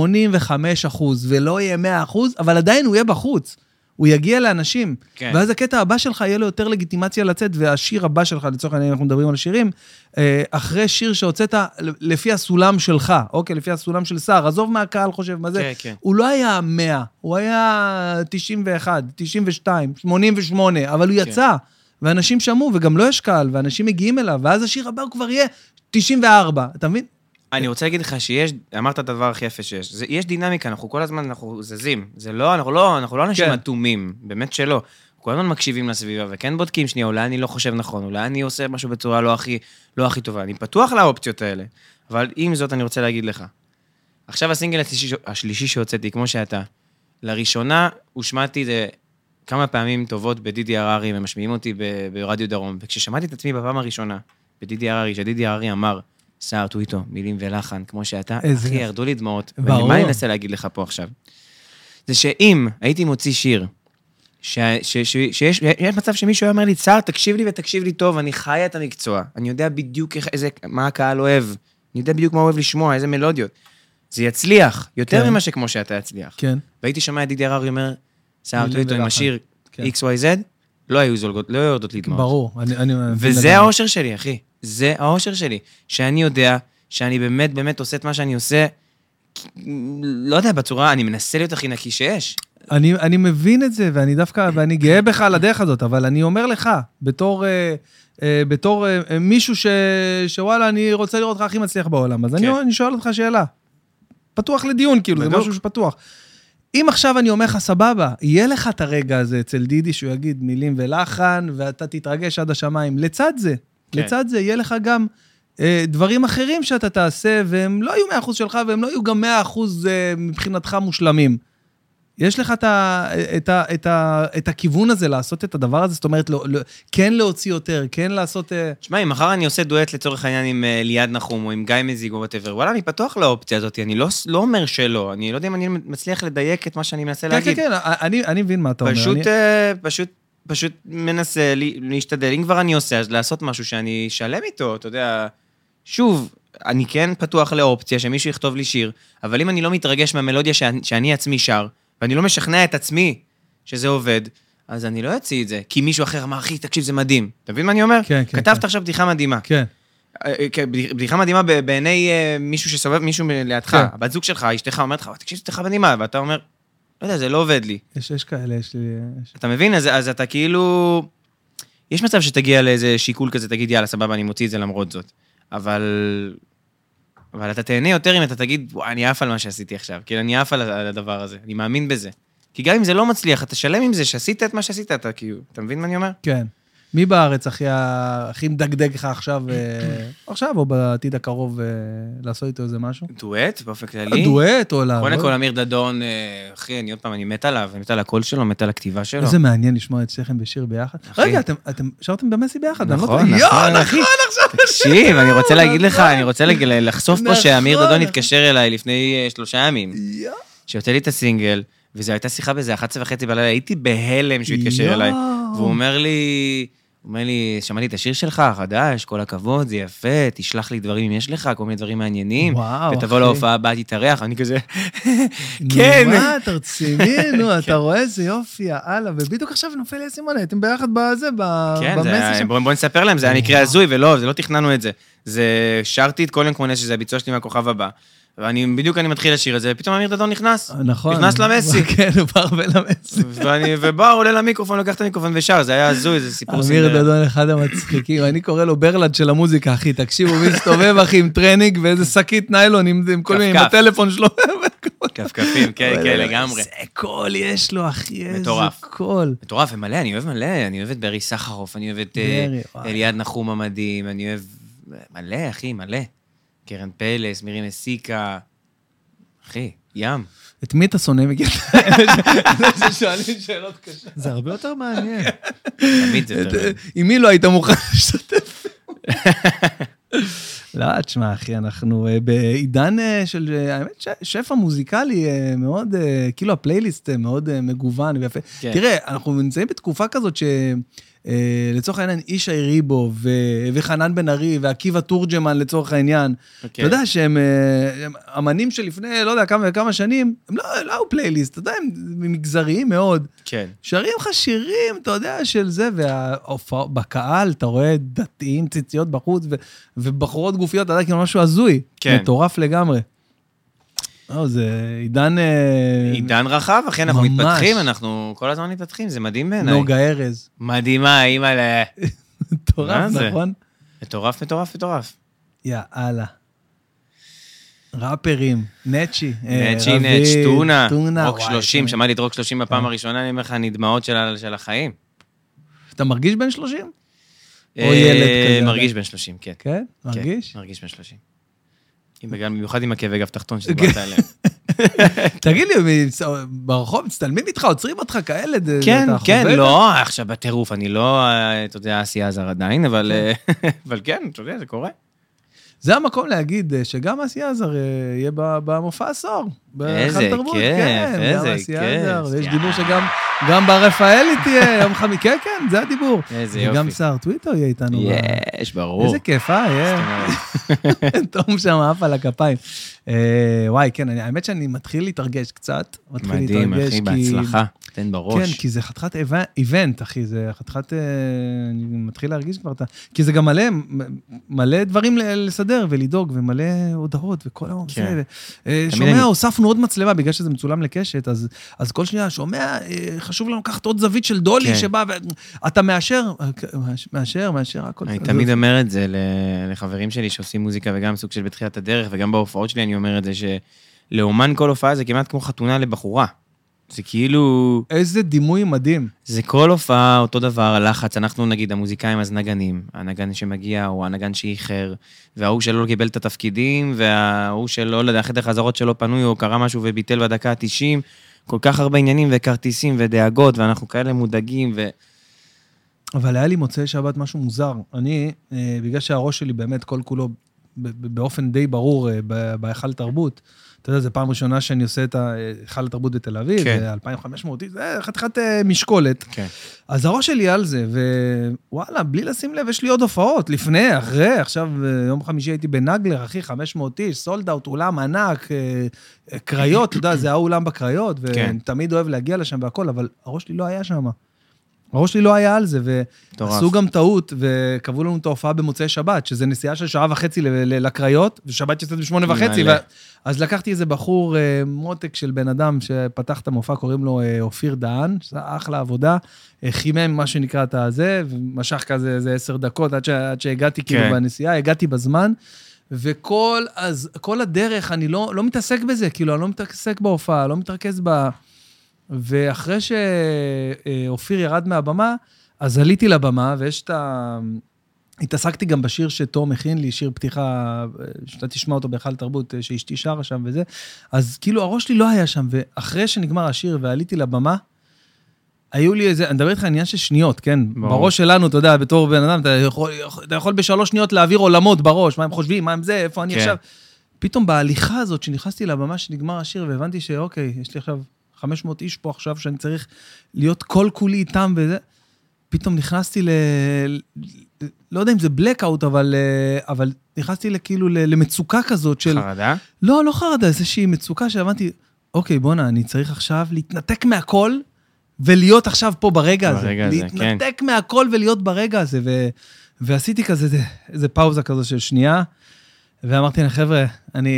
85 אחוז ולא יהיה 100 אחוז, אבל עדיין הוא יהיה בחוץ. הוא יגיע לאנשים, כן. ואז הקטע הבא שלך יהיה לו יותר לגיטימציה לצאת, והשיר הבא שלך, לצורך העניין, אנחנו מדברים על שירים, אה, אחרי שיר שהוצאת לפי הסולם שלך, אוקיי, לפי הסולם של סער, עזוב מה הקהל חושב, מה זה, כן, כן. הוא לא היה 100, הוא היה 91, 92, 88, אבל הוא כן. יצא, לא ואנשים שמעו, וגם לו יש קהל, ואנשים מגיעים אליו, ואז השיר הבא הוא כבר יהיה 94, אתה מבין? אני רוצה להגיד לך שיש, אמרת את הדבר הכי יפה שיש. זה, יש דינמיקה, אנחנו כל הזמן, אנחנו זזים. זה לא, אנחנו לא, אנחנו לא אנשים כן. אטומים, באמת שלא. אנחנו כל הזמן מקשיבים לסביבה וכן בודקים שנייה, אולי אני לא חושב נכון, אולי אני עושה משהו בצורה לא הכי, לא הכי טובה. אני פתוח לאופציות האלה, אבל עם זאת אני רוצה להגיד לך. עכשיו הסינגל השלישי, השלישי שהוצאתי, כמו שאתה, לראשונה הושמעתי את זה כמה פעמים טובות בדידי הררי, הם משמיעים אותי ב- ברדיו דרום, וכששמעתי את עצמי בפעם הראשונה, בדידי הררי, שדידי הררי אמר, סער טוויטו, מילים ולחן, כמו שאתה, איזה אחי, יפה. ירדו לי דמעות. ברור. ומה אני מנסה להגיד לך פה עכשיו? זה שאם הייתי מוציא שיר, ש- ש- ש- שיש שיש מצב שמישהו היה אומר לי, צער, תקשיב לי ותקשיב לי טוב, אני חי את המקצוע, אני יודע בדיוק איך- איזה, מה הקהל אוהב, אני יודע בדיוק מה הוא אוהב לשמוע, איזה מלודיות. זה יצליח, יותר כן. ממה שכמו שאתה יצליח. כן. והייתי שומע את דידי הררי אומר, סער מילים טוויטו עם ולחן." השיר כן. XYZ, לא היו זולגות, לא היו יורדות לי דמעות. ברור, אני... אני מבין לגמרי. וזה האושר שלי, אחי. זה האושר שלי. שאני יודע שאני באמת באמת עושה את מה שאני עושה, לא יודע, בצורה, אני מנסה להיות הכי נקי שיש. אני, אני מבין את זה, ואני דווקא, ואני גאה בך על הדרך הזאת, אבל אני אומר לך, בתור, אה, אה, בתור אה, אה, מישהו ש, שוואלה, אני רוצה לראות אותך הכי מצליח בעולם, אז כן. כן. אני, אני שואל אותך שאלה. פתוח לדיון, כאילו, זה בדיוק. משהו שפתוח. אם עכשיו אני אומר לך, סבבה, יהיה לך את הרגע הזה אצל דידי, שהוא יגיד מילים ולחן, ואתה תתרגש עד השמיים. לצד זה, כן. לצד זה, יהיה לך גם אה, דברים אחרים שאתה תעשה, והם לא יהיו 100% שלך, והם לא יהיו גם 100% אה, מבחינתך מושלמים. יש לך את, ה, את, ה, את, ה, את הכיוון הזה לעשות את הדבר הזה? זאת אומרת, לא, לא, כן להוציא יותר, כן לעשות... אה, תשמע, אם מחר אני עושה דואט לצורך העניין עם אה, ליעד נחום או עם גיא מזיג או וואטאבר, וואלה, אני פתוח לאופציה הזאת, אני לא, לא אומר שלא, אני לא יודע אם אני מצליח לדייק את מה שאני מנסה כן, להגיד. כן, כן, אני, אני מבין מה אתה אומר. פשוט, אני, אה, פשוט, פשוט מנסה לי- להשתדל. אם כבר אני עושה, אז לעשות משהו שאני שלם איתו, אתה יודע. שוב, אני כן פתוח לאופציה שמישהו יכתוב לי שיר, אבל אם אני לא מתרגש מהמלודיה שאני, שאני עצמי שר, ואני לא משכנע את עצמי שזה עובד, אז אני לא אוציא את זה, כי מישהו אחר אמר, אחי, תקשיב, זה מדהים. אתה מבין מה אני אומר? כן, כן, כתבת כן. עכשיו בדיחה מדהימה. כן, אה, אה, כן, בדיח- בדיחה מדהימה ב- בעיני אה, מישהו שסובב, מישהו לידך, כן. הבת זוג שלך, אשתך אומרת לך, תקשיב, זו בדיחה מדהימה, ואתה אומר, לא יודע, זה לא עובד לי. יש, יש כאלה, יש לי... אה, יש... אתה מבין? אז, אז אתה כאילו... יש מצב שתגיע לאיזה שיקול כזה, תגיד, יאללה, סבבה, אני מוציא את זה למרות זאת. אבל... אבל אתה תהנה יותר אם אתה תגיד, וואי, אני עף על מה שעשיתי עכשיו. כאילו, אני עף על, על הדבר הזה, אני מאמין בזה. כי גם אם זה לא מצליח, אתה שלם עם זה שעשית את מה שעשית, אתה כאילו... אתה מבין מה אני אומר? כן. מי בארץ הכי, ה- הכי מדגדג לך עכשיו, אה, עכשיו או בעתיד הקרוב, אה, לעשות איתו איזה משהו? דואט, באופן כללי. הדואט אה, או לעבוד? קודם כל, אמיר דדון, אה, אחי, אני עוד פעם, אני מת עליו, אני מת על הקול שלו, מת על הכתיבה שלו. איזה מעניין לשמוע את שניכם בשיר ביחד. אחי. רגע, אתם, אתם שרתם במסי ביחד, אני לא נכון, טועה. יואו, נכון, אחי. תקשיב, אני רוצה להגיד לך, נכון. אני רוצה לג- לחשוף פה נכון, שאמיר נכון. דדון התקשר אליי לפני אה, שלושה ימים, יואו. שהוצא לי את הסינגל, וזו הייתה שיחה באיזה 11 וחצי בלילה, הייתי בהלם שהוא התקשר אליי. יואו. והוא אומר לי, הוא אומר לי, שמעתי את השיר שלך, חדש, כל הכבוד, זה יפה, תשלח לי דברים אם יש לך, כל מיני דברים מעניינים. וואו, ותבוא אחי. אה, להופעה הבאה, תתארח, אני כזה, כן. נו, מה, אתה רציני? נו, אתה רואה איזה יופי, יאללה. ובדיוק עכשיו נופל אסימון, הייתם ביחד בזה, ב- כן, זה במסי היה, שם. בוא, בוא נספר להם, אה. זה היה מקרה הזוי, ולא, זה לא תכננו את זה. זה, שרתי את קולן קונס, שזה הביצוע שלי מהכוכב הבא, ואני, בדיוק אני מתחיל לשיר את זה, ופתאום אמיר דדון נכנס. נכון. נכנס למסי. כן, הוא בא הרבה למסי. ואני, ובא, עולה למיקרופון, לוקח את המיקרופון ושר, זה היה הזוי, זה סיפור אמיר סינדרלה. דדון אחד המצחיקים, אני קורא לו ברלד של המוזיקה, אחי. תקשיבו, הוא מסתובב, אחי, עם טרנינג ואיזה שקית ניילון, עם עם כל מיני, עם כפכף. הטלפון שלו. כפכפים, כן, כן, לגמרי. איזה קול יש לו, אחי, איזה מטורף. קול. מטורף ומלא, אני אוהב מלא, אני אוהב את ברי סחרוף, אני אוהב את אה, ברי, וואי. אליעד נחום המדהים, אני אוהב... מלא, אחי, מלא. קרן פלס, מירי מסיקה. אחי, ים. את מי אתה שונא מגיל? שואלים שאלות קשות. זה הרבה יותר מעניין. תמיד זה יותר. את- עם מי לא היית מוכן להשתתף? לא, תשמע, אחי, אנחנו אה, בעידן אה, של, אה, האמת, ש- שפע מוזיקלי אה, מאוד, אה, כאילו הפלייליסט אה, מאוד אה, מגוון ויפה. כן. תראה, אנחנו נמצאים בתקופה כזאת ש... אה, לצורך העניין, ישי ריבו ו- וחנן בן ארי ועקיבא תורג'מן לצורך העניין. אתה אוקיי. יודע שהם אה, הם אמנים שלפני, לא יודע, כמה וכמה שנים, הם לא לא היו פלייליסט, אתה יודע, הם מגזריים מאוד. כן. שרים לך שירים, אתה יודע, של זה, ובקהל אתה רואה דתיים, ציציות בחוץ, ו- ובחורות גופיות, אתה יודע, כאילו משהו הזוי. כן. מטורף לגמרי. לא, זה עידן... אה, עידן רחב, אחי, אנחנו ממש. מתפתחים, אנחנו כל הזמן מתפתחים, זה מדהים בעיניי. נוגה ארז. מדהימה, אימא'לה. מטורף, מה זה? נכון? מטורף, מטורף, מטורף. יאללה. ראפרים, נצ'י. אה, נצ'י רביד, נץ', טונה, רוק וואי, כן. 30, אתה- שמעתי את רוק 30 בפעם הראשונה, אני אומר לך, אני דמעות של ה- של החיים. אתה מרגיש בן 30? או אה, ילד כזה, מרגיש אבל- בן 30, כן. כן? כן, מרגיש? מרגיש בן 30. אם וגם במיוחד עם עקב גב תחתון שדיברת כן. עליהם. תגיד לי, מצ- ברחוב מצטלמים איתך, עוצרים אותך כאלה? זה- כן, אתה כן, חווה את לא, עכשיו בטירוף, אני לא, אה, אתה יודע, אסי עזר עדיין, אבל אה, אבל כן, אתה יודע, זה קורה. זה המקום להגיד אה, שגם אסי עזר אה, יהיה ב- במופע עשור. בהיכל איזה תרבות. כיף, כן, גם איזה אסי כיף. עזר, ויש יאה. דיבור שגם גם בר רפאלי תהיה יום חמישי. כן, כן, זה הדיבור. איזה וגם יופי. שר טוויטר יהיה איתנו. ב- יש, ברור. איזה כיף, אה? יהיה. תום שם עף על הכפיים. אה, וואי, כן, אני- האמת שאני מתחיל להתרגש קצת. מתחיל מדהים, להתרגש, אחי, כי- בהצלחה. תן כן, בראש. כי זה חתיכת איבנ- איבנט, אחי, זה חתיכת... אה, אני מתחיל להרגיש כבר את ה... כי זה גם מלא, מ- מלא דברים ל- לסדר ולדאוג, ומלא הודעות, וכל היום כן. זה. ו- אה, תמיד שומע, אני- הוספנו עוד מצלמה, בגלל שזה מצולם לקשת, אז, אז כל שנייה, שומע, אה, חשוב לנו לקחת עוד זווית של דולי כן. שבא, ואתה מאשר, אה, מאשר, מאשר, הכל... אני זה- תמיד אומר את זה ל- לחברים שלי שעושים מוזיקה וגם סוג של בתחילת הדרך וגם בהופעות שלי אני אומר את זה שלאומן כל הופעה זה כמעט כמו חתונה לבחורה. זה כאילו, איזה דימוי מדהים. זה כל הופעה אותו דבר, הלחץ, אנחנו נגיד המוזיקאים אז נגנים, הנגן שמגיע או הנגן שאיחר, וההוא שלא קיבל את התפקידים, וההוא שלא, לא יודע, חדר חזרות שלא פנוי או קרה משהו וביטל בדקה ה-90, כל כך הרבה עניינים וכרטיסים ודאגות, ואנחנו כאלה מודאגים, ו... אבל היה לי מוצאי שבת משהו מוזר. אני, אה, בגלל שהראש שלי באמת כל כולו ב- ב- באופן די ברור אה, ב- בהיכל תרבות, אתה יודע, זו פעם ראשונה שאני עושה את ה- אה, היכל התרבות בתל אביב, אה, כן. זה 2,500 איש, זה חתיכת אה, משקולת. כן. אז הראש שלי על זה, ווואלה, בלי לשים לב, יש לי עוד הופעות, לפני, אחרי, עכשיו אה, יום חמישי הייתי בנגלר, אחי, 500 איש, סולד אאוט, אולם ענק, אה, אה, קריות, אתה יודע, זה האולם בקריות, כן. ואני תמיד אוהב להגיע לשם והכול, אבל הראש שלי לא היה שם. הראש שלי לא היה על זה, ו... מטורף. עשו גם טעות, וקבעו לנו את ההופעה במוצאי שבת, שזה נסיעה של שעה וחצי ל- ל- לקריות, ושבת יוצאת בשמונה וחצי. מעולה. ו... אז לקחתי איזה בחור, אה, מותק של בן אדם שפתח את המופע, קוראים לו אה, אופיר דהן, שעשה אחלה עבודה, אה, חימם מה שנקרא את הזה, ומשך כזה איזה עשר דקות עד, ש... עד שהגעתי כאילו כן. בנסיעה, הגעתי בזמן. וכל אז, כל הדרך, אני לא, לא מתעסק בזה, כאילו, אני לא מתעסק בהופעה, לא מתרכז ב... ואחרי שאופיר ירד מהבמה, אז עליתי לבמה, ויש את ה... התעסקתי גם בשיר שתום הכין לי, שיר פתיחה, אה, שאתה תשמע אותו בהיכל תרבות, אה, שאשתי שרה שם וזה. אז כאילו, הראש שלי לא היה שם, ואחרי שנגמר השיר ועליתי לבמה, היו לי איזה, אני מדבר איתך על עניין של שניות, כן? ברור. ברור. בראש שלנו, אתה יודע, בתור בן אדם, אתה יכול, אתה יכול בשלוש שניות להעביר עולמות בראש, מה הם חושבים, מה הם זה, איפה אני כן. עכשיו. פתאום בהליכה הזאת, שנכנסתי לבמה, שנגמר השיר, והבנתי שאוקיי, יש לי עכשיו 500 איש פה עכשיו, שאני צריך להיות כל-כולי איתם וזה, פתאום נכנסתי ל... לא יודע אם זה blackout, אבל, אה, אבל נכנסתי לכאילו ל- למצוקה כזאת של... חרדה? לא, לא חרדה, איזושהי מצוקה שהבנתי, אוקיי, בואנה, אני צריך עכשיו להתנתק מהכל ולהיות עכשיו פה ברגע הזה. ברגע הזה, כן. להתנתק מהכל ולהיות ברגע הזה. ו... ועשיתי כזה, איזה- איזה פאוזה כזו של שנייה, ואמרתי להם, חבר'ה, אני...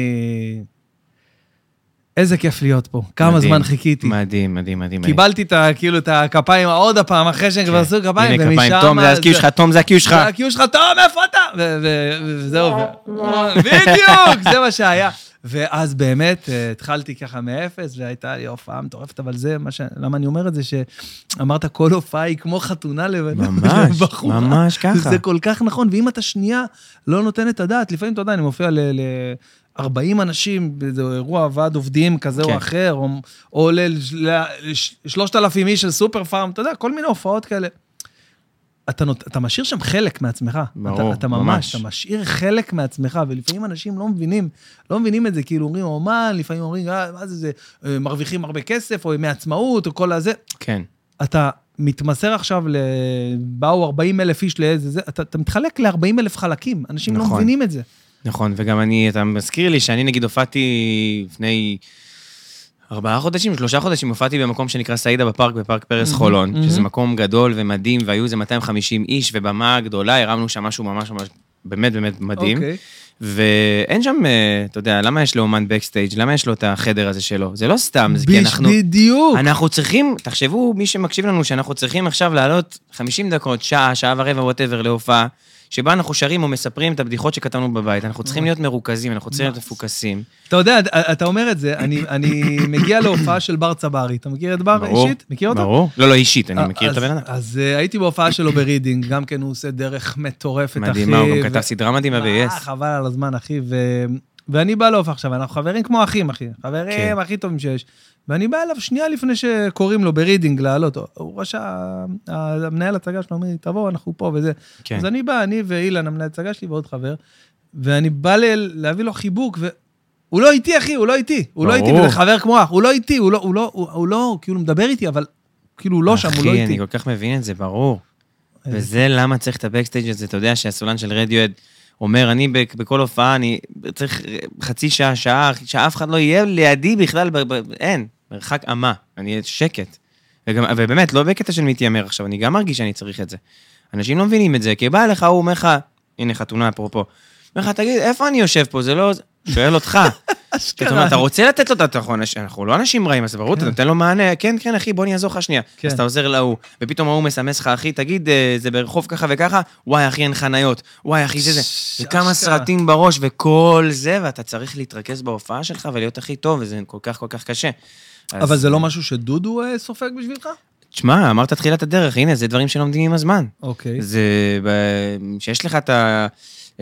איזה כיף להיות פה, כמה מדהים, זמן חיכיתי. מדהים, מדהים, מדהים. כן. קיבלתי את ה... כאילו את הכפיים עוד הפעם, אחרי שהם כבר עשו כפיים, הנה כפיים, תום זה הקיו שלך, תום זה הקיו שלך. זה הקיו שלך, טוב, איפה אתה? ו- ו- וזהו, ו- בדיוק, זה מה שהיה. ואז באמת אה, התחלתי ככה מאפס, והייתה לי הופעה מטורפת, אבל זה מה ש... למה אני אומר את זה? שאמרת, כל הופעה היא כמו חתונה לבן אדם, ממש, לבחורה." ממש ככה. זה כל כך נכון, ואם אתה שנייה לא נותן את הדעת, לפעמים, אתה יודע, אני מופיע ל-40 אנשים, זה אירוע ועד עובדים כזה כן. או אחר, או- או ל-3,000 איש של סופר פארם, אתה יודע, כל מיני הופעות כאלה. אתה, נות... אתה משאיר שם חלק מעצמך. ברור, אתה, אתה ממש, ממש. אתה משאיר חלק מעצמך, ולפעמים אנשים לא מבינים, לא מבינים את זה, כאילו אומרים אומן, לפעמים אומרים, "אה, מה זה, זה אה, מרוויחים הרבה כסף, או ימי עצמאות, או כל הזה. כן, אתה מתמסר עכשיו, ל... באו 40 אלף איש לאיזה זה, אתה, אתה מתחלק ל-40 אלף חלקים, אנשים נכון. לא מבינים את זה. נכון, וגם אני, אתה מזכיר לי שאני נגיד הופעתי לפני ארבעה חודשים, שלושה חודשים, הופעתי במקום שנקרא סעידה בפארק, בפארק פרס חולון, שזה מקום גדול ומדהים, והיו איזה 250 איש, ובמה גדולה, הרמנו שם משהו ממש ממש, באמת באמת מדהים. אוקיי. ואין שם, אה, אתה יודע, למה יש לאומן בקסטייג'? למה יש לו את החדר הזה שלו? זה לא סתם, זה כי בש- אנחנו... בדיוק. אנחנו צריכים, תחשבו, מי שמקשיב לנו, שאנחנו צריכים עכשיו לעלות 50 דקות, שעה, שעה ורבע, ווטאבר, להופעה, שבה אנחנו שרים או מספרים את הבדיחות שכתבנו בבית. אנחנו צריכים להיות מרוכזים, אנחנו צריכים להיות מפוקסים. אתה יודע, אתה אומר את זה, אני- אני מגיע להופעה של בר צברי. אתה מכיר את בר אישית? מכיר אותו? ברור. לא, לא, אישית, אני מכיר את אה, אז- הבן אדם. אז אה, הייתי בהופעה שלו ברידינג, גם כן הוא עושה דרך מטורפת, אחי. מדהימה, הוא ו- גם כתב סדרה מדהימה אה, ב-yes. חבל על הזמן, אחי. ו... ואני בא להופעה עכשיו, אנחנו חברים כמו אחים, אחי. חברים כן. הכי טובים שיש. ואני בא אליו שנייה לפני שקוראים לו ברידינג לעלות. הוא ראש ה... המנהל הצגה שלו אומר לי, תבוא, אנחנו פה וזה. כן. אז אני בא, אני ואילן, המנהל הצגה שלי ועוד חבר, ואני בא ל... להביא לו חיבוק, ו... הוא לא איתי, אחי, הוא לא איתי. הוא לא איתי, ברור. וזה חבר כמו אח. הוא לא איתי, הוא לא, הוא לא, הוא, הוא לא, הוא כאילו מדבר איתי, אבל כאילו הוא לא שם, הוא לא אחי, אני איתי. כל כך מבין את זה, ברור. איזה- וזה למה צריך את הבקסטייג' הזה. אתה יודע שהסולן של רדיואד אומר, אני ב- בכל הופעה, אני צריך חצי שעה, שעה, שאף אחד לא יהיה לידי בכלל, ב- ב- אין, מרחק אמה, אני אהיה שקט. וגם, ובאמת, לא בקטע של מתיימר עכשיו, אני גם מרגיש שאני צריך את זה. אנשים לא מבינים את זה, כי בא אליך, הוא אומר לך, הנה חתונה אפרופו, אומר לך, תגיד, איפה אני יושב פה? זה לא... שואל אותך. כן, אתה אומר, אתה רוצה לתת לו את הטחון, אנחנו לא אנשים רעים, אז ברור, אתה נותן לו מענה, כן, כן, אחי, בוא אני אעזור לך שנייה. כן. אז אתה עוזר להוא, ופתאום ההוא מסמס לך, אחי, תגיד, אה, זה ברחוב ככה וככה, וואי, אחי, אין חניות, וואי, אחי, זה זה. ש- וכמה אשכרה. סרטים בראש, וכל זה, ואתה צריך להתרכז בהופעה שלך ולהיות הכי טוב, וזה כל כך כל כך קשה. אז- אבל זה לא משהו שדודו אה, סופג בשבילך? תשמע, אמרת תחילת הדרך, הנה, זה דברים שלומדים עם הזמן. אוקיי. זה... ב- שיש לך את ה...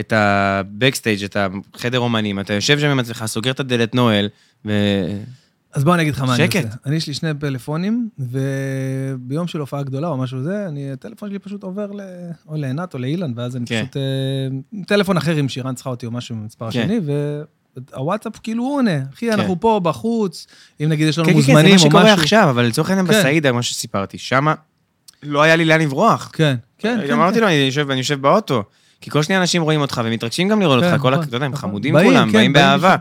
את ה-Backstage, את החדר אומנים, אתה יושב שם עם עצמך, סוגר את הדלת נועל, ו... אז בוא אני אגיד לך מה אני עושה. שקט. שקט. אני, יש לי שני פלאפונים, וביום של הופעה גדולה או משהו זה, אני, הטלפון שלי פשוט עובר ל... או לעינת או לאילן, ואז אני כן. פשוט... אה, טלפון אחר אם שירן צריכה אותי או משהו במספר כן. השני, והוואטסאפ כאילו הוא עונה. אחי, כן. אנחנו פה בחוץ, אם נגיד יש לנו כן, כן, כן, זה מוזמנים מה או משהו. שקורה עכשיו, אבל לצורך העניין כן. בסעידה, מה שסיפרתי, שמה לא היה לי לאן לברוח. כן, כן, גם כן. אמרתי לו, אני יושב- אני יושב באוטו, כי כל שנייה אנשים רואים אותך ומתרגשים גם לראות כן, אותך, כל ה... נכון, אתה יודע, הם נכון. חמודים באים, כולם, כן, באים באים באהבה,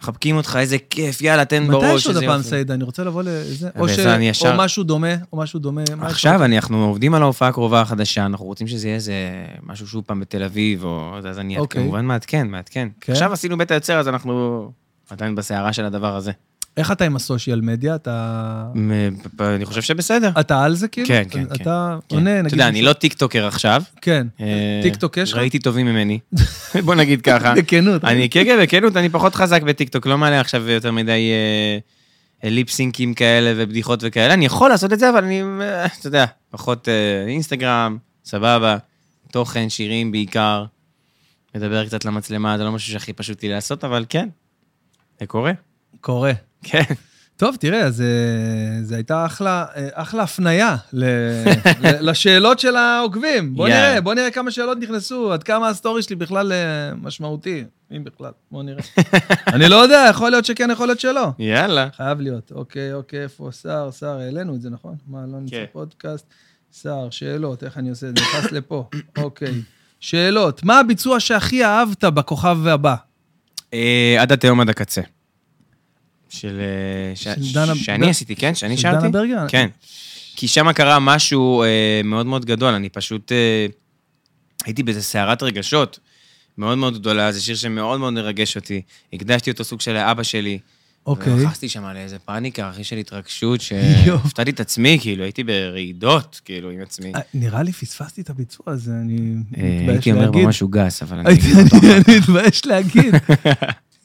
מחבקים אותך, איזה כיף, יאללה, תן בראש. מתי יש עוד איזה הפעם יופי. סעידה? אני רוצה לבוא לזה. או וזה ש- אה, אני או ישר- אה, משהו דומה, או משהו דומה. מה יש עכשיו עוד? אנחנו עובדים על ההופעה הקרובה החדשה, אנחנו רוצים שזה יהיה איזה משהו שוב פעם בתל אביב, או... אז אני אוקיי. כמובן מעדכן, מעדכן. כן. עכשיו עשינו בית היוצר, אז אנחנו עדיין בסערה של הדבר הזה. איך אתה עם הסושיאל מדיה? אתה... מ- אני חושב שבסדר. אתה על זה כאילו? כן, כן, כן. אתה כן. עונה, נגיד... אתה יודע, אני מישהו- לא טיקטוקר עכשיו. כן. אה, טיקטוק יש לך? ראיתי טובים ממני, בוא נגיד ככה. בכנות. אני כן, כן, בכנות, אני פחות חזק בטיקטוק, לא מעלה עכשיו יותר מדי אה, ליפסינקים כאלה ובדיחות וכאלה. אני יכול לעשות את זה, אבל אני, אה, אתה יודע, פחות אה, אינסטגרם, סבבה, תוכן, שירים בעיקר, מדבר קצת למצלמה, זה לא משהו שהכי פשוט לי לעשות, אבל כן, זה קורה. קורה. כן, טוב, תראה, אז אה, זה הייתה אחלה, אה, אחלה הפנייה ל, ל, לשאלות של העוקבים. בוא יאללה. נראה, בוא נראה כמה שאלות נכנסו, עד כמה הסטורי שלי בכלל אה, משמעותי, אם בכלל, בוא נראה. אני לא יודע, יכול להיות שכן, יכול להיות שלא. יאללה. חייב להיות. אוקיי, אוקיי, איפה שר? שר, העלינו את זה, נכון? מה, לא נמצא כן. פודקאסט? שר, שאלות, איך אני עושה את זה? נכנס לפה, אוקיי. שאלות, מה הביצוע שהכי אהבת בכוכב הבא? אה, עד התהום עד הקצה. של... אה, ש- של דנה- שאני ד- עשיתי, כן? שאני של שרתי? דנה ברגר? כן. כי שם קרה משהו אה, מאוד מאוד גדול, אני פשוט אה, הייתי באיזה סערת רגשות מאוד מאוד גדולה, זה שיר שמאוד מאוד מרגש אותי. הקדשתי אותו סוג של לאבא שלי. אוקיי. ונכנסתי שם לאיזה פאניקה, אחי, של התרגשות, יואו. שהפתעתי את עצמי, כאילו, הייתי ברעידות, כאילו, עם עצמי. אה, נראה לי פספסתי את הביצוע הזה, אני אה, מתבייש הייתי אומר בו להגיד. משהו גס, אבל אני... לא הייתי- אגיד אותו אחר כך. אני מתבייש להגיד.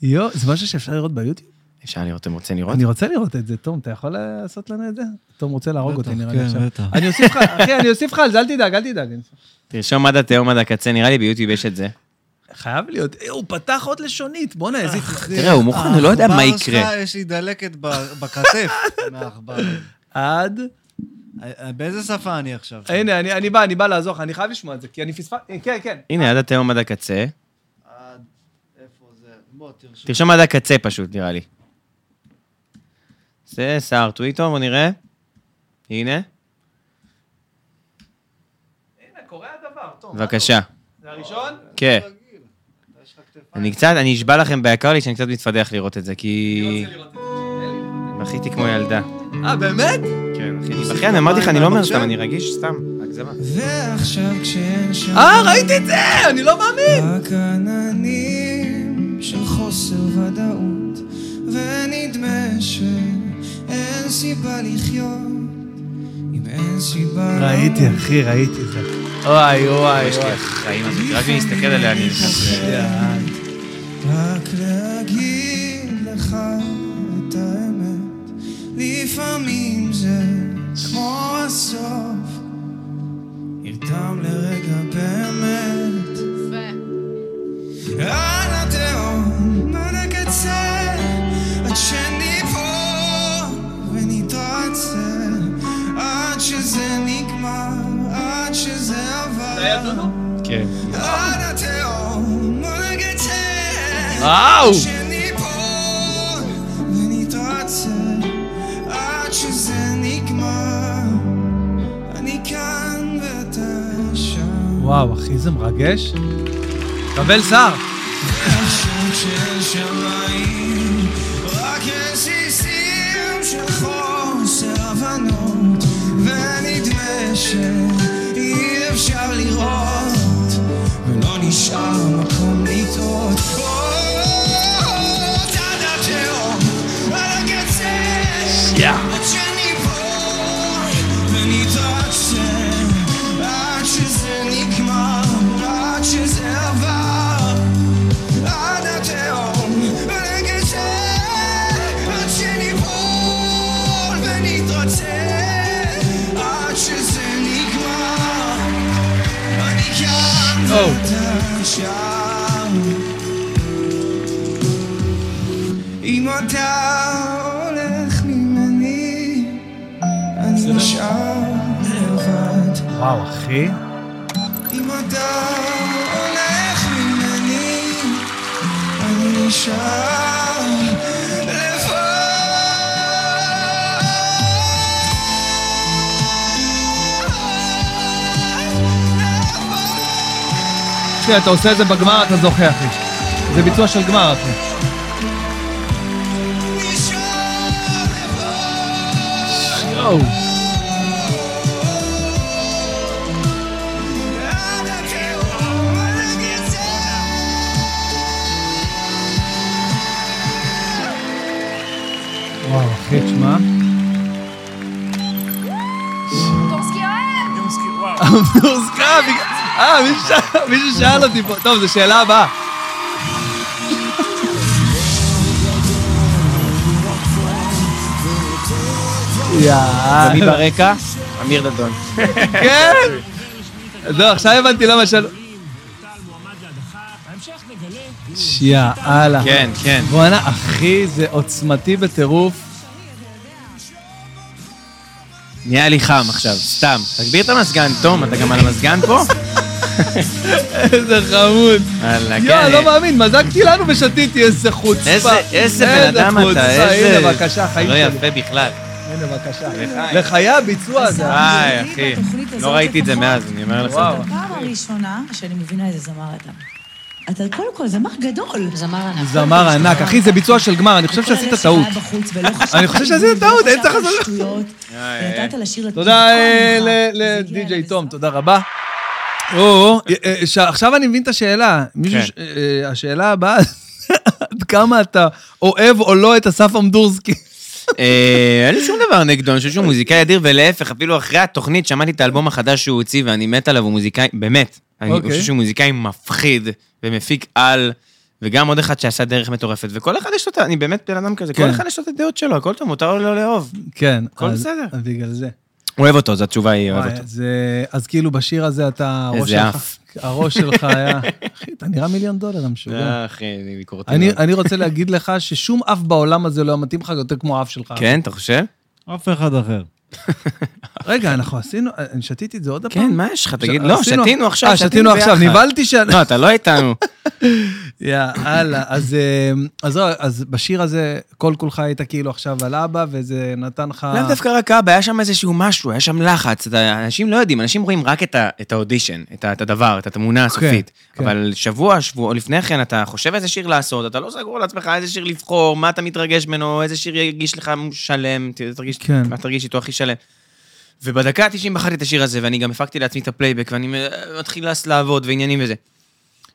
יואו, זה משהו שאפשר לראות ביוטיוב? אפשר לראות, אתם רוצים לראות? אני רוצה לראות את זה, תום, אתה יכול לעשות לנו את זה? תום רוצה להרוג אותי, נראה לי כן, עכשיו. בטח. אני אוסיף לך, אחי, אני אוסיף לך על זה, אל תדאג, אל תדאג. תרשום עד התהום עד הקצה, נראה לי ביוטיוב יש את זה. חייב להיות, אה, הוא פתח עוד לשונית, בואנה, איזה... אה. התמח- תראה, הוא מוכן, הוא לא יודע מה העכבר יקרה. שלך, יש לי דלקת ב- בכתף מהעכבר. עד... אה, באיזה שפה אני עכשיו? הנה, אני- אני בא, אני בא לעזור לך, אני חייב לשמוע את זה, כי אני פספס... כן, כן. הנה, עד התהום עד הקצה. עד איפה זה? בוא, תרשום. תרשום עד הקצה פשוט, נראה לי. זה סער טוויטו, בוא נראה. הנה, הנה, קורה הדבר, תום. בבקשה. זה הראשון? כן. אני קצת, אני אשבע לכם ביקר לי שאני קצת מתפדח לראות את זה, כי... בכיתי כמו ילדה. אה, באמת? כן, אחי, אחי, אני אמרתי לך, אני לא אומר סתם, אני רגיש סתם. הגזמה. ועכשיו כשאין שם אה, ראיתי את זה! אני לא מאמין! רק עננים של חוסר ודאות ונדמה שאין סיבה לחיות אם אין סיבה ראיתי, אחי, ראיתי את זה. וואי, וואי, יש לי וואי. החיים הזאת, רק אני מסתכל עליה, אני נכנס... ל- רק להגיד לך את האמת, לפעמים זה כמו הסוף, נרתם לרגע באמת. על התהום, עד הקצה, עד שניפול ונתרצה, עד שזה נגמר, עד שזה עבר. זה היה דודו? כן. עד התהום, עד הקצה, אה, וואו! שניפול ונתרצה, עד שזה נגמר. אני כאן ואתה שם. וואו, אחי, זה מרגש. קבל שר. עכשיו של שמיים, רק רסיסים של חוסר הבנות, ונדמה שאי אפשר לראות, ולא נשאר מקום לטעות. עוד עד התהום, על הקצה, עד שניפול ונתרצה, עד שזה נגמר, עד שזה עבר. עד התהום, רגע זה, עד שניפול ונתרצה, עד שזה נגמר. אני כאן ואתה שם. אם אתה הולך ממני, אני נשאר לבד. וואו, אחי. אם אתה הולך ממני, אני נשאר תשמע, אתה עושה את זה בגמר, אתה זוכה, אחי. זה ביצוע של גמר, אחי. יואו. וואו, אחי, תשמע. קורסקי אוהב! הוזכרה, אה, מישהו שאל- מישהו שאל אותי פה. טוב, זו שאלה הבאה. יאללה. ומי ברקע? אמיר דדון. כן? לא, עכשיו הבנתי למה שאלו. יאללה. כן, כן. בואנה, אחי, זה עוצמתי בטירוף. נהיה לי חם עכשיו, סתם. תגביר את המזגן, תום, אתה גם על המזגן פה? איזה חמוד. יאללה, יואו, כן. לא מאמין, מזגתי לנו ושתיתי, איזה חוצפה. איזה, איזה בן אדם חוצפה. אתה, איזה... הנה, בבקשה, חיים לא שלי. יפה בכלל. הנה, בבקשה. לחיים. לחיי הביצוע הזה. היי, אחי. לא ראיתי את זה מאז, אני אומר לך. וואו. פעם הראשונה שאני מבינה איזה זמר אתה. אתה קודם כל זמר גדול. זמר ענק. זמר ענק. אחי, זה ביצוע של גמר, אני חושב שעשית טעות. אני חושב שעשית טעות, אין צריך לעשות- לא שטויות. איי, ידעת לשיר לטוב. תודה אה, ל- לדי.ג'יי תום, תודה רבה. או, או, אה, אה, ש- עכשיו אני מבין את השאלה. מישהו, כן. ש- אה, אה, השאלה הבאה, עד כמה אתה אוהב או לא את אסף עמדורסקי? אה, אין לי שום דבר נגדו, אני חושב שהוא מוזיקאי אדיר, ולהפך, אפילו אחרי התוכנית שמעתי את האלבום החדש שהוא הוציא, ואני מת עליו, הוא מוזיקאי, באמת. אני אוקיי. חושב שהוא מוזיקאי מפחיד, ומפיק על, וגם עוד אחד שעשה דרך מטורפת, וכל אחד יש לו את ה... אני באמת בן אדם כזה, כן. כל אחד יש לו את הדעות שלו, הכל טוב, מותר לו לא לאהוב. כן. הכל אז- בסדר. אז בגלל זה. אוהב אותו, זו התשובה היא, אוהב וואי, אותו. אז, אה, אז כאילו בשיר הזה אתה, הראש איזה שלך, הראש שלך היה, אחי, אתה נראה מיליון דולר, המשוגע. אה, כן. אחי, אני ביקורתי. אני, מאוד. אני רוצה להגיד לך ששום אף בעולם הזה לא היה מתאים לך יותר כמו האף שלך. כן, אתה חושב? אף אחד אחר. רגע, אנחנו עשינו, אני שתיתי את זה עוד הפעם? כן, מה יש לך? תגיד, ש- לא, עשינו- שתינו עכשיו, אה, שתינו עכשיו, ביחד. נבהלתי ש... לא, אתה לא איתנו. יאללה, אז אה, אז זהו, אז בשיר הזה, כל כולך היית כאילו עכשיו על אבא, וזה נתן לך... לאו דווקא רק אבא, היה שם איזשהו משהו, היה שם לחץ. אתה- אנשים לא יודעים, אנשים רואים רק את ה- את האודישן, את ה- את הדבר, את התמונה הסופית. כן. אבל שבוע, שבוע לפני כן, אתה חושב איזה שיר לעשות, אתה לא סגור על עצמך איזה שיר לבחור, מה אתה מתרגש ממנו, איזה שיר ירגיש לך שלם, ת- תרגיש- כן. מה תרגיש איתו הכי שלם. ובדקה ה-90 בחרתי את השיר הזה, ואני גם הפקתי לעצמי את הפלייבק, ואני מ- מתחיל לעס- לעבוד ועניינים וזה.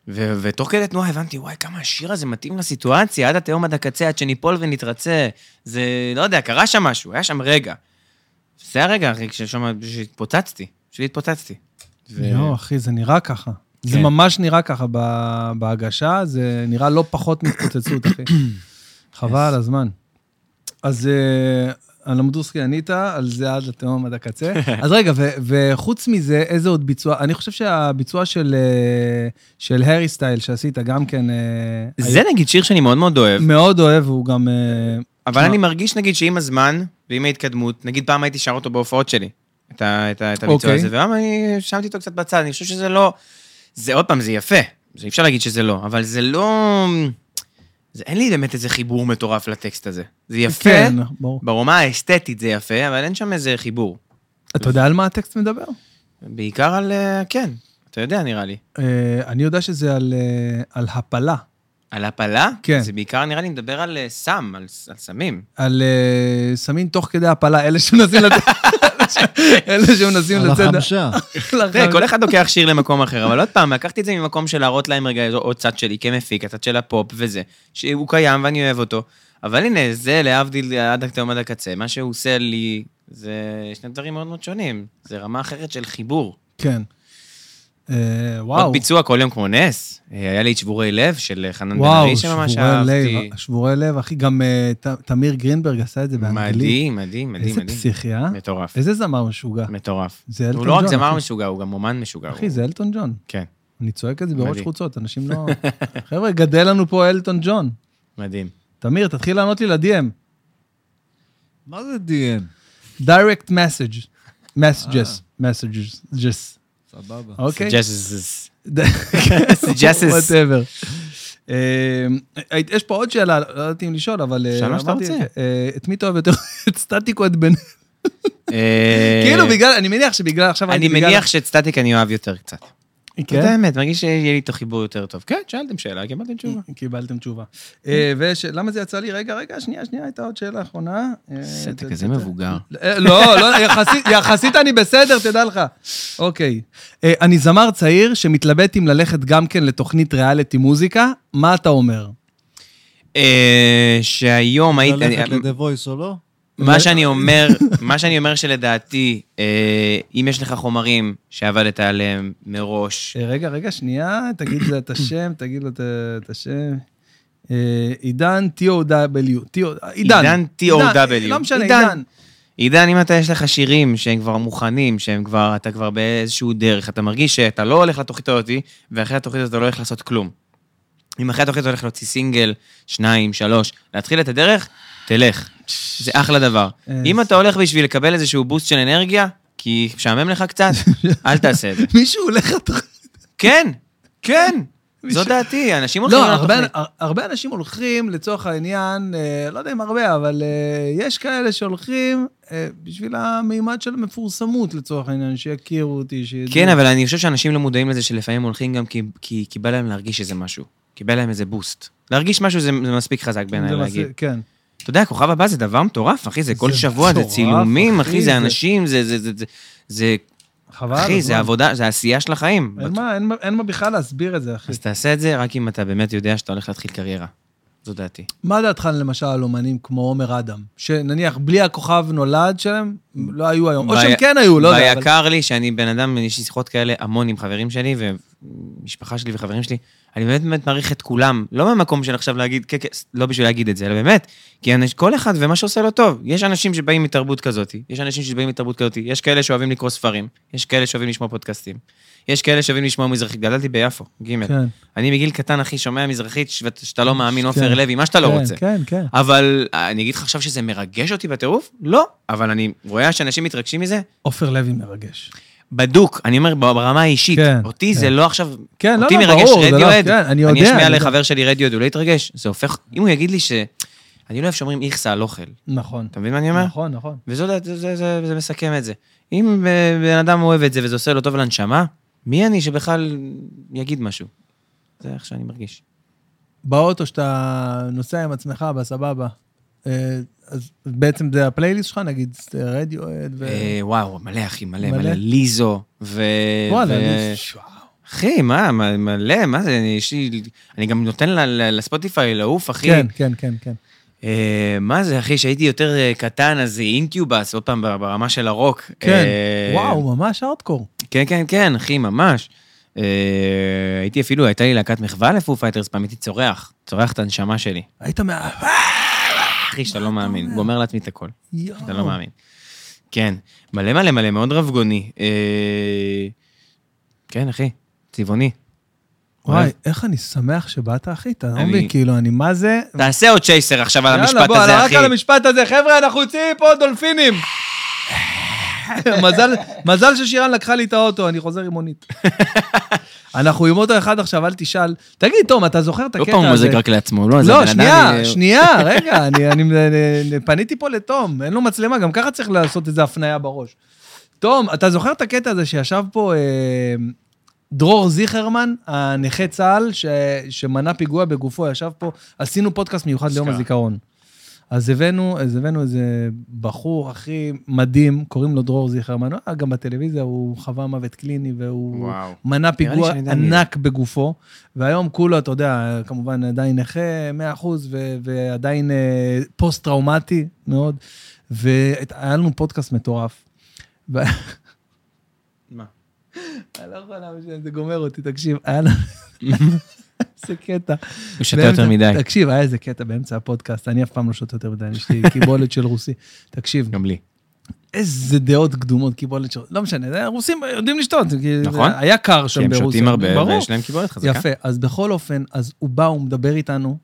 ו- ותוך כדי תנועה הבנתי, וואי, כמה השיר הזה מתאים לסיטואציה, עד התהום עד הקצה, עד שניפול ונתרצה. זה, לא יודע, קרה שם משהו, היה שם רגע. זה הרגע, אחי, כששם, כשהתפוצצתי, כשהתפוצצתי. ו- יואו, לא, אחי, זה נראה ככה. זה כן. ממש נראה ככה ב- בהגשה, זה נראה לא פחות מהתפוצצות, אחי. חבל על הזמן. אז אה, על המדורסקי ענית, על זה עד לתהום, עד הקצה. אז רגע, ו- וחוץ מזה, איזה עוד ביצוע? אני חושב שהביצוע של, אה, של הארי סטייל שעשית, גם כן, אה, זה נגיד שיר שאני מאוד מאוד אוהב, מאוד אוהב, הוא גם... אה, אבל אני מרגיש נגיד שעם הזמן ועם ההתקדמות, נגיד פעם הייתי שר אותו בהופעות שלי, את ה- את ה- את הביצוע אוקיי. הזה, והיום אני שמתי אותו קצת בצד, אני חושב שזה לא... זה עוד פעם, זה יפה, זה אי אפשר להגיד שזה לא, אבל זה לא... זה, אין לי באמת איזה חיבור מטורף לטקסט הזה. זה יפה, כן, ברור. ברמה האסתטית זה יפה, אבל אין שם איזה חיבור. אתה יודע על מה הטקסט מדבר? בעיקר על... אה, כן, אתה יודע, נראה לי. אה, אני יודע שזה על, אה, על הפלה, על הפלה? כן. זה בעיקר, נראה לי, מדבר על אה, סם, על, ס- על סמים. על אה, סמים תוך כדי הפלה, אלה שמנסים לצאת... אלה שמנסים על לצאת... החמשה. תראה, כל אחד לוקח שיר למקום אחר, אבל עוד פעם, לקחתי את זה ממקום של להראות להם רגע איזה עוד צד שלי כמפיק, הצד של הפופ וזה, שהוא קיים ואני אוהב אותו. אבל הנה, זה להבדיל עד התהום עד הקצה, מה שהוא עושה לי, זה שני דברים מאוד מאוד שונים. זה רמה אחרת של חיבור. כן. אה, עוד וואו. ביצוע כל יום כמו נס, אה, היה לי את שבורי לב של חנן בן וואו, ארי שממש שבורי אהבתי. לב, אה, שבורי לב, אחי, גם אה, ת- תמיר גרינברג עשה את זה באנגלית. מדהים, מדהים, מדהים, איזה מדהים. פסיכי, אה? מטורף, איזה זמר משוגע. מטורף. זה אלטון הוא ג'ון. לא רק זמר אחי. משוגע, הוא גם אומן משוגע. אחי, הוא- זה אלטון ג'ון. כן, אני צועק את זה בראש מדהים. חוצות, אנשים לא... חבר'ה, גדל לנו פה אלטון ג'ון. מדהים. תמיר, תתחיל לענות לי ל-DM. מה זה DM? direct message. messages. אה. messages. just. סבבה. אוקיי? Suggests. Suggests. וואטאבר. אה, יש פה עוד שאלה, לא ידעתי אם לשאול, אבל... אה, שאל מה שאתה אמרתי, רוצה. אה, את מי אתה אוהב יותר? את סטטיק או את בן... אה, כאילו בגלל, אני מניח שבגלל עכשיו... אני הייתי בגלל- מניח שאת סטטיק אני אוהב יותר קצת. זה כן? האמת, מרגיש שיהיה לי איתו חיבור יותר טוב. כן, שאלתם שאלה, קיבלתם תשובה. קיבלתם תשובה. אה, וש- למה זה יצא לי? רגע, רגע, שנייה, שנייה, הייתה עוד שאלה אחרונה. אה, אתה ת- כזה ת- ת- מבוגר. אה, לא, לא, יחסית- יחסית אני בסדר, תדע לך. אוקיי. אה, אני זמר צעיר שמתלבט אם ללכת גם כן לתוכנית ריאליטי מוזיקה, מה אתה אומר? אה, שהיום היית... ללכת אני- לדה וויס או לא? מה שאני אומר, מה שאני אומר שלדעתי, אה, אם יש לך חומרים שעבדת עליהם מראש, אה, רגע, רגע, שנייה, תגיד לו את השם, תגיד לו את ה- את השם. אה, עידן T.O.W. T.O. עידן. עידן T.O.W. לא משנה, עידן. עידן. עידן, אם אתה יש לך שירים שהם כבר מוכנים, שהם כבר, אתה כבר באיזשהו דרך, אתה מרגיש שאתה לא הולך לתוכנית הזאת, ואחרי התוכנית הזאת אתה לא הולך לעשות כלום. אם אחרי התוכנית אתה הולך להוציא סינגל, שניים, שלוש, להתחיל את הדרך, תלך. זה אחלה דבר. אה, אם אתה הולך בשביל לקבל איזשהו בוסט של אנרגיה, כי משעמם לך קצת, אל תעשה את זה. מישהו הולך לתוכנית. כן, כן, זו דעתי, אנשים הולכים לא, הרבה- לתוכנית. הר- הרבה אנשים הולכים, לצורך העניין, אה, לא יודע אם הרבה, אבל אה, יש כאלה שהולכים אה, בשביל המימד של המפורסמות, לצורך העניין, שיכירו אותי, שידעו. כן, אבל אני חושב שאנשים לא מודעים לזה שלפעמים הולכים גם כי- כי כי בא להם להרגיש איזה משהו. כי בא להם איזה בוסט. להרגיש משהו זה זה מספיק חזק זה בעיניי מה להגיד. זה- כן. אתה יודע, כוכב הבא זה דבר מטורף, אחי, זה כל זה שבוע, זה מטורף, צילומים, אחי, אחי, זה- זה אנשים, זה- זה- זה- זה- זה... חבל. אחי, זה הזמן. עבודה, זה עשייה של החיים. אין מה- אין מה- אין מה בכלל להסביר את זה, אחי. אז תעשה את זה רק אם אתה באמת יודע שאתה הולך להתחיל קריירה. זו דעתי. מה דעתך למשל על אומנים כמו עומר אדם, שנניח בלי הכוכב נולד שלהם, לא היו היום, או שהם והיה- כן היו, לא יודע, אבל... ויקר לי שאני בן אדם, יש לי שיחות כאלה המון עם חברים שלי ומשפחה שלי וחברים שלי. אני באמת באמת מעריך את כולם, לא מהמקום של עכשיו להגיד, כן, כן, לא בשביל להגיד את זה, אלא באמת, כי אנש, כל אחד ומה שעושה לו טוב. יש אנשים שבאים מתרבות כזאת, יש אנשים שבאים מתרבות כזאת, יש כאלה שאוהבים לקרוא ספרים, יש כאלה שאוהבים לשמוע פודקאסטים, יש כאלה שאוהבים לשמוע מזרחית, גדלתי ביפו, ג', כן, אני מגיל קטן, אחי, שומע מזרחית, שאת- שאתה לא מאמין, כן. עופר לוי, מה שאתה לא כן, רוצה. כן, כן. אבל אה, אני אגיד לך עכשיו שזה מרגש אותי בטירוף? לא. אבל אני רואה שאנשים מתרגשים מזה, עופר לוי מרגש. בדוק, אני אומר ברמה האישית, כן, אותי כן. זה לא עכשיו, כן, לא, אותי לא, מרגש ברור, זה לא- רדיואד, כן, אני יודע, אני אשמיע אני יודע. לחבר שלי רדיואד, הוא לא יתרגש, זה הופך, אם הוא יגיד לי ש... אני לא אוהב שאומרים איכסה על אוכל, נכון. אתה מבין מה אני אומר? נכון, נכון. וזו דעת, זה, זה, זה, זה מסכם את זה. אם אה, בן אדם אוהב את זה וזה עושה לו טוב לנשמה, מי אני שבכלל יגיד משהו? זה איך שאני מרגיש. באוטו שאתה נוסע עם עצמך, בסבבה. אה, אז בעצם זה הפלייליסט שלך, נגיד רדיואד ו... אה, וואו, מלא אחי, מלא, מלא? מלא, ליזו, ו... וואלה, ו- אני- אחי, מה, מה- מלא, מה זה, אני, יש לי, אני גם נותן ל- ל- לספוטיפיי לעוף, אחי. כן, כן, כן, כן. אה, אה, מה זה, אחי, כשהייתי יותר אה, קטן, אז אינקיובאס, עוד פעם, ברמה של הרוק. כן, אה, וואו, ממש ארטקור. כן, כן, כן, אחי, ממש. אה, הייתי אפילו, הייתה לי להקת מחווה לפו פייטרס, פעם הייתי צורח, צורח את הנשמה שלי. היית מה... אחי, שאתה לא מאמין, גומר לעצמי את הכל. יואו. אתה לא מאמין. כן, מלא מלא מלא, מאוד רבגוני. אה, כן, אחי, צבעוני. וואי, אוהב. איך אני שמח שבאת, אחי. אתה לא אני- מבין, כאילו, אני מה זה... תעשה עוד צ'ייסר עכשיו על המשפט בוא, הזה, רק אחי. על המשפט הזה. חבר'ה, אנחנו יוצאים פה דולפינים. מזל, מזל ששירן לקחה לי את האוטו, אני חוזר עם מונית. אנחנו עם אוטו אחד עכשיו, אל תשאל. תגיד, תום, אתה זוכר את לא הקטע הזה? פעם הוא מוזג רק לעצמו, לא, זה בן לא, אדם, שנייה, אה, שנייה, רגע, אני, אני אני- פניתי פה לתום, אין לו מצלמה, גם ככה צריך לעשות איזו הפניה בראש. תום, אתה זוכר את הקטע הזה שישב פה אה, דרור זיכרמן, הנכה צה"ל, ש, שמנע פיגוע בגופו, ישב פה, עשינו פודקאסט מיוחד ליום אשכרה. הזיכרון. אז הבאנו, אז הבאנו איזה בחור הכי מדהים, קוראים לו דרור זיכרמן, הוא היה גם בטלוויזיה, הוא חווה מוות קליני, והוא וואו. מנע לי פיגוע שאני יודע מי זה. ענק בגופו, והיום כולו, אתה יודע, כמובן עדיין נכה 100% ו- ועדיין אה, פוסט-טראומטי מאוד, והיה לנו פודקאסט מטורף. ו- מה? אני לא יכול להמשיך, זה גומר אותי, תקשיב, היה לנו... איזה קטע. הוא שתה באמצע- יותר מדי, תקשיב, היה איזה קטע באמצע הפודקאסט, אני אף פעם לא שותה יותר מדי, יש לי קיבולת של רוסי. תקשיב, גם לי. איזה דעות קדומות, קיבולת של... לא משנה, זה- הרוסים יודעים לשתות. זה כאילו- נכון. היה קר שם כי הם ברוסיה. שותים הרבה, ברור. ויש להם קיבולת חזקה. יפה, אז בכל אופן, אז הוא בא, הוא מדבר איתנו.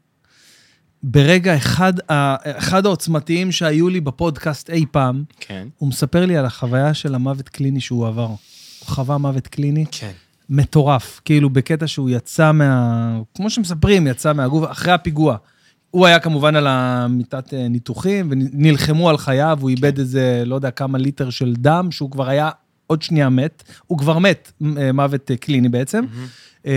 ברגע אחד, ה- אחד העוצמתיים שהיו לי בפודקאסט אי פעם, כן. הוא מספר לי על החוויה של המוות קליני שהוא עבר. הוא חווה מוות קליני כן. מטורף, כאילו בקטע שהוא יצא מה... כמו שמספרים, יצא מהגוף אחרי הפיגוע. הוא היה כמובן על המיטת אה, ניתוחים, ונלחמו על חייו, הוא איבד איזה, לא יודע, כמה ליטר של דם, שהוא כבר היה עוד שנייה מת. הוא כבר מת, מ- אה, מוות אה, קליני בעצם. אה,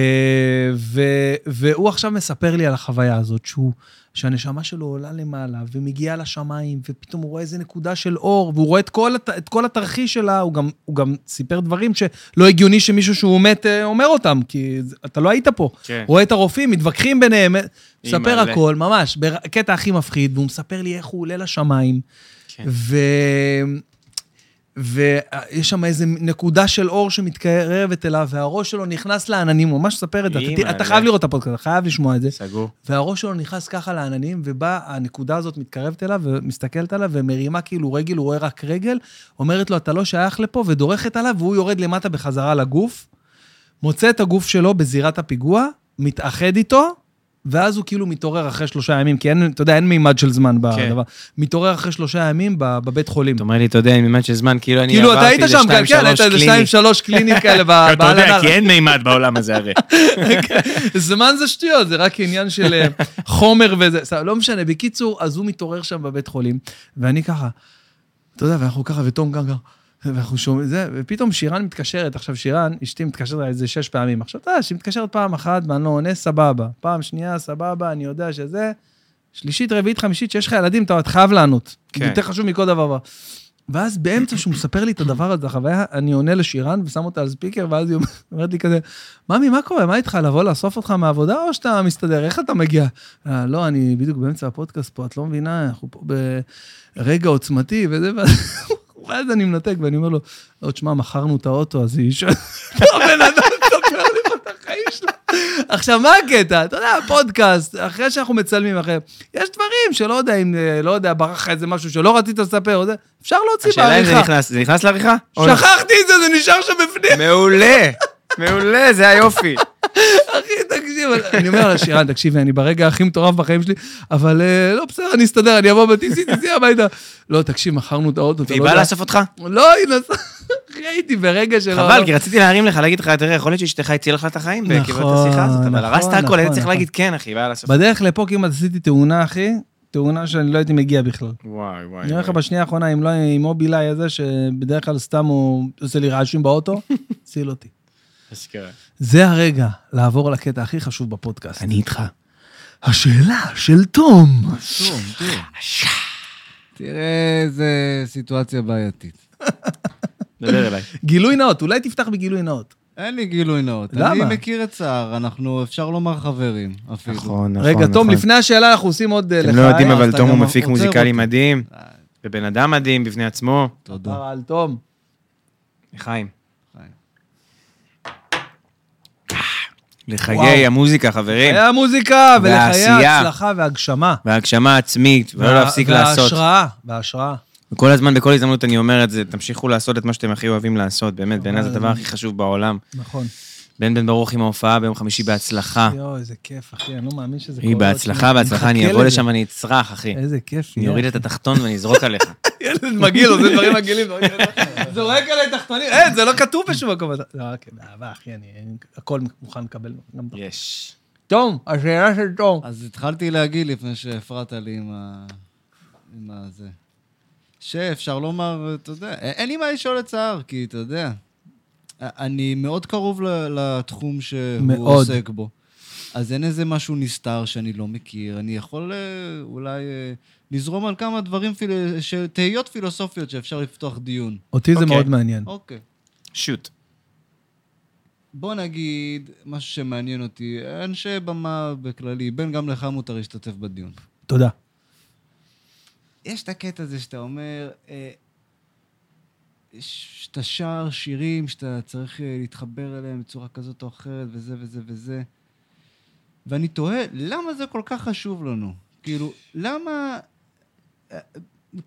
ו, והוא עכשיו מספר לי על החוויה הזאת, שהוא, שהנשמה שלו עולה למעלה ומגיעה לשמיים, ופתאום הוא רואה איזה נקודה של אור, והוא רואה את כל, הת- את כל התרחיש שלה, הוא גם, הוא גם סיפר דברים שלא הגיוני שמישהו שהוא מת אה, אומר אותם, כי זה- אתה לא היית פה. כן. רואה את הרופאים, מתווכחים ביניהם, אה, מספר אימא'לה. הכל, ממש, בקטע הכי מפחיד, והוא מספר לי איך הוא עולה לשמיים. כן. ו... ויש שם איזו נקודה של אור שמתקרבת אליו, והראש שלו נכנס לעננים, הוא ממש מספר את זה. אתה- אימא'לה. אתה חייב לראות את הפודקאסט, אתה חייב לשמוע את זה. סגור. והראש שלו נכנס ככה לעננים, ובאה הנקודה הזאת מתקרבת אליו ומסתכלת עליו ומרימה כאילו רגל, הוא רואה רק רגל, אומרת לו, אתה לא שייך לפה, ודורכת עליו, והוא יורד למטה בחזרה לגוף, מוצא את הגוף שלו בזירת הפיגוע, מתאחד איתו, ואז הוא כאילו מתעורר אחרי שלושה ימים, כי אין, אתה יודע, אין מימד של זמן בדבר. מתעורר אחרי שלושה ימים ב- בבית חולים. כן. אתה אומר לי, אתה יודע, אין מימד של זמן, כאילו אני עברתי כאילו, אתה היית שם, כן, כן, היית איזה קליני. שתיים, שלוש קלינים כאלה ב- אתה יודע, בעל כי אין מימד בעולם הזה הרי. זמן זה שטויות, זה רק עניין של אה, חומר וזה, סתם, לא משנה. בקיצור, אז הוא מתעורר שם בבית חולים, ואני ככה, אתה יודע, ואנחנו ככה, ותום גם ככה. ואנחנו שומעים זה, ופתאום שירן מתקשרת, עכשיו שירן, אשתי מתקשרת אליי איזה שש פעמים. עכשיו, אתה יודע, שהיא מתקשרת פעם אחת ואני לא עונה, סבבה. פעם שנייה, סבבה, אני יודע שזה. שלישית, רביעית, חמישית, שיש לך ילדים, אתה אתה חייב לענות. כן. כן. יותר חשוב מכל דבר. ואז באמצע שהוא מספר לי את הדבר הזה, החוויה, אני עונה לשירן ושם אותה על ספיקר, ואז היא אומרת לי כזה, ממי, מה קורה? מה איתך, לבוא לאסוף אותך מהעבודה, או שאתה מסתדר? איך אתה מגיע? "אה, לא, אני בדיוק באמצע הפודקאסט פה, את לא מבינה, אנחנו פה ברגע עוצמתי וזה, ואז- ואז אני מנתק, ואני אומר לו, לא, תשמע, מכרנו את האוטו, אז היא שואלת, הבן אדם מספר לי פה את החיים שלו. עכשיו, מה הקטע? אתה יודע, הפודקאסט, אחרי שאנחנו מצלמים, אחרי, יש דברים שלא יודע אם, אה, לא יודע, ברח לך איזה משהו שלא רצית לספר, או זה, אפשר להוציא השאלה אם זה בעריכה. נכנס, זה נכנס לעריכה? או לא? שכחתי את זה, זה נשאר שם בפנים. מעולה, מעולה, זה היופי. אחי, תקשיב, אני אומר לה, שירן, תקשיבי, אני ברגע הכי מטורף בחיים שלי, אבל אה, לא, בסדר, אני אסתדר, אני אבוא בטיסי, תיסי הביתה. לא, תקשיב, מכרנו את האוטו, אתה והיא לא באה יודע. לאסוף אותך? לא, היא נסעה, אחי, הייתי ברגע שלא... חבל, כי רציתי להרים לך, להגיד לך, תראה, יכול להיות שאשתך הצילה לך את החיים נכון, בעקבות השיחה הזאת, אבל נכון, הרסת הכל, נכון, היית צריך נכון. להגיד כן, אחי, באה לאסוף. בדרך לפה כמעט עשיתי תאונה, אחי, תאונה שאני לא הייתי מגיע בכלל. וואי, וואי. אני אומר לך וואי. בשנייה האחרונה, אם לא עם מובילאיי הזה, שבדרך כלל סתם הוא עושה לי רעשים באוטו, הציל אותי. אשכרה. זה הרגע לעבור לקטע הכי חשוב בפודקאסט. אני איתך. השאלה של תום. שום, תראו. תראה איזה סיטואציה בעייתית. דבר אליי. גילוי נאות, אולי תפתח בגילוי נאות. אין לי גילוי נאות. למה? אני מכיר את סער, אנחנו, אפשר לומר חברים, אפילו. נכון, נכון. רגע, תום, נכון. לפני השאלה אנחנו עושים עוד אה, לך. אתם לא יודעים, אבל אתה תום הוא גם מפיק עוצר מוזיקלי אותי. מדהים, אה. ובן אדם מדהים בפני עצמו. תודה. כפרה על תום. חיים. חיים. לחיי המוזיקה, חברים. היה מוזיקה ולחיי כן. והעשייה. הצלחה והגשמה. והגשמה עצמית, ולא וה- להפסיק לעשות. וההשראה, וההשראה. וכל הזמן, בכל הזדמנות אני אומר את זה, תמשיכו לעשות את מה שאתם הכי אוהבים לעשות, באמת, בעיניי זה הדבר הכי חשוב בעולם. נכון. בן בן ברוך עם ההופעה ביום חמישי בהצלחה. יואו, איזה כיף, אחי, אני לא מאמין שזה קורה. אה. היא בהצלחה, אני בהצלחה, אני מחכה אבוא לזה. לשם ואני אצרח, אחי. איזה כיף. אני יואו. אוריד את התחתון ואני אזרוק עליך. ילד מגעיל, עושה דברים מגעילים, דברים כאלה. זורק עלי תחתונים, אין, זה לא כתוב בשום מקום. לא, כן, באהבה, אחי, אני הכל מוכן לקבל. גם כן. את- יש. תום, השאלה של תום. אז התחלתי להגיד לפני שהפרעת לי עם ה... עם הזה. שאפשר לומר, אתה יודע, אין אין לי מה לשאול את סער, כי אתה יודע, אני מאוד קרוב ל- לתחום שהוא מאוד. עוסק בו. אז אין איזה משהו נסתר שאני לא מכיר. אני יכול אה, אולי אה, לזרום על כמה דברים, פיל- ש- תהיות פילוסופיות שאפשר לפתוח דיון. אותי זה אוקיי. מאוד מעניין. אוקיי. שוט. בוא נגיד משהו שמעניין אותי, אנשי במה בכללי, בן גם לך מותר להשתתף בדיון. תודה. יש את הקטע הזה שאתה אומר, אה, ש- שאתה שר שירים שאתה צריך אה, להתחבר אליהם בצורה כזאת או אחרת, וזה וזה וזה. ואני תוהה, למה זה כל כך חשוב לנו? כאילו, למה... אה,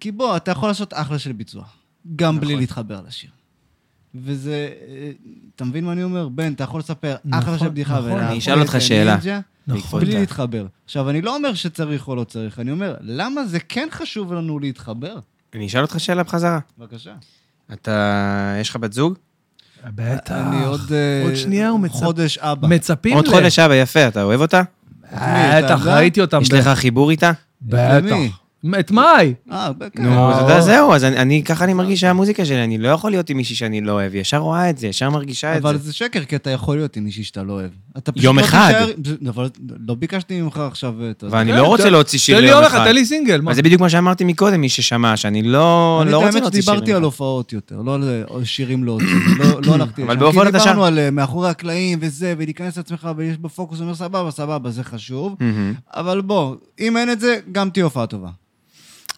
כי בוא, אתה יכול לעשות אחלה של ביצוע, גם נכון. בלי להתחבר לשיר. וזה, אה, אתה מבין מה אני אומר? בן, אתה יכול לספר אחלה נכון, של בדיחה, נכון. ולהפוך אני אשאל אותך שאלה. לנינג'ה, נכון. בלי בעקבות ה- להתחבר. עכשיו, אני לא אומר שצריך או לא צריך, אני אומר, למה זה כן חשוב לנו להתחבר? אני אשאל אותך שאלה בחזרה. בבקשה. אתה, יש לך בת זוג? בטח. אני עוד... אה, עוד שנייה הוא מצפ- חודש אבא. מצפים עוד ל- אה, חודש אבא, יפה, אתה אוהב אותה? בטח, אתה- ראיתי אותם. יש ב- לך חיבור איתה? למי? בטח. את מאי. אה, בטח. נו, אה, אז אתה או. יודע, זהו, אז אני- אני, ככה אני מרגיש שהמוזיקה שלי, אני לא יכול להיות עם מישהי שאני לא אוהב, ישר רואה את זה, ישר מרגישה את זה. אבל זה שקר, כי אתה יכול להיות עם מישהי שאתה לא אוהב. אתה פשוט יום לא אחד. תישאר- אבל לא ביקשתי ממך עכשיו, אה, אתה יודע. ואני כן, לא רוצה תן- להוציא שיר תן לי ליום יום אחד, אחד. תן לי סינגל. מה? אז זה בדיוק מה שאמרתי מקודם, מי ששמע, שאני לא אני לא את רוצה האמת להוציא שירים. שדיברתי על הופעות יותר, לא על אה, שירים לא הוצאים, לא- לא הלכתי אבל בהופעות כי אתה דיברנו שר. על אה, מאחורי הקלעים וזה, ולהיכנס לעצמך ויש בפוקוס, אומר סבבה, סבבה, זה חשוב. מהמם. אבל בוא, אם אין את זה, גם תהיה הופעה טובה.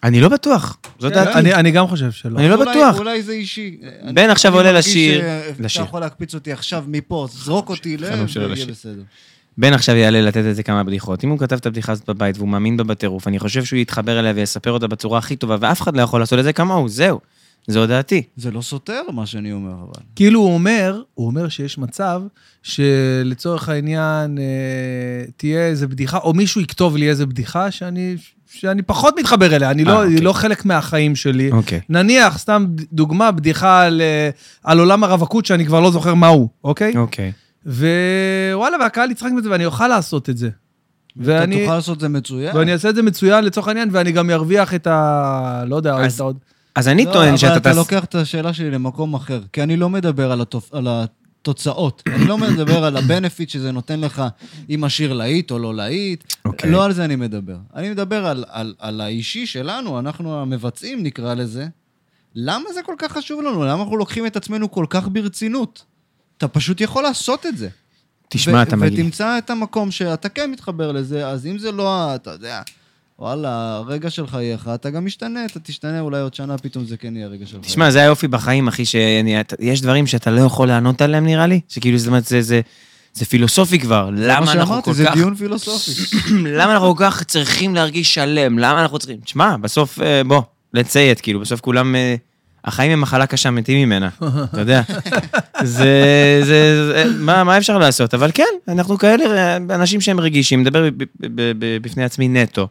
אני לא בטוח, זו דעתי. אני- אה, אני גם חושב שלא. אני לא אולי- בטוח. אולי זה אישי. אני- בן עכשיו אני עולה מרגיש לשיר. ש- לשיר. אתה יכול להקפיץ אותי עכשיו מפה, זרוק אותי ל... חלום שלו ויהיה לשיר. בסדר. בן עכשיו יעלה לתת איזה כמה בדיחות. אם הוא כתב את הבדיחה הזאת בבית והוא מאמין בה בטירוף, אני חושב שהוא יתחבר אליה ויספר אותה בצורה הכי טובה, ואף אחד לא יכול לעשות את זה כמוהו, זהו. זו דעתי. זה לא סותר מה שאני אומר, אבל. כאילו הוא אומר, הוא אומר שיש מצב שלצורך העניין אה, תהיה איזה בדיחה, או מישהו יכתוב לי איזה בדיחה שאני, שאני פחות מתחבר אליה, אני אה, לא, היא אוקיי. לא חלק מהחיים שלי. אוקיי. נניח, סתם דוגמה, בדיחה על, אה, על עולם הרווקות שאני כבר לא זוכר מהו, אוקיי? אוקיי. ווואלה, והקהל יצחק מזה ואני אוכל לעשות את זה. אתה ואני, תוכל לעשות את זה מצוין. ואני אעשה את זה מצוין לצורך העניין, ואני גם ארוויח את ה... לא יודע, אז- את העוד... אז אני לא, טוען שאתה... אבל אתה תעש- לוקח את השאלה שלי למקום אחר, כי אני לא מדבר על התופ- על התוצאות. אני לא מדבר על הבנפיט שזה נותן לך, אם השיר להיט או לא להיט. אוקיי. לא על זה אני מדבר. אני מדבר על- על- על האישי שלנו, אנחנו המבצעים נקרא לזה. למה זה כל כך חשוב לנו? למה אנחנו לוקחים את עצמנו כל כך ברצינות? אתה פשוט יכול לעשות את זה. תשמע, ו- אתה מגיע. ותמצא את המקום שאתה כן מתחבר לזה, אז אם זה לא, ה- אתה יודע, וואלה, הרגע של חייך, אתה גם משתנה, אתה תשתנה אולי עוד שנה, פתאום זה כן יהיה הרגע של חייך. תשמע, זה היופי בחיים, אחי, שיש דברים שאתה לא יכול לענות עליהם, נראה לי. שכאילו, זאת אומרת, זה- זה- זה פילוסופי כבר. למה אנחנו כל זה כך... דיון פילוסופי. כן, למה אנחנו כל כך צריכים להרגיש שלם? למה אנחנו צריכים... תשמע, בסוף, אה, בוא, לציית, כאילו, בסוף כולם... אה, החיים הם מחלה קשה, מתים ממנה, אתה יודע. זה, זה, זה, מה, מה אפשר לעשות? אבל כן, אנחנו כאלה אה, אנשים שהם רגישים, מדבר ב- ב- ב- ב- בפני עצמי נטו.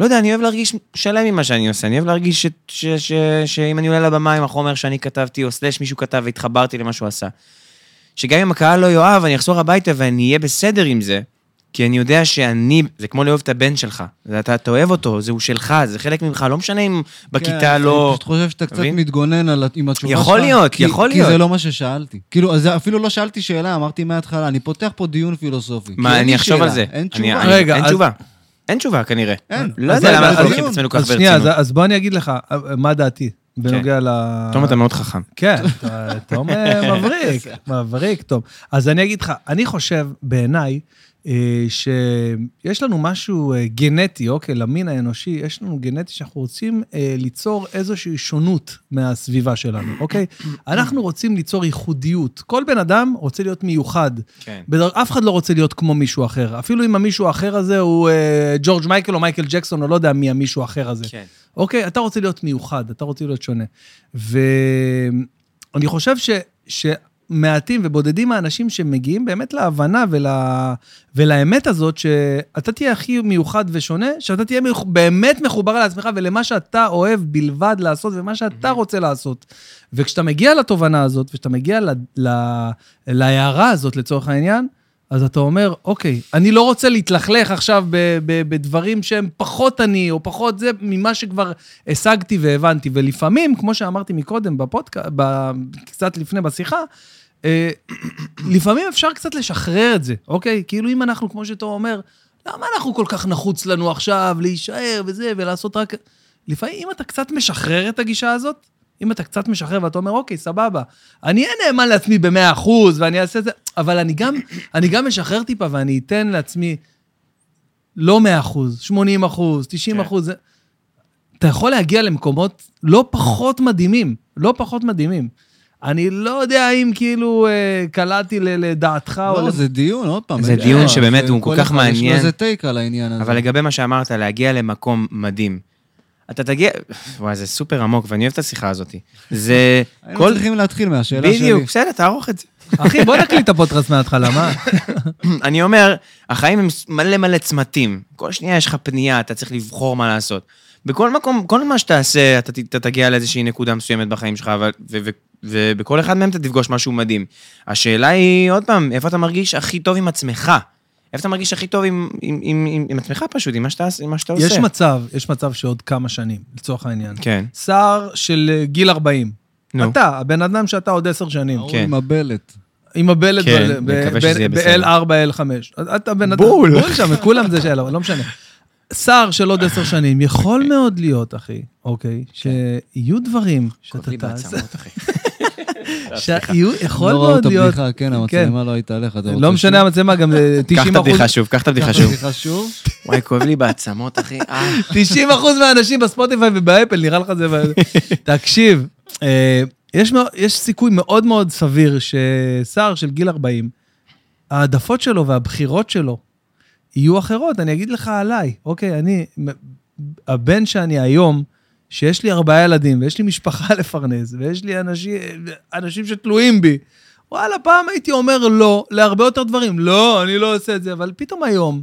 לא יודע, אני אוהב להרגיש שלם עם מה שאני עושה, אני אוהב להרגיש ש- ש- ש- שאם אני עולה לבמה עם החומר שאני כתבתי, או סלש מישהו כתב והתחברתי למה שהוא עשה, שגם אם הקהל לא יאהב, אני אחזור הביתה ואני אהיה בסדר עם זה, כי אני יודע שאני, זה כמו לאהוב את הבן שלך. זה, אתה, אתה אוהב אותו, זה הוא שלך, זה חלק ממך, לא משנה אם בכיתה כן, לא... אני פשוט חושב שאתה קצת מבין? מתגונן על ה- עם התשובה שלך. יכול להיות, כי- יכול כי זה להיות. לא מה ששאלתי. כאילו, אז זה אפילו לא שאלתי שאלה, אמרתי מההתחלה, אני פותח פה דיון פילוסופי. כי מה, אין לי אני אחשוב שאלה, על זה. אין אני- תשובה. אני- רגע, אין אז- תשובה. אין תשובה, כנראה. אין. לא אז יודע רגע, למה אז- אנחנו לוקחים את עצמנו כל כך אז שנייה, אז, ברצינות. אז בוא אני אגיד לך אה, מה דעתי. כן. בנוגע ל... תום, אתה מאוד חכם. כן, אתה- תום אה, מבריק, מבריק, תום. אז אני אגיד לך, אני חושב, בעיניי, אה, שיש לנו משהו אה, גנטי, אוקיי, למין האנושי, יש לנו גנטי שאנחנו רוצים אה, ליצור איזושהי שונות מהסביבה שלנו, אוקיי? אנחנו רוצים ליצור ייחודיות. כל בן אדם רוצה להיות מיוחד. כן. בדר... אף אחד לא רוצה להיות כמו מישהו אחר. אפילו אם המישהו האחר הזה הוא אה, ג'ורג' מייקל או מייקל ג'קסון, או לא יודע מי המישהו האחר הזה. כן. אוקיי, אתה רוצה להיות מיוחד, אתה רוצה להיות שונה. ואני חושב ש... שמעטים ובודדים האנשים שמגיעים באמת להבנה ול... ולאמת הזאת, שאתה תהיה הכי מיוחד ושונה, שאתה תהיה מיוח... באמת מחובר לעצמך ולמה שאתה אוהב בלבד לעשות ומה שאתה רוצה לעשות. וכשאתה מגיע לתובנה הזאת, וכשאתה מגיע ל... ל... להערה הזאת לצורך העניין, אז אתה אומר, אוקיי, אני לא רוצה להתלכלך עכשיו ב- ב- בדברים שהם פחות אני, או פחות זה, ממה שכבר השגתי והבנתי. ולפעמים, כמו שאמרתי מקודם בפודקאסט, קצת לפני בשיחה, אה, לפעמים אפשר קצת לשחרר את זה, אוקיי? כאילו אם אנחנו, כמו שאתה אומר, למה אנחנו כל כך נחוץ לנו עכשיו להישאר וזה, ולעשות רק... לפעמים, אם אתה קצת משחרר את הגישה הזאת, אם אתה קצת משחרר ואתה אומר, אוקיי, סבבה, אני אהיה נאמן לעצמי ב-100% ואני אעשה את זה, אבל אני גם, אני גם משחרר טיפה ואני אתן לעצמי לא 100%, 80%, 90%, כן. זה... אתה יכול להגיע למקומות לא פחות מדהימים, לא פחות מדהימים. אני לא יודע אם כאילו אה, קלעתי ל- לדעתך או... לא, ל- זה דיון, עוד פעם. זה אין דיון בעיה, שבאמת זה- הוא כל כך אחד יש לו מעניין. איזה טייק על העניין הזה. אבל לגבי מה שאמרת, להגיע למקום מדהים. אתה תגיע... וואי, זה סופר עמוק, ואני אוהב את השיחה הזאת. זה... היינו כל... צריכים להתחיל מהשאלה שלי. בדיוק, בסדר, תערוך את זה. אחי, בוא נקליט את הפודקאסט מההתחלה, מה? אני אומר, החיים הם מלא מלא צמתים. כל שנייה יש לך פנייה, אתה צריך לבחור מה לעשות. בכל מקום, כל מה שתעשה, אתה, ת- אתה תגיע לאיזושהי נקודה מסוימת בחיים שלך, אבל, ו, ו, ובכל אחד מהם אתה תפגוש משהו מדהים. השאלה היא, עוד פעם, איפה אתה מרגיש הכי טוב עם עצמך? איפה אתה מרגיש הכי טוב עם, עם, עם, עם, עם עצמך פשוט, עם מה שאתה, עם מה שאתה יש עושה? מצב, יש מצב שעוד כמה שנים, לצורך העניין. כן, שר של אה, גיל 40. נו. אתה, הבן אדם שאתה עוד עשר שנים. ההוא כן. עם הבלט. עם הבלט כן, ב- ב- נקווה שזה יהיה ב- בסדר. ב-L4, L5. אתה בן אדם... בול. בול שם, כולם זה שאלה, אבל לא משנה. שר של עוד עשר שנים, יכול מאוד להיות, אחי, אוקיי, שיהיו דברים שאתה כותבים תעשה. בעצמות, אחי. שיהיו, יכול לא ראו מאוד את להיות... הבדיחה, כן, המצלמה לא הייתה עליך. אתה רוצה לא משנה שוב? המצלמה, גם אה, 90 קח את הבדיחה שוב, קח את הבדיחה קח את שוב. הבדיחה שוב. וואי, כואב לי בעצמות, אחי. אה. 90 אחוז מהאנשים בספוטיפיי ובאפל, נראה לך זה... תקשיב, אה, יש, מאו- יש סיכוי מאוד מאוד סביר שסער של גיל 40, העדפות שלו והבחירות שלו יהיו אחרות. אני אגיד לך עליי, אוקיי, אני, מ- הבן שאני היום, שיש לי ארבעה ילדים, ויש לי משפחה לפרנס, ויש לי אנשים, אנשים שתלויים בי. וואלה, פעם הייתי אומר לא להרבה יותר דברים. לא, אני לא עושה את זה, אבל פתאום היום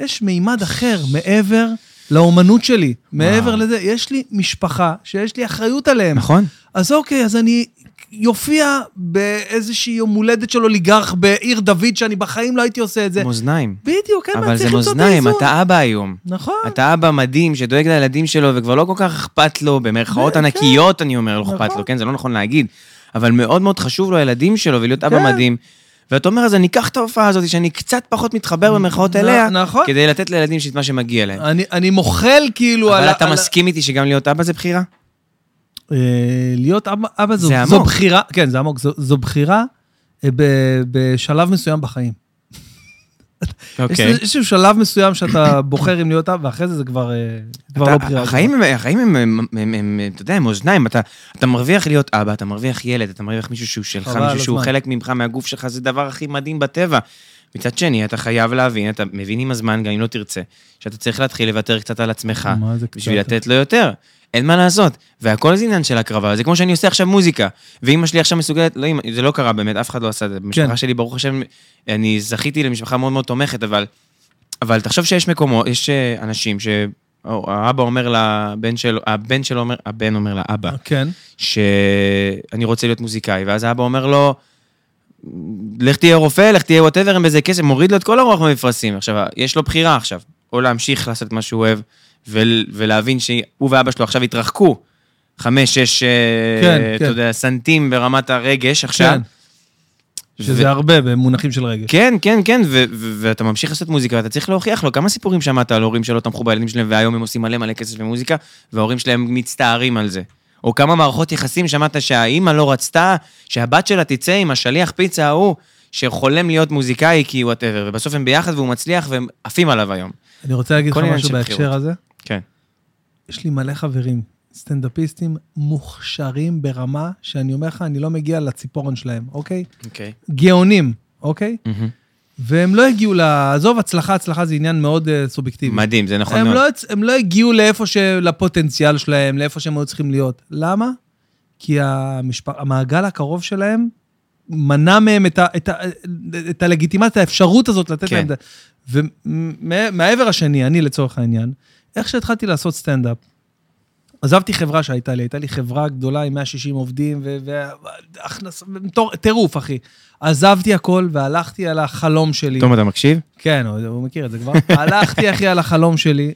יש מימד אחר מעבר לאומנות שלי. מעבר לזה, יש לי משפחה שיש לי אחריות עליהם. נכון. אז אוקיי, אז אני יופיע באיזושהי יום הולדת של אוליגרח בעיר דוד, שאני בחיים לא הייתי עושה את זה. מאזניים. בדיוק, אין מה, אבל זה צריך למצוא את מאזניים, האיזון. אתה אבא היום. נכון. אתה אבא מדהים שדואג לילדים שלו וכבר לא כל כך אכפת לו, במרכאות ענקיות אני אומר, לא אכפת כן, נכון. לו, כן? זה לא נכון להגיד. אבל מאוד מאוד חשוב לו הילדים שלו ולהיות אבא כן. מדהים. ואתה אומר, אז אני אקח את ההופעה הזאת שאני קצת פחות מתחבר במרכאות נ- אליה, נכון. כדי לתת לילדים שלי את מה שמגיע להם. אני, אני מוחל כאילו על... אבל ה- אתה על ה- מסכים איתי שגם להיות אבא זה בחירה? אה, להיות אבא, אבא זו, זה זו עמוק. בחירה, כן, זה עמוק, זו, זו בחירה אה, ב, בשלב מסוים בחיים. יש אוקיי. איזה- איזשהו שלב מסוים שאתה בוחר אם להיות אבא, ואחרי זה זה כבר, אה, כבר אתה- לא בחירה. החיים הם, החיים הם, הם, הם, הם, הם, אתה יודע, הם אוזניים, אתה, אתה מרוויח להיות אבא, אתה מרוויח ילד, אתה מרוויח מישהו שהוא שלך, חבל על מישהו שהוא הזמן. חלק ממך, מהגוף שלך, זה הדבר הכי מדהים בטבע. מצד שני, אתה חייב להבין, אתה מבין עם הזמן, גם אם לא תרצה, שאתה צריך להתחיל לוותר קצת על עצמך, מה זה קצת? בשביל לתת לו יותר. אין מה לעשות, והכל זה עניין של הקרבה, זה כמו שאני עושה עכשיו מוזיקה. ואימא שלי עכשיו מסוגלת, לא, אמא, זה לא קרה באמת, אף אחד לא עשה את כן. זה. במשפחה שלי, ברוך השם, אני זכיתי למשפחה מאוד מאוד תומכת, אבל אבל תחשוב שיש מקומות, יש אה, אנשים שהאבא אומר לבן שלו, הבן שלו אומר, הבן אומר לאבא, כן. שאני רוצה להיות מוזיקאי, ואז האבא אומר לו, לך תהיה רופא, לך תהיה וואטאבר, אין בזה כסף, מוריד לו את כל הרוח מהמפרשים. עכשיו, יש לו בחירה עכשיו, או להמשיך לעשות את מה שהוא אוהב, ול, ולהבין שהוא ואבא שלו עכשיו התרחקו חמש, שש, כן, כן, כן. אתה יודע, סנטים ברמת הרגש עכשיו. כן. שזה הרבה במונחים של רגש. כן, כן, כן, ו- ו- ואתה ממשיך לעשות מוזיקה, ואתה צריך להוכיח לו כמה סיפורים שמעת על הורים שלא תמכו בילדים שלהם, והיום הם עושים מלא מלא כסף במוזיקה, וההורים שלהם מצטערים על זה. או כמה מערכות יחסים שמעת שהאימא לא רצתה שהבת שלה תצא עם השליח פיצה ההוא, שחולם להיות מוזיקאי כי וואטאבר, ובסוף הם ביחד והוא מצליח והם עפים עליו היום. אני רוצה להגיד לך הכל עניין משהו של בהקשר בחירות. הזה. כן. יש לי מלא חברים, סטנדאפיסטים מוכשרים ברמה שאני אומר לך, אני לא מגיע לציפורן שלהם, אוקיי? אוקיי. גאונים, אוקיי? Mm-hmm. והם לא הגיעו ל... עזוב, הצלחה, הצלחה זה עניין מאוד אה, סובייקטיבי. מדהים, זה נכון הם מאוד. לא, הצ- הם לא הגיעו לאיפה ש... לפוטנציאל שלהם, לאיפה שהם היו צריכים להיות. למה? כי המשפ... המעגל הקרוב שלהם מנע מהם את, ה... את, ה... את הלגיטימציה, את האפשרות הזאת לתת כן. להם... את ה- ומהעבר השני, אני לצורך העניין, איך שהתחלתי לעשות סטנדאפ, עזבתי חברה שהייתה לי, הייתה לי חברה גדולה עם 160 עובדים, והכנסה, טירוף, אחי. עזבתי הכל והלכתי על החלום שלי. תום, אתה מקשיב? כן, הוא, הוא מכיר את זה כבר. הלכתי, אחי, על החלום שלי,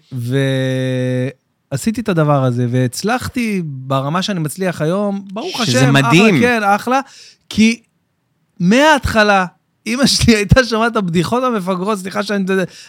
ועשיתי את הדבר הזה, והצלחתי ברמה שאני מצליח היום, ברוך השם. שזה מדהים. אחלה, כן, אחלה. כי מההתחלה, אימא שלי הייתה שומעת את הבדיחות המפגרות, סליחה שאני...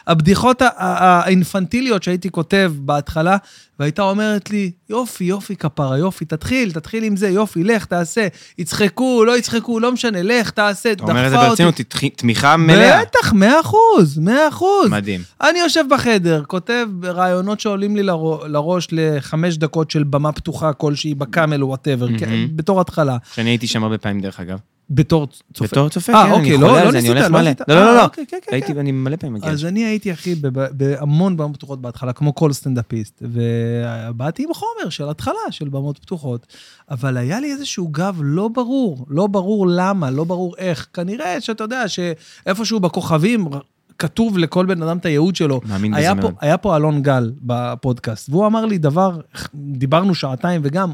הבדיחות ה- ה- האינפנטיליות שהייתי כותב בהתחלה, והייתה אומרת לי, יופי, יופי, כפרה, יופי, תתחיל, תתחיל עם זה, יופי, לך, תעשה. יצחקו, לא יצחקו, לא משנה, לך, תעשה, אתה אומר את זה דחפה אותי. ברצינות, תתח- תמיכה מלאה. בטח, מאה אחוז, מאה אחוז. מדהים. אני יושב בחדר, כותב רעיונות שעולים לי לרו- לראש לחמש דקות של במה פתוחה כלשהי, בקאמל או וואטאבר, מהמם. בתור התחלה. שאני הייתי שם הרבה פעמים, דרך אגב. בתור צופה. בתור צופה, אה, כן, אוקיי, אני לא- חולה לא על זה, אני ניסית, הולך לא מלא. ניסית? לא, לא, אה, לא, לא. אוקיי, כן, כן, הייתי, כן. אני מלא פעמים מגיע. אז אני הייתי, אחי, בב- בהמון במות פתוחות בהתחלה, כמו כל סטנדאפיסט, ובאתי עם חומר של התחלה, של במות פתוחות, אבל היה לי איזשהו גב לא ברור, לא ברור למה, לא ברור איך. כנראה שאתה יודע שאיפשהו בכוכבים ר- כתוב לכל בן אדם את הייעוד שלו. מאמין בזה היה פה, מאוד. היה פה אלון גל בפודקאסט, והוא אמר לי דבר, דיברנו שעתיים וגם,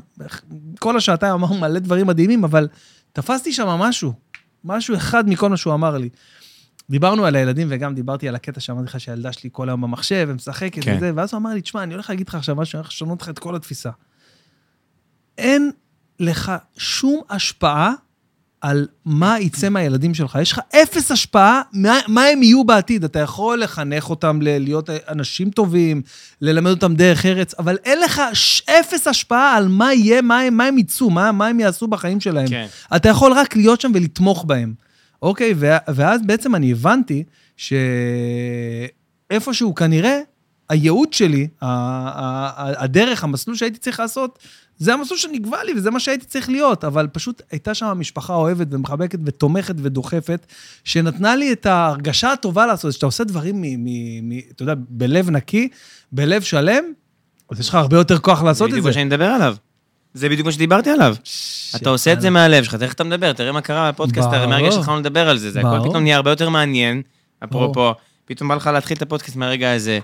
כל השעתיים אמר מלא דברים מדהימים, אבל תפסתי שם משהו, משהו אחד מכל מה שהוא אמר לי. דיברנו על הילדים וגם דיברתי על הקטע שאמרתי לך שהילדה שלי כל היום במחשב ומשחקת כן. וזה, ואז הוא אמר לי, תשמע, אני הולך להגיד לך עכשיו משהו, אני הולך לשנות לך את כל התפיסה. אין לך שום השפעה על מה יצא מהילדים שלך. יש לך אפס השפעה מה, מה הם יהיו בעתיד. אתה יכול לחנך אותם ל- להיות אנשים טובים, ללמד אותם דרך ארץ, אבל אין לך ש- אפס השפעה על מה יהיה, מה הם, מה הם יצאו, מה, מה הם יעשו בחיים שלהם. כן. אתה יכול רק להיות שם ולתמוך בהם. אוקיי, ו- ואז בעצם אני הבנתי שאיפשהו כנראה, הייעוד שלי, ה- ה- ה- הדרך, המסלול שהייתי צריך לעשות, זה המסלול שנקבע לי וזה מה שהייתי צריך להיות, אבל פשוט הייתה שם משפחה אוהבת ומחבקת ותומכת ודוחפת, שנתנה לי את ההרגשה הטובה לעשות, את זה, שאתה עושה דברים, מ- מ- מ- אתה יודע, בלב נקי, בלב שלם, אז יש לך הרבה יותר כוח זה לעשות את בדיוק זה. מה שאני מדבר עליו. זה בדיוק מה שדיברתי עליו. אתה עושה את זה מהלב שלך, תראה איך אתה מדבר, תראה מה קרה בפודקאסט, ברור. הרי מהרגע שהתחלנו לדבר על זה, זה הכל ברור. פתאום נהיה הרבה יותר מעניין, אפרופו, ברור. פתאום בא לך להתחיל את הפודקאסט מהרגע הזה.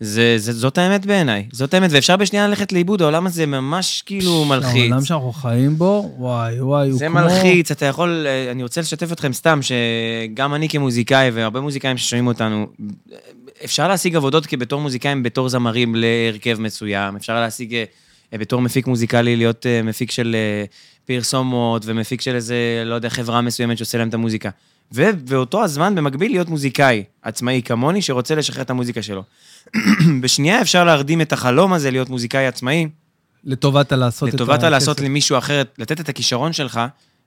זה, זה, זאת האמת בעיניי, זאת האמת, ואפשר בשנייה ללכת לאיבוד, העולם הזה ממש כאילו מלחיץ. העולם שאנחנו חיים בו, וואי, וואי, הוא זה כמו... מלחיץ, אתה יכול, אה, אני רוצה לשתף אתכם סתם, שגם אני כמוזיקאי, והרבה מוזיקאים ששומעים אותנו, אפשר להשיג עבודות בתור מוזיקאים, בתור זמרים להרכב מסוים, אפשר להשיג אה, בתור מפיק מוזיקלי, להיות אה, מפיק של אה, פרסומות, ומפיק של איזה, לא יודע, חברה מסוימת שעושה להם את המוזיקה. ובאותו הזמן, במקביל, להיות מוזיקאי עצמאי כמוני, שרוצה לשחרר את המוזיקה שלו. בשנייה אפשר להרדים את החלום הזה להיות מוזיקאי עצמאי, לטובת הלעשות את ה... לטובת הלעשות הכסף. למישהו אחר, לתת את הכישרון שלך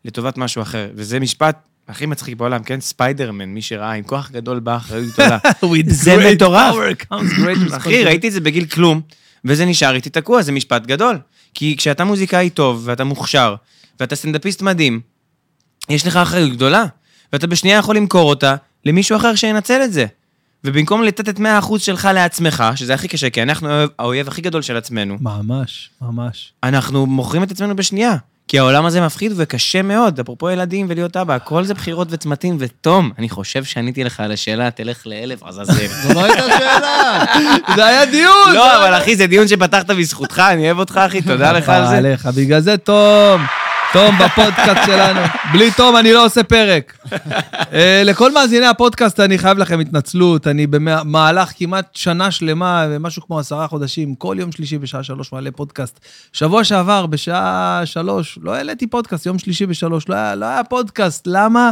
לטובת משהו אחר. וזה משפט הכי מצחיק בעולם, כן? ספיידרמן, מי שראה, עם כוח גדול בא אחריות גדולה. With זה great מטורף. power comes great אחי, ראיתי את זה בגיל כלום, וזה נשאר איתי תקוע, זה משפט גדול. כי כשאתה מוזיקאי טוב, ואתה מוכשר, ואתה סטנדאפיסט מדהים, יש לך אחריות גדולה, ואתה בשנייה יכול למכור אותה למישהו אחר שינצל את זה. ובמקום לתת את 100% שלך לעצמך, שזה הכי קשה, כי אנחנו האויב- האויב הכי גדול של עצמנו, ממש, ממש. אנחנו מוכרים את עצמנו בשנייה. כי העולם הזה מפחיד וקשה מאוד, אפרופו ילדים ולהיות אבא, הכל זה בחירות וצמתים, ותום, אני חושב שעניתי לך על השאלה, תלך לאלף עזאזל. זו לא הייתה שאלה. זה היה דיון! לא, אבל אחי, זה דיון שפתחת בזכותך, אני אוהב אותך, אחי, תודה לך על זה. עליך, בגלל זה תום, תום בפודקאסט שלנו. בלי תום אני לא עושה פרק. אה, לכל מאזיני הפודקאסט אני חייב לכם התנצלות, אני במהלך כמעט שנה שלמה, משהו כמו עשרה חודשים, כל יום שלישי בשעה שלוש מעלה פודקאסט. שבוע שעבר בשעה שלוש, לא העליתי פודקאסט, יום שלישי בשלוש, לא היה, לא היה פודקאסט, למה?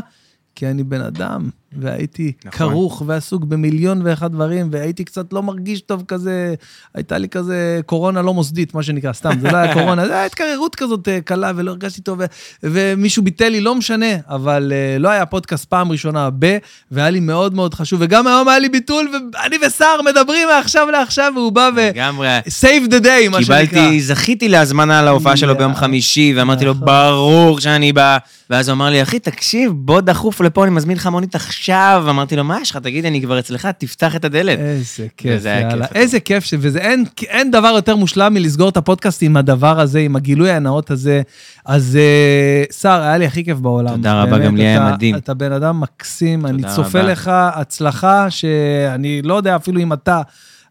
כי אני בן אדם. והייתי נכון. כרוך ועסוק במיליון ואחד דברים, והייתי קצת לא מרגיש טוב כזה, הייתה לי כזה קורונה לא מוסדית, מה שנקרא, סתם, זה לא היה קורונה, זה היה התקררות כזאת אה, קלה, ולא הרגשתי טוב, ו- ומישהו ביטל לי, לא משנה, אבל אה, לא היה פודקאסט פעם ראשונה ב, והיה לי מאוד מאוד חשוב, וגם היום היה לי ביטול, ואני וסער מדברים מעכשיו לעכשיו, והוא בא ו... לגמרי. save the day, מה שנקרא. קיבלתי, זכיתי להזמנה להופעה שלו ביום יאה. חמישי, ואמרתי לו, נכון. ברור שאני בא. ואז הוא אמר לי, אחי, תקשיב, בוא דחוף לפה, אני מזמין לך מונית עכשיו. אמרתי לו, מה יש לך? תגיד, אני כבר אצלך, תפתח את הדלת. איזה כיף, וזה היה יאללה. כיף. איזה כיף, ש- וזה אין- אין דבר יותר מושלם מלסגור את הפודקאסט עם הדבר הזה, עם הגילוי הנאות הזה. אז אה, שר, היה לי הכי כיף בעולם. תודה רבה, באמת, גם לי היה אתה- מדהים. אתה בן אדם מקסים, אני תודה צופה רבה. לך הצלחה שאני לא יודע אפילו אם אתה...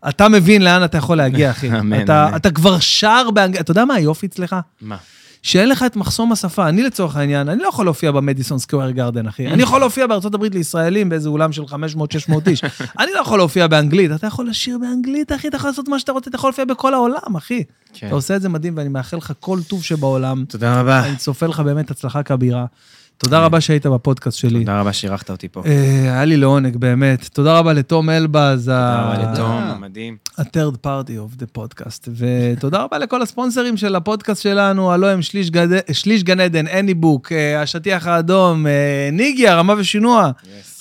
אתה מבין לאן אתה יכול להגיע, אחי. אמן, אתה, אמן. אתה כבר שר באנגלית, אתה יודע מה היופי אצלך? מה? שאין לך את מחסום השפה. אני לצורך העניין, אני לא יכול להופיע במדיסון סקוויר גרדן, אחי. אני יכול להופיע בארצות הברית לישראלים באיזה אולם של 500-600 איש. אני לא יכול להופיע באנגלית. אתה יכול לשיר באנגלית, אחי, אתה יכול לעשות מה שאתה רוצה, אתה יכול להופיע בכל העולם, אחי. כן. אתה עושה את זה מדהים, ואני מאחל לך כל טוב שבעולם. תודה רבה. אני צופה לך באמת הצלחה כבירה. תודה רבה שהיית בפודקאסט שלי. תודה רבה שאירחת אותי פה. אה, היה לי לעונג, באמת. תודה רבה לתום אלבז, תודה ה- רבה לתום, המדהים. ה-third party of the podcast. ותודה רבה לכל הספונסרים של הפודקאסט שלנו, הלו הם שליש, גד... שליש גן עדן, Anybook, אה, השטיח האדום, אה, ניגי, הרמה ושינוע.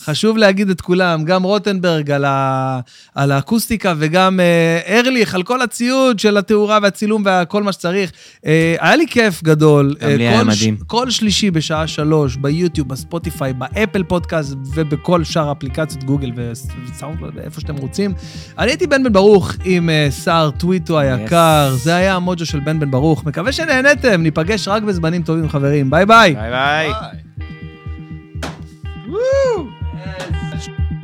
חשוב להגיד את כולם, גם רוטנברג על, ה... על האקוסטיקה וגם אה, ארליך על כל הציוד של התאורה והצילום וכל מה שצריך. אה, היה לי כיף גדול. גם אה, לי היה כל מדהים. כל שלישי בשעה שלוש, ביוטיוב, בספוטיפיי, באפל פודקאסט ובכל שאר האפליקציות, גוגל וס- וסאונדקלאד, איפה שאתם רוצים. אני הייתי בן בן ברוך עם אה, סער טוויטו היקר, Yes. זה היה המוג'ו של בן בן ברוך. מקווה שנהנתם, ניפגש רק בזמנים טובים, חברים. ביי ביי. ביי ביי.